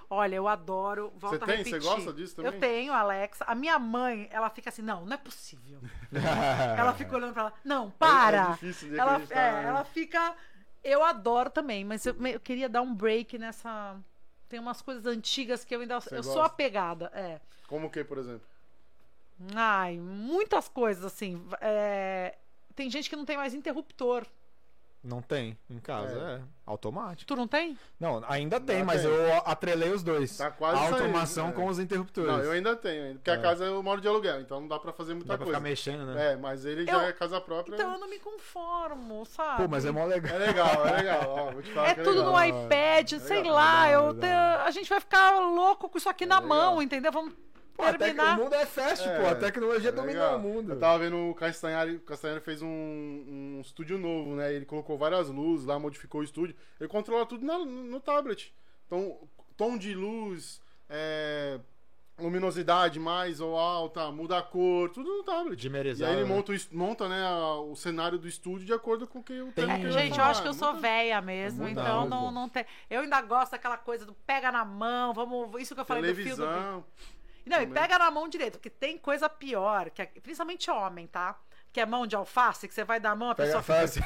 Olha, eu adoro. Volto Você a tem? Você repetir. gosta disso também? Eu tenho, Alexa. A minha mãe, ela fica assim, não, não é possível. ela fica olhando pra ela, não, Ah. É, é para. difícil de ela, acreditar, é, né? ela fica. Eu adoro também, mas eu, eu queria dar um break nessa. Tem umas coisas antigas que eu ainda. Você eu sou gosta? apegada, é. Como que, por exemplo? Ai, muitas coisas, assim. é, Tem gente que não tem mais interruptor. Não tem em casa, é, automático. Tu não tem? Não, ainda tem, Ainda mas tem. eu atrelei os dois. Tá quase a saindo, automação é. com os interruptores. Não, eu ainda tenho, ainda, porque É. a casa eu moro de aluguel, então não dá pra fazer muita Dá pra coisa. ficar mexendo, né? É, mas ele já Eu- é casa própria. Então eu não me conformo, sabe? Pô, mas é mó legal. É legal, é legal. Ó, vou te falar É que tudo legal. né? É no iPad, sei legal, É lá, legal, eu te- legal. a gente vai ficar louco com isso aqui na legal. mão, entendeu? Vamos Pô, a tec... terminar. O mundo é fast, É, pô. A tecnologia é domina legal. o mundo. Eu tava vendo o Castanhari, o Castanhari fez um, um estúdio novo, né? Ele colocou várias luzes lá, modificou o estúdio. Ele controla tudo na- no tablet. Então, tom de luz, é, luminosidade mais ou alta, muda a cor, tudo no tablet. E Dimerizado. aí ele né? monta, o est- monta né, a- o cenário do estúdio de acordo com o que o Tem- tema que ele vai É, Gente, eu falar. acho que eu sou Muda- velha mesmo, Muda então algo. não, não tem. Eu ainda gosto daquela coisa do pega na mão, vamos. Isso que eu falei do fio do. Televisão. Não, e também. pega na mão direito, porque tem coisa pior, que é- principalmente homem, tá? Que é mão de alface, que você vai dar a mão, a Pega pessoa a face.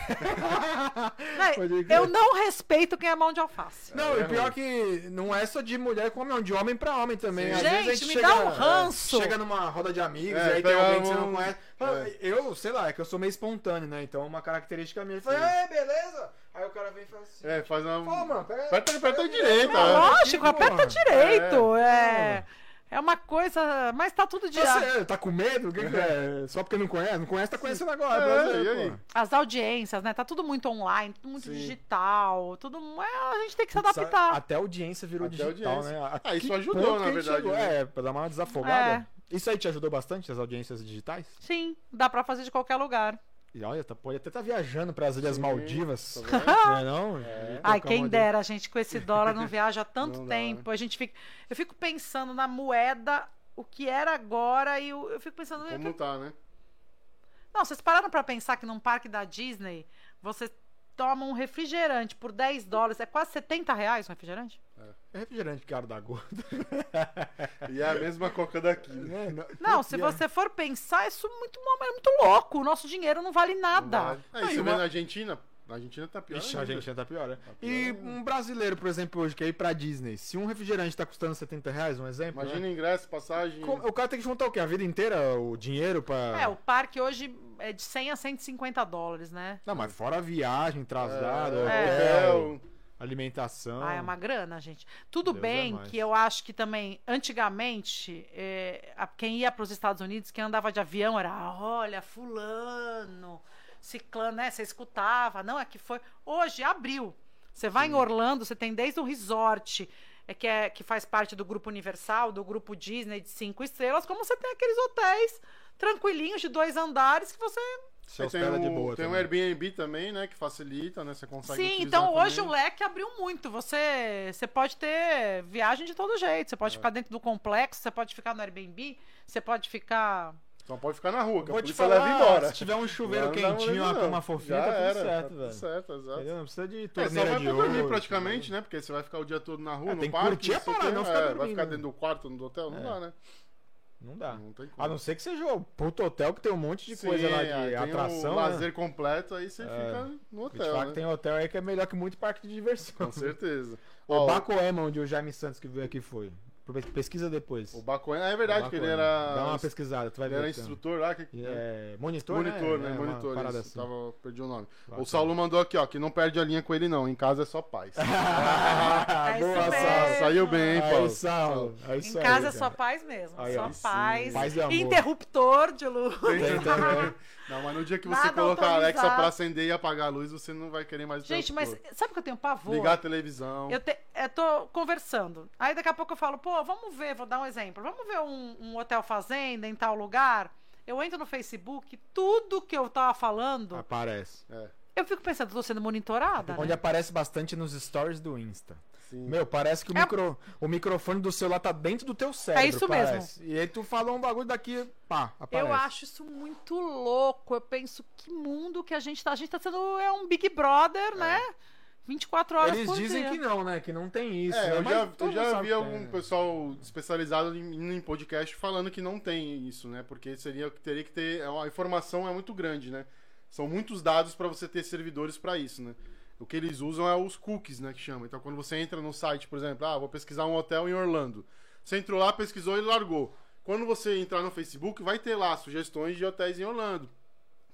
Não, Pode crer. eu não respeito quem é mão de alface. Não, É, e pior ruim. que não é só de mulher com homem, não, de homem pra homem também. Sim. Às Gente, vezes a gente me chega, dá um ranço. é, Chega numa roda de amigos, É, e aí tem pega alguém que você um- não conhece. Fala, Eu, sei lá, é que eu sou meio espontâneo, né? Então é uma característica minha. Fala, ei, beleza? Aí o cara vem e fala assim. É, faz uma. Fala, mano, pega. Aperta, aperta a pega- direita. É Não, é. lógico, que aperta porra. direito. É. É, é uma coisa. Mas tá tudo de. Você tá com medo? O que que é? Só porque não conhece? Não conhece, tá conhecendo agora. É, brasileiro, e aí? pô. As audiências, né? Tá tudo muito online, tudo muito Sim. digital. Tudo. é, a gente tem que se Putz, adaptar. Até a audiência virou Até a digital, audiência. né? A- Ah, isso que ajudou, ponto na que a gente verdade, chegou? né? É, pra dar uma desafogada. É. Isso aí te ajudou bastante, as audiências digitais? Sim, dá pra fazer de qualquer lugar. E olha, tá, pode até tá viajando pras Ilhas Sim, Maldivas. Não tá vendo? é não? É. Ai, Tocar quem uma dera, gente, com esse dólar não viaja há tanto Não dá, né? tempo. A gente fica. Eu fico pensando na moeda, o que era agora, e eu, eu fico pensando. Como tá, né? Não, vocês pararam pra pensar que num parque da Disney, você toma um refrigerante por 10 dólares, é quase 70 reais um refrigerante? É refrigerante caro da gota. E é a mesma coca daqui. né? né? Não, se você for pensar, isso é muito, mo- é muito louco. O nosso dinheiro não vale nada. Não vale. Né? Aí, Aí, você uma- vê na Argentina? Na Argentina tá pior. Ixi, a ainda. gente tá pior, né? pior E ainda. um brasileiro, por exemplo, hoje, que é ir pra Disney, se um refrigerante tá custando 70 reais, um exemplo. né? Imagina ingresso, passagem. Como- O cara tem que juntar o quê? A vida inteira? O dinheiro pra. É, o parque hoje é de 100 a 150 dólares, né? Não, mas fora a viagem, traslado, É, hotel, hotel. alimentação. Ah, é uma grana, gente. Tudo Então, Deus é bem mais. que eu acho que também, antigamente, é, a- quem ia para os Estados Unidos, quem andava de avião era, "Ah, olha, fulano, ciclano, né? Você escutava, não, é que foi. Hoje, abriu. Você vai em Orlando, você tem desde um resort, é, que, é, que faz parte do grupo Universal, do grupo Disney de cinco estrelas, como você tem aqueles hotéis tranquilinhos de dois andares que você Se Aí tem hospeda o, de boa tem o também. Airbnb é também, né? Que facilita, né? Você consegue. Sim, utilizar então hoje também. o leque abriu muito. Você, você pode ter viagem de todo jeito. Você É. pode ficar dentro do complexo, você pode ficar no Airbnb, você pode ficar. Então pode ficar na rua, que Vou a te polícia falar, leva embora. se tiver um chuveiro Lá não dá quentinho, moleza, uma não. cama fofinha, Já tá tudo era, certo, tudo velho. certo, exato. Entendeu? Não precisa de É, só torneira vai de pra dormir ouro, praticamente, né? Porque você vai ficar o dia todo na rua, É, no tem que parque. curtir a sei o parada, quê. É, não ficar Vai dormindo. ficar dentro do quarto, no hotel? Não É. dá, né? Não dá. Não tem como. A não ser que seja o puto hotel que tem um monte de Sim, coisa lá aí de tem atração. O né? lazer completo, aí você É. fica no Vou te falar hotel, que né? tem hotel aí que é melhor que muito parque de diversão. Com certeza. Ó, O Bacoema, onde o Jaime Santos que veio aqui foi. Pesquisa depois. O Bacoen, ah, é verdade que ele era. Dá uma pesquisada, tu vai Ele ver. era então. instrutor lá. Que... E É, monitor, Monitor, né? É, uma Monitor, parada isso. assim. Tava, perdi o nome. Bacana. O Saulo mandou aqui, ó, que não perde a linha com ele, não. Em casa é só paz. Tá É isso Boa, mesmo. Saulo. Saiu bem, hein, Aí, Paulo? Saulo. É Em isso aí, casa é cara. só paz mesmo. Aí, só ó. paz. Paz e amor. Interruptor de luz. Tem também. né? Não, mas no dia que Nada você colocar a Alexa autorizado. pra acender e apagar a luz, você não vai querer mais o Gente, mas interruptor. sabe o que eu tenho pavor? Ligar a televisão. Eu, te- eu tô conversando. Aí daqui a pouco eu falo, pô, vamos ver, vou dar um exemplo. Vamos ver um, um hotel fazenda em tal lugar. Eu entro no Facebook, tudo que eu tava falando, Ah. Aparece. É, eu fico pensando, tô sendo monitorada. Onde né? aparece bastante nos stories do Insta. sim. Meu, parece que o, É- micro- o microfone do celular tá dentro do teu cérebro. É isso mesmo. parece. mesmo. E aí tu falou um bagulho daqui, pá, aparece. Eu acho isso muito louco. Eu penso que mundo que a gente tá. A gente tá sendo é um Big Brother, né? 24 horas Eles por dizem dia. que não, né? Que não tem isso. É, né? eu Mas já, todo eu já mundo sabe vi que algum tem, né? pessoal especializado em, em podcast falando que não tem isso, né? Porque seria teria que ter é uma- a informação é muito grande, né? São muitos dados para você ter servidores para isso, né? O que eles usam é os cookies, né, que chama. Então quando você entra no site, por exemplo, ah, vou pesquisar um hotel em Orlando. Você entrou lá, pesquisou e largou. Quando você entrar no Facebook, vai ter lá sugestões de hotéis em Orlando.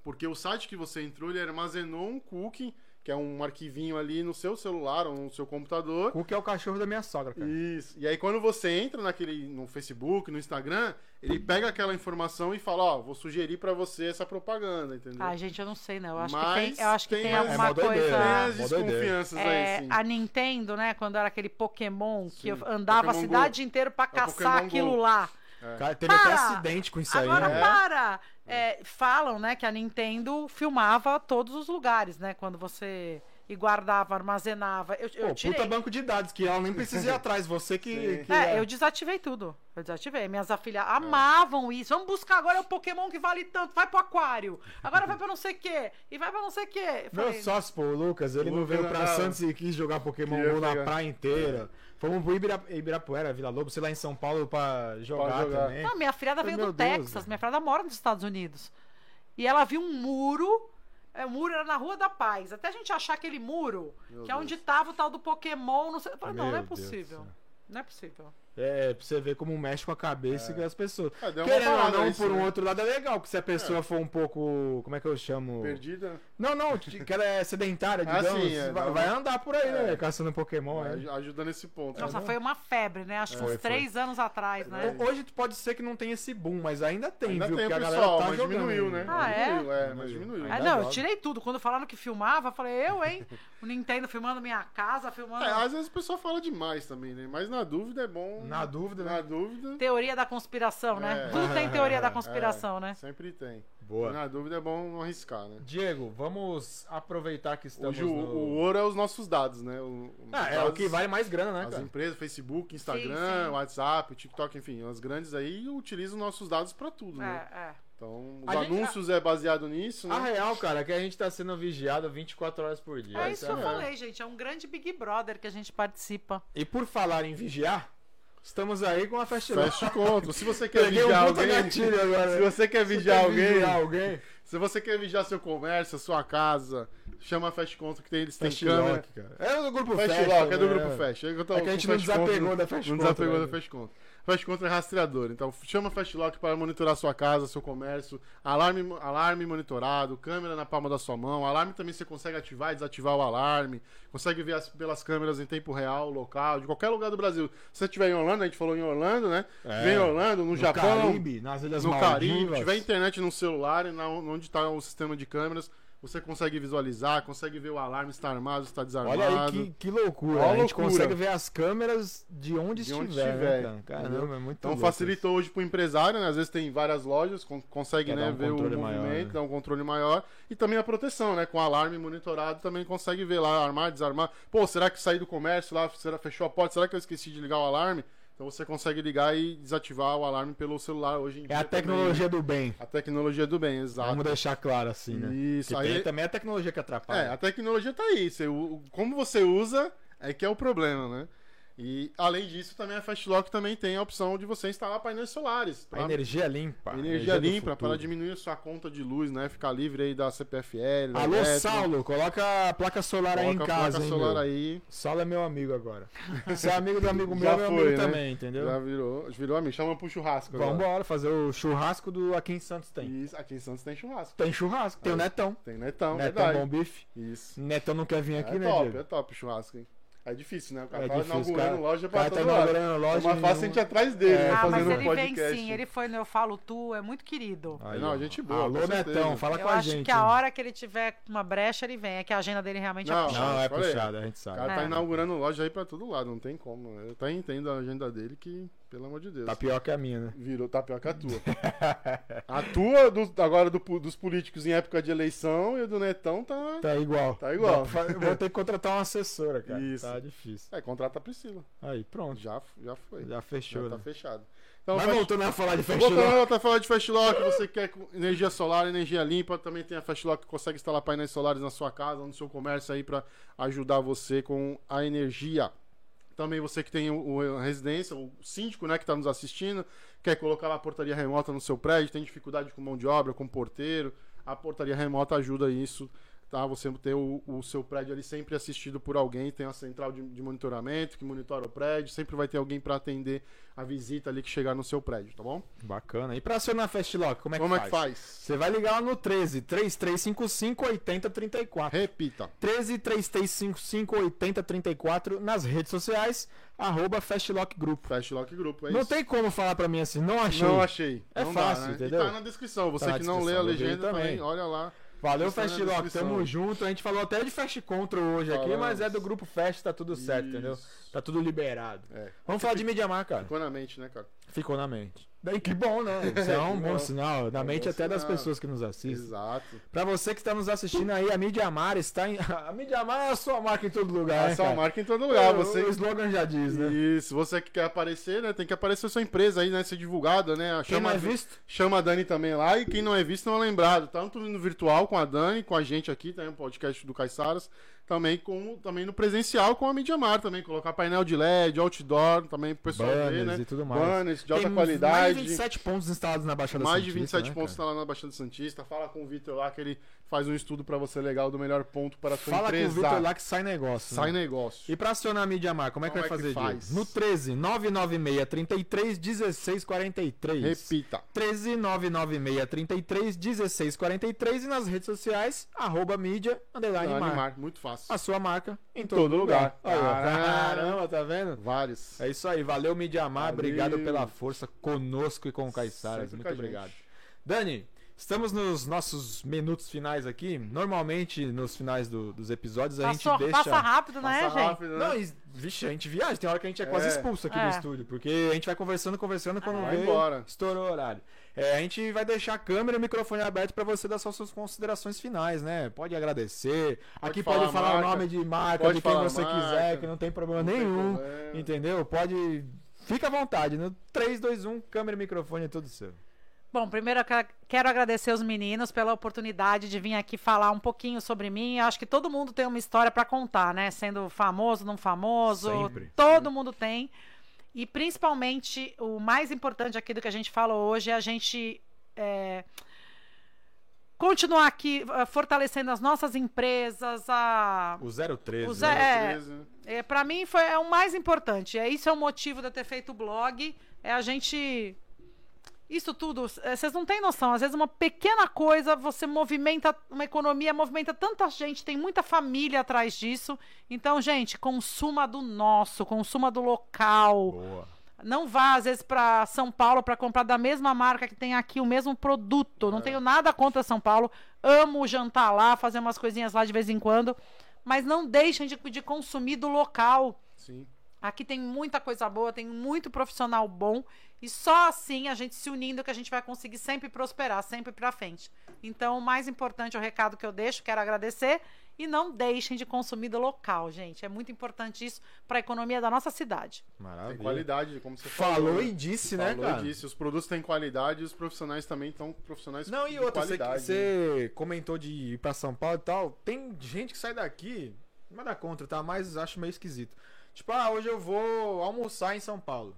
Porque o site que você entrou, ele armazenou um cookie que que é um arquivinho ali no seu celular ou no seu computador. Cook é o cachorro da minha sogra, cara. Isso. E aí quando você entra naquele no Facebook, no Instagram, ele pega aquela informação e fala, ó, vou sugerir pra você essa propaganda, entendeu? Ah, gente, eu não sei, não. Eu acho Mas que tem, eu acho que tem tem, mais- alguma É, mó coisa. doideira, Tem né? as Mó doideira. desconfianças É, aí, sim. a Nintendo, né? Quando era aquele Pokémon que Sim. eu andava Pokémon a cidade Go. É inteira pra o Pokémon caçar Go. aquilo lá. Cara, teve até Para! acidente com isso Ah! Agora aí. né? para! É, falam, né, que a Nintendo filmava todos os lugares, né? Quando você e guardava, armazenava. Eu, eu Pô, tirei. puta banco de dados, que ela nem precisa ir atrás. Você que. Sim. que É, eu desativei tudo. Eu desativei. Minhas É. afilhadas amavam isso. Vamos buscar agora é o Pokémon que vale tanto. Vai pro aquário. Agora vai pra não sei o quê. E vai pra não sei o quê. Eu Meu falei, sócio, pô, o Lucas, ele O não Lucas veio pra era- Santos e quis jogar Pokémon Queria Go na pegar. praia inteira. Fomos pro Ibira- Ibirapuera, Vila Lobo, sei lá, em São Paulo pra jogar, jogar. também. Não, minha filhada veio Meu do Deus. é." Texas. Minha filhada mora nos Estados Unidos. E ela viu um muro. é, O muro era na Rua da Paz. Até a gente achar aquele muro, Meu que é onde Deus. tava o tal do Pokémon. Não sei. Eu falei, não, não é Meu Deus do possível. céu. Não é possível. É, pra você ver como mexe com a cabeça das pessoas. É, deu uma Querendo ou parada não, isso, por um né? outro lado é legal, porque se a pessoa for um pouco. Como é que eu chamo? Perdida. Não, não, t- que ela é sedentária, Ah, digamos. sim, é, vai, não. vai andar por aí, né? É. Caçando Pokémon. né? aj- Ajuda nesse ponto. Nossa, né? foi uma febre, né? Acho que É, Foi, É. uns foi. três anos atrás, né? Ho- Hoje tu pode ser que não tenha esse boom, mas ainda tem, Ainda viu? tem o porque a galera pessoal, tá mas jogando. diminuiu, né? ainda. Ah, é? Diminuiu, é, mas diminuiu. Ah, Ainda não, eu joga. tirei tudo. Quando falaram que filmava, eu falei, eu, hein? O Nintendo filmando minha casa, filmando. É, às vezes o pessoal fala demais também, né? Mas na dúvida é bom. Na dúvida, né? Na dúvida. Teoria da conspiração, né? É. Tudo tem teoria da conspiração, né? Sempre tem. Boa. Na dúvida é bom não arriscar, né? Diego, vamos aproveitar que estamos Hoje o, no... o ouro é os nossos dados, né? O, os Ah, é dados- o que vale mais grana, né, As cara? empresas, Facebook, Instagram, Sim, sim. WhatsApp, TikTok, enfim, as grandes aí utilizam nossos dados pra tudo, né? É, é. Então, os A gente- anúncios é baseado nisso, né? A real, cara, é que a gente tá sendo vigiado 24 horas por dia. É Essa isso que eu a real. falei, gente. É um grande Big Brother que a gente participa. E por falar em vigiar, estamos aí com a festa Fecha o conto. Se você quer Peguei um vigiar puta alguém, gatilho agora. né? se você quer vigiar alguém, Vigiar alguém. se você quer vigiar seu comércio, sua casa, chama a Fast Conto que tem, eles têm Fast câmera. Lock, cara. É do grupo Fast Fast Lock, é do né? grupo Fast. É que, eu tô É que a com gente não Fast Conto, desapegou da Fast Não Conto, desapegou né? da Fast Conto. Fast Conto é rastreador. Então, chama a Fast Lock para monitorar sua casa, seu comércio, alarme, alarme monitorado, câmera na palma da sua mão. Alarme também você consegue ativar e desativar o alarme. Consegue ver as- pelas câmeras em tempo real, local, de qualquer lugar do Brasil. Se você estiver em Orlando, a gente falou em Orlando, né? É. Vem em Orlando, no, No Japão, Caribe, nas Ilhas no Caribe, Maldivas. tiver internet no celular e na, onde está o sistema de câmeras, você consegue visualizar, consegue ver o alarme se está armado, se está desarmado. Olha aí que, que loucura. né? Ó, a gente loucura. consegue ver as câmeras de onde De estiver. onde né, estiver, cara? Caramba, entendeu? é muito Então louco facilitou hoje pro empresário, né? Às vezes tem várias lojas, con- consegue Pra né, dar um ver o controle movimento, maior, né? dá um controle maior. E também a proteção, né? Com alarme monitorado, também consegue ver lá, armar, desarmar. Pô, será que saí do comércio lá? Será fechou a porta? Será que eu esqueci de ligar o alarme? Então você consegue ligar e desativar o alarme pelo celular hoje em isso. É a dia. também, né? tecnologia do bem. A tecnologia do bem, exato. Vamos deixar claro assim, né? Isso, Porque aí- tem também a tecnologia que É, atrapalha. a tecnologia tá aí. Você, u- como você usa é que é o problema, né? E além disso, também a Fastlock também tem a opção de você instalar painéis solares. tá? a energia limpa. a Energia do limpa futuro. para diminuir a sua conta de luz, né? Ficar livre aí da CPFL. da Alô, elétrica. Saulo, coloca a placa solar aí em É, Coloca a casa, placa hein, solar meu? aí. Saulo é meu amigo agora. Se é amigo do amigo meu, Já é meu foi, amigo né? também, entendeu? Já virou, virou a mim. Chama pro churrasco. agora. Vambora, fazer o churrasco do aqui em Santos tem. Isso, aqui em Santos tem churrasco. Tem churrasco, tem o Netão. Tem netão, Netão verdade. bom bife. Isso. Netão não quer vir aqui, é né, top, é Diego? top o churrasco, hein? É difícil, né? O cara É tá difícil, inaugurando cara. loja O pra cara tá todo lado. inaugurando loja É mais e fácil a não- gente ir atrás dele, É, né? ah, mas Fazendo ele um podcast. vem sim. Ele foi no Eu Falo Tu, é muito querido. Aí, Não, ó. gente boa, Alô, com certeza. Netão, Ah, fala Eu com a acho gente. que é a hora que ele tiver uma brecha, ele vem. É que a agenda dele realmente é Não, puxada. Não, é Falei. puxado, a gente O sabe. cara tá É. inaugurando loja aí pra todo lado, não tem como. Eu até entendo a agenda dele que, pelo amor de Deus. Tá pior que a minha, né? Virou tapioca a tua. a tua do- agora do po- dos políticos em época de eleição e o do Netão tá. Tá igual. Tá igual. Vou, vou ter que contratar uma assessora, cara. Isso. Tá difícil. É, contrata a Priscila. Aí, pronto. Já, já foi. Já fechou, Já tá né? fechado. Então, Mas faz- voltando a falar de fechou. Voltando lá, tá falando de Fastlock, você quer com energia solar, energia limpa, também tem a Fastlock que consegue instalar painéis solares na sua casa, no seu comércio aí pra ajudar você com a energia. Também você que tem o, o- a residência, o síndico, né, que tá nos assistindo, quer colocar lá a portaria remota no seu prédio, tem dificuldade com mão de obra, com porteiro, a portaria remota ajuda isso tá? Você ter o, o seu prédio ali sempre assistido por alguém, tem a central de, de monitoramento que monitora o prédio, sempre vai ter alguém para atender a visita ali que chegar no seu prédio, tá bom? Bacana. E pra acionar a Fastlock, como é que Como é faz? que faz? Você vai ligar lá no 13 3355 8034. Repita. 13 3355 8034 nas redes sociais, arroba Fastlock Grupo. Fastlock Grupo, é Não isso. tem como falar pra mim assim, não achei. Não achei. É não fácil, dá, né? entendeu? E tá na descrição. Você Tá na que não lê descrição, a eu vi legenda também, também. olha lá. Valeu, Está tá na Fastlock, descrição. tamo junto. A gente falou até de Fast Control hoje aqui, Falamos. mas é do grupo Fast, tá tudo certo, Isso. entendeu? Tá tudo liberado. É. Vamos falar de Midiamar, cara. Ficou na mente, né, cara? Ficou na mente. Daí que bom, né? Isso é um Que bom bom. sinal. Na um mente bom até das sinal. pessoas que nos assistem. Exato. Pra você que está nos assistindo aí, a Midiamar está em. A Midiamar é a sua marca em todo lugar. Essa né, é sua cara? marca em todo lugar. O- Você O slogan já diz, né? Isso, você que quer aparecer, né? Tem que aparecer a sua empresa aí, né? Ser divulgada, né? Quem é Chama, mais visto? chama a Dani também lá e quem não é visto não é lembrado. Tanto no virtual com a Dani, com a gente aqui, tem o podcast do Caiçaras, também, com, também no presencial com a Midiamar também. Colocar painel de LED, outdoor também pro pessoal ver, Banners né? e tudo mais. Banners de alta Tem Mais qualidade. de 27 pontos instalados na Baixada Mais de Santista, 27 né, pontos cara? tá lá na Baixada Santista. Fala com o Vitor lá que ele faz um estudo pra você legal do melhor ponto para a sua Fala empresa. com o Vitor lá que sai negócio. Sai né? negócio. E pra acionar a Midiamar, como é que Como vai é fazer, que faz? Diego? No 13 996 33 16 43. Repita. 13 996 33 16 43 e nas redes sociais, arroba mídia, underline Animar. mar. Muito fácil. A sua marca em todo, todo lugar. lugar. Aí, ó. Caramba. Caramba, tá vendo? Vários. É isso aí, valeu Midiamar, Valeu. obrigado pela força conosco e com o Caiçaras, Sempre muito com a gente. obrigado. Dani, estamos nos nossos minutos finais aqui, normalmente nos finais do- dos episódios a Passou- gente deixa... Passa rápido, não Passa é, gente? rápido, né? Não, e, vixe, a gente viaja, tem hora que a gente é, quase É. expulso aqui É. do estúdio, porque a gente vai conversando, conversando, quando Vai vê, embora. estourou o horário. É, a gente vai deixar a câmera e o microfone aberto pra você dar só suas considerações finais, né? Pode agradecer, aqui falar pode a falar o marca, nome de marca, pode de quem falar a você marca, quiser, que não tem é, problema não tem nenhum, problema. entendeu? Pode... Fica à vontade, no 3, 2, 1, câmera e microfone é tudo seu. Bom, primeiro eu quero- quero agradecer os meninos pela oportunidade de vir aqui falar um pouquinho sobre mim. Eu acho que todo mundo tem uma história para contar, né? Sendo famoso, não famoso, Sempre. todo mundo tem. E principalmente o mais importante aqui do que a gente falou hoje é a gente é, continuar aqui eh, fortalecendo as nossas empresas, a O 013, O Zé- né? É. Beleza. é, para mim foi é o mais importante. É isso é o motivo de eu ter feito o blog. É a gente isso tudo, é, vocês não têm noção. Às vezes uma pequena coisa você movimenta uma economia, movimenta tanta gente, tem muita família atrás disso. Então, gente, consuma do nosso, consuma do local. Boa. Não vá às vezes para São Paulo para comprar da mesma marca que tem aqui o mesmo produto. Não tenho nada contra São Paulo. Amo jantar lá, fazer umas coisinhas lá de vez em quando. Mas não deixem de, de consumir do local. Sim. Aqui tem muita coisa boa, tem muito profissional bom. E só assim a gente se unindo que a gente vai conseguir sempre prosperar, sempre pra frente. Então, o mais importante, o recado que eu deixo, quero agradecer. E não deixem de consumir do local, gente. É muito importante isso para a economia da nossa cidade. Tem Maravilha. qualidade, como você Falou falou e disse, né, Falou cara? disso. Os produtos têm qualidade e os profissionais também estão profissionais Não, e de outra, você, qualidade. né? você comentou de ir pra São Paulo e tal. Tem gente que sai daqui, não é da contra, tá? Mas acho meio esquisito. Tipo, ah, hoje eu vou almoçar em São Paulo.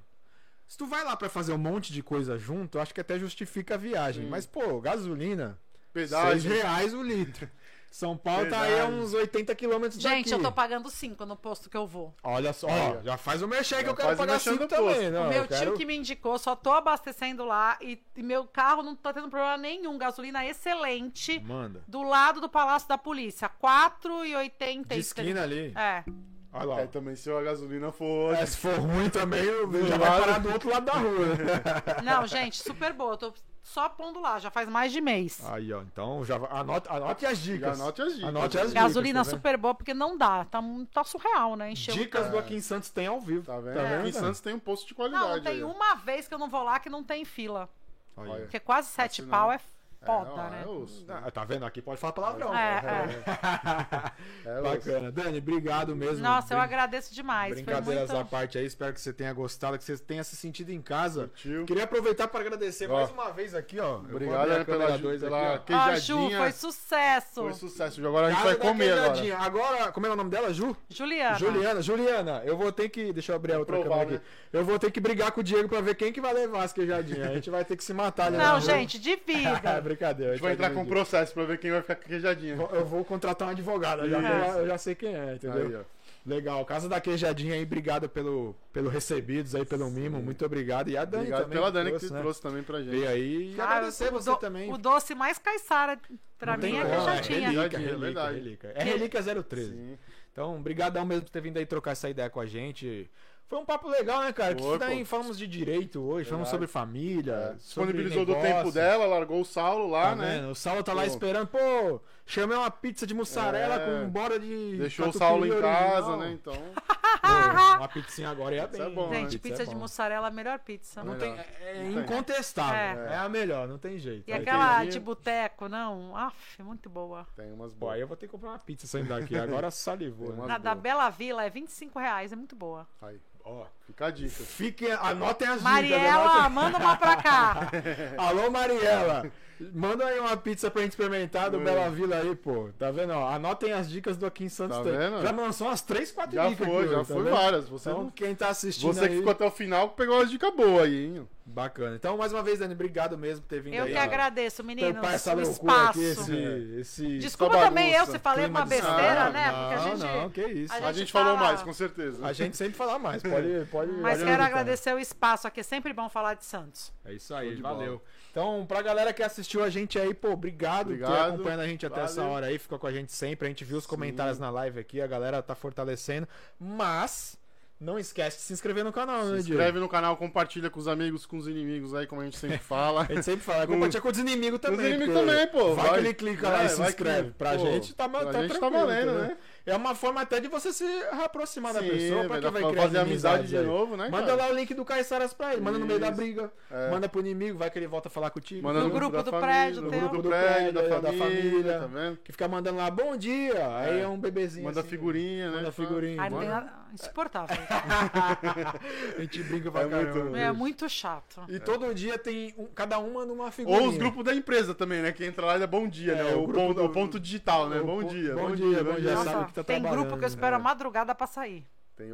Se tu vai lá pra fazer um monte de coisa junto, eu acho que até justifica a viagem. Sim. Mas, pô, gasolina, seis Pedágio. reais o litro. São Paulo tá aí a Verdade. uns 80 quilômetros daqui. Gente, eu tô pagando cinco no posto que eu vou. Olha só, Olha. já faz o merchan que Já eu quero faz o pagar merchan 5 do posto. também. Não, o meu eu quero... tio que me indicou, só tô abastecendo lá e, e meu carro não tá tendo problema nenhum. Gasolina excelente Manda. do lado do Palácio da Polícia. De 4,83. esquina ali. É. Olha lá. É, também se a gasolina for. É, se for ruim também, eu Do já vai lado. parar do outro lado da rua. né? Não, gente, super boa. Eu tô só pondo lá, já faz mais de mês. Aí, ó. Então, já vai- anote, anote as Já dicas. anote as dicas. Anote as dicas. Gasolina tá vendo? super boa, porque não dá. Tá, mu- tá surreal, né? Encheu. Dicas do Aqui em Santos tem ao vivo. Tá vendo? Tá vendo, Aqui em cara? Santos tem um posto de qualidade. Não, tem aí. uma vez que eu não vou lá que não tem fila. Aí, Porque quase Assim sete não. pau é É, foda, não, né? É osso, né? ó. Tá vendo? Aqui pode falar palavrão. É, é. É osso. Bacana. Dani, obrigado mesmo. Nossa, eu Brin- agradeço demais. Foi Brincadeiras à muito. parte aí, espero que você tenha gostado, que você tenha se sentido em casa. Curtiu. Queria aproveitar para agradecer Ó. mais uma vez aqui, ó. Eu vou Obrigado abrir a né, câmera pela, dois pela aqui, ó. Ah, queijadinha. Ju, foi sucesso. Foi sucesso. Agora a gente Casa vai da comer agora. Queijadinha. Agora, como é o nome dela, Ju? Juliana. Juliana, Juliana, eu vou ter que. Deixa eu abrir a outra Provar, câmera aqui. né? Eu vou ter que brigar com o Diego pra ver quem que vai levar as queijadinhas. A gente vai ter que se matar ali. É, Não, gente, brincadeira. divida. A gente vai entrar com um dividir. processo pra ver quem vai ficar queijadinha. Vou- Eu vou contratar um advogado, eu já, Isso. eu já- eu já sei quem é, entendeu? É. Aí, ó. Legal. Casa da Queijadinha aí, obrigado pelo, pelo recebidos aí, pelo mimo, muito obrigado. E a Dani Obrigado também. pela Dani que né? trouxe também pra gente. Veio aí. E Ah, agradecer o você do- também. O doce mais caiçara pra Não tem mim é como, que já é queijadinha. Relíquia, Verdade, é relíquia, verdade. relíquia. É relíquia 013. Sim. Então, brigadão mesmo por ter vindo aí trocar essa ideia com a gente. Foi um papo legal, né, cara? Que Foi, isso daí pô. falamos de direito hoje, falamos Verdade. É, sobre família, sobre Disponibilizou do negócio, tempo dela, largou o Saulo lá, tá né? vendo? O Saulo tá lá Pô. esperando, pô, chamei uma pizza de mussarela É. com bora de Deixou o catupiry Saulo em original. casa, né? Então. Pô, uma pizzinha agora ia bem. Isso é né? bom, né? Gente, pizza é de bom. mussarela é a melhor pizza. Não Melhor. tem, é, é Não tem. incontestável. É. É. a melhor, não tem jeito. E Aí aquela tem- de boteco, não? Aff, muito boa. Tem umas Pô, aí boas. eu vou ter que comprar uma pizza saindo daqui. Agora salivou. Tem né? umas Na da boas. Bela Vila é 25 reais, é muito boa. Aí, Ó, fica a dica. Fiquem, anotem as dicas. Mariela, anotem- manda uma pra cá. Alô, Mariela. Manda aí uma pizza pra gente experimentar do Oi. Bela Vila aí, pô. Tá vendo? Ó, anotem as dicas do Aqui em Santos. Tá também. vendo? Já lançou umas 3, 4 Já dicas. foi, aqui, já hoje, tá foi vendo? várias. Você, Então, não- quem tá assistindo você que aí, ficou até o final pegou umas dicas boas aí, hein? bacana. Então, mais uma vez, Dani, obrigado mesmo por ter vindo Eu aí. que ó, agradeço, meninos. Tampar essa O loucura aqui, espaço. esse, É. esse Desculpa essa também eu bagunça, se falei clima uma de- besteira, Não, né? Porque a não, gente. Não, que isso. a A A gente, gente gente falou fala- mais, com certeza. sempre fala mais. Pode, pode. pode Mas quero acreditar. agradecer o espaço aqui, é sempre bom falar de Santos. É isso aí, Show de valeu. Então, pra galera que assistiu a gente aí, pô, obrigado, por Obrigado, ter acompanhando a gente até essa valeu. hora aí, ficou com a gente sempre, a gente viu os comentários na live aqui, a galera tá fortalecendo, mas não esquece de se inscrever no canal, Se né, Diego? inscreve no canal, compartilha com os amigos, com os inimigos aí, como a gente sempre fala. A gente sempre fala, compartilha com os inimigos também. os inimigos porque também, pô. Vai, que ele clica lá É, e se vai que- inscreve. Pra pô, gente tá, pra tá gente tá tranquilo, valendo, entendeu? né? É uma forma até de você se aproximar da Sim, pessoa, pra vai que dar vai pra criar fazer amizade inimizades de aí. novo, né, Manda cara? lá o link do Caissaras pra ele, manda no meio da Isso. briga, É. manda pro inimigo, vai que ele volta a falar contigo. Manda No grupo da do família, prédio, no tem grupo um- do prédio, da do prédio, da família, família. tá vendo? Que fica mandando lá, bom dia. Aí É. é um bebezinho. Manda assim, figurinha, né? Manda Fala. figurinha. Ai, não tem Manda- nada. Insuportável. A gente brinca pra É muito- caramba. É muito chato. E todo dia tem. um- cada um manda uma figurinha. Ou os grupos da empresa também, né? Que entra lá e é bom dia, É, né? o O, grupo pon- do- o ponto digital, né? o Bom pon- dia, bom bom dia, dia, bom bom dia. dia. sabe Nossa, que tá tem grupo que eu trabalhando, espero a é. né? madrugada pra sair. Tem-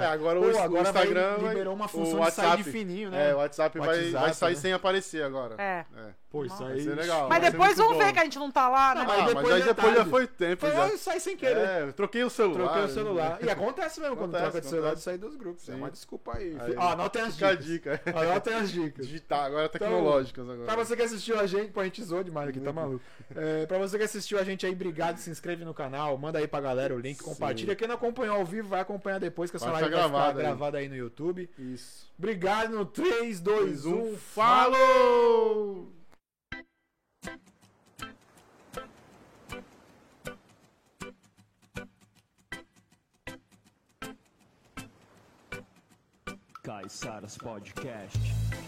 É, agora o, Pô, agora o Instagram vai- vai- liberou uma função o de WhatsApp, sair de fininho, né? É, o WhatsApp, vai- vai, WhatsApp, sair né? sem aparecer agora. É. Pô, isso Vai aí. ser legal. Mas vai ser depois muito vamos Tá bom. ver que a gente não tá lá, né? Não, Aí Ah, mas depois aí já é depois já tarde. foi tempo, Foi, já. ah, sai sem querer. É, eu troquei o celular. Troquei o celular. E acontece mesmo quando Acontece, troca de celular de acontece. sair dos grupos. É Sim. uma desculpa aí. Aí, Ó, anotem as Fica a dicas. dica. Anotem as dicas. Digital, agora tecnológicas agora. Pra você que assistiu a gente, pô, a gente zoou demais aqui, tá Uhum. maluco. É, pra você que assistiu a gente aí, obrigado, se inscreve no canal, manda aí pra galera o link, compartilha. Quem não acompanhou ao vivo, vai acompanhar depois, que essa Vai live vai ficar ficar gravada aí. gravada aí no YouTube. Isso. Obrigado um, no 3, 2, 1, fala! Falou! Caissaras Podcast.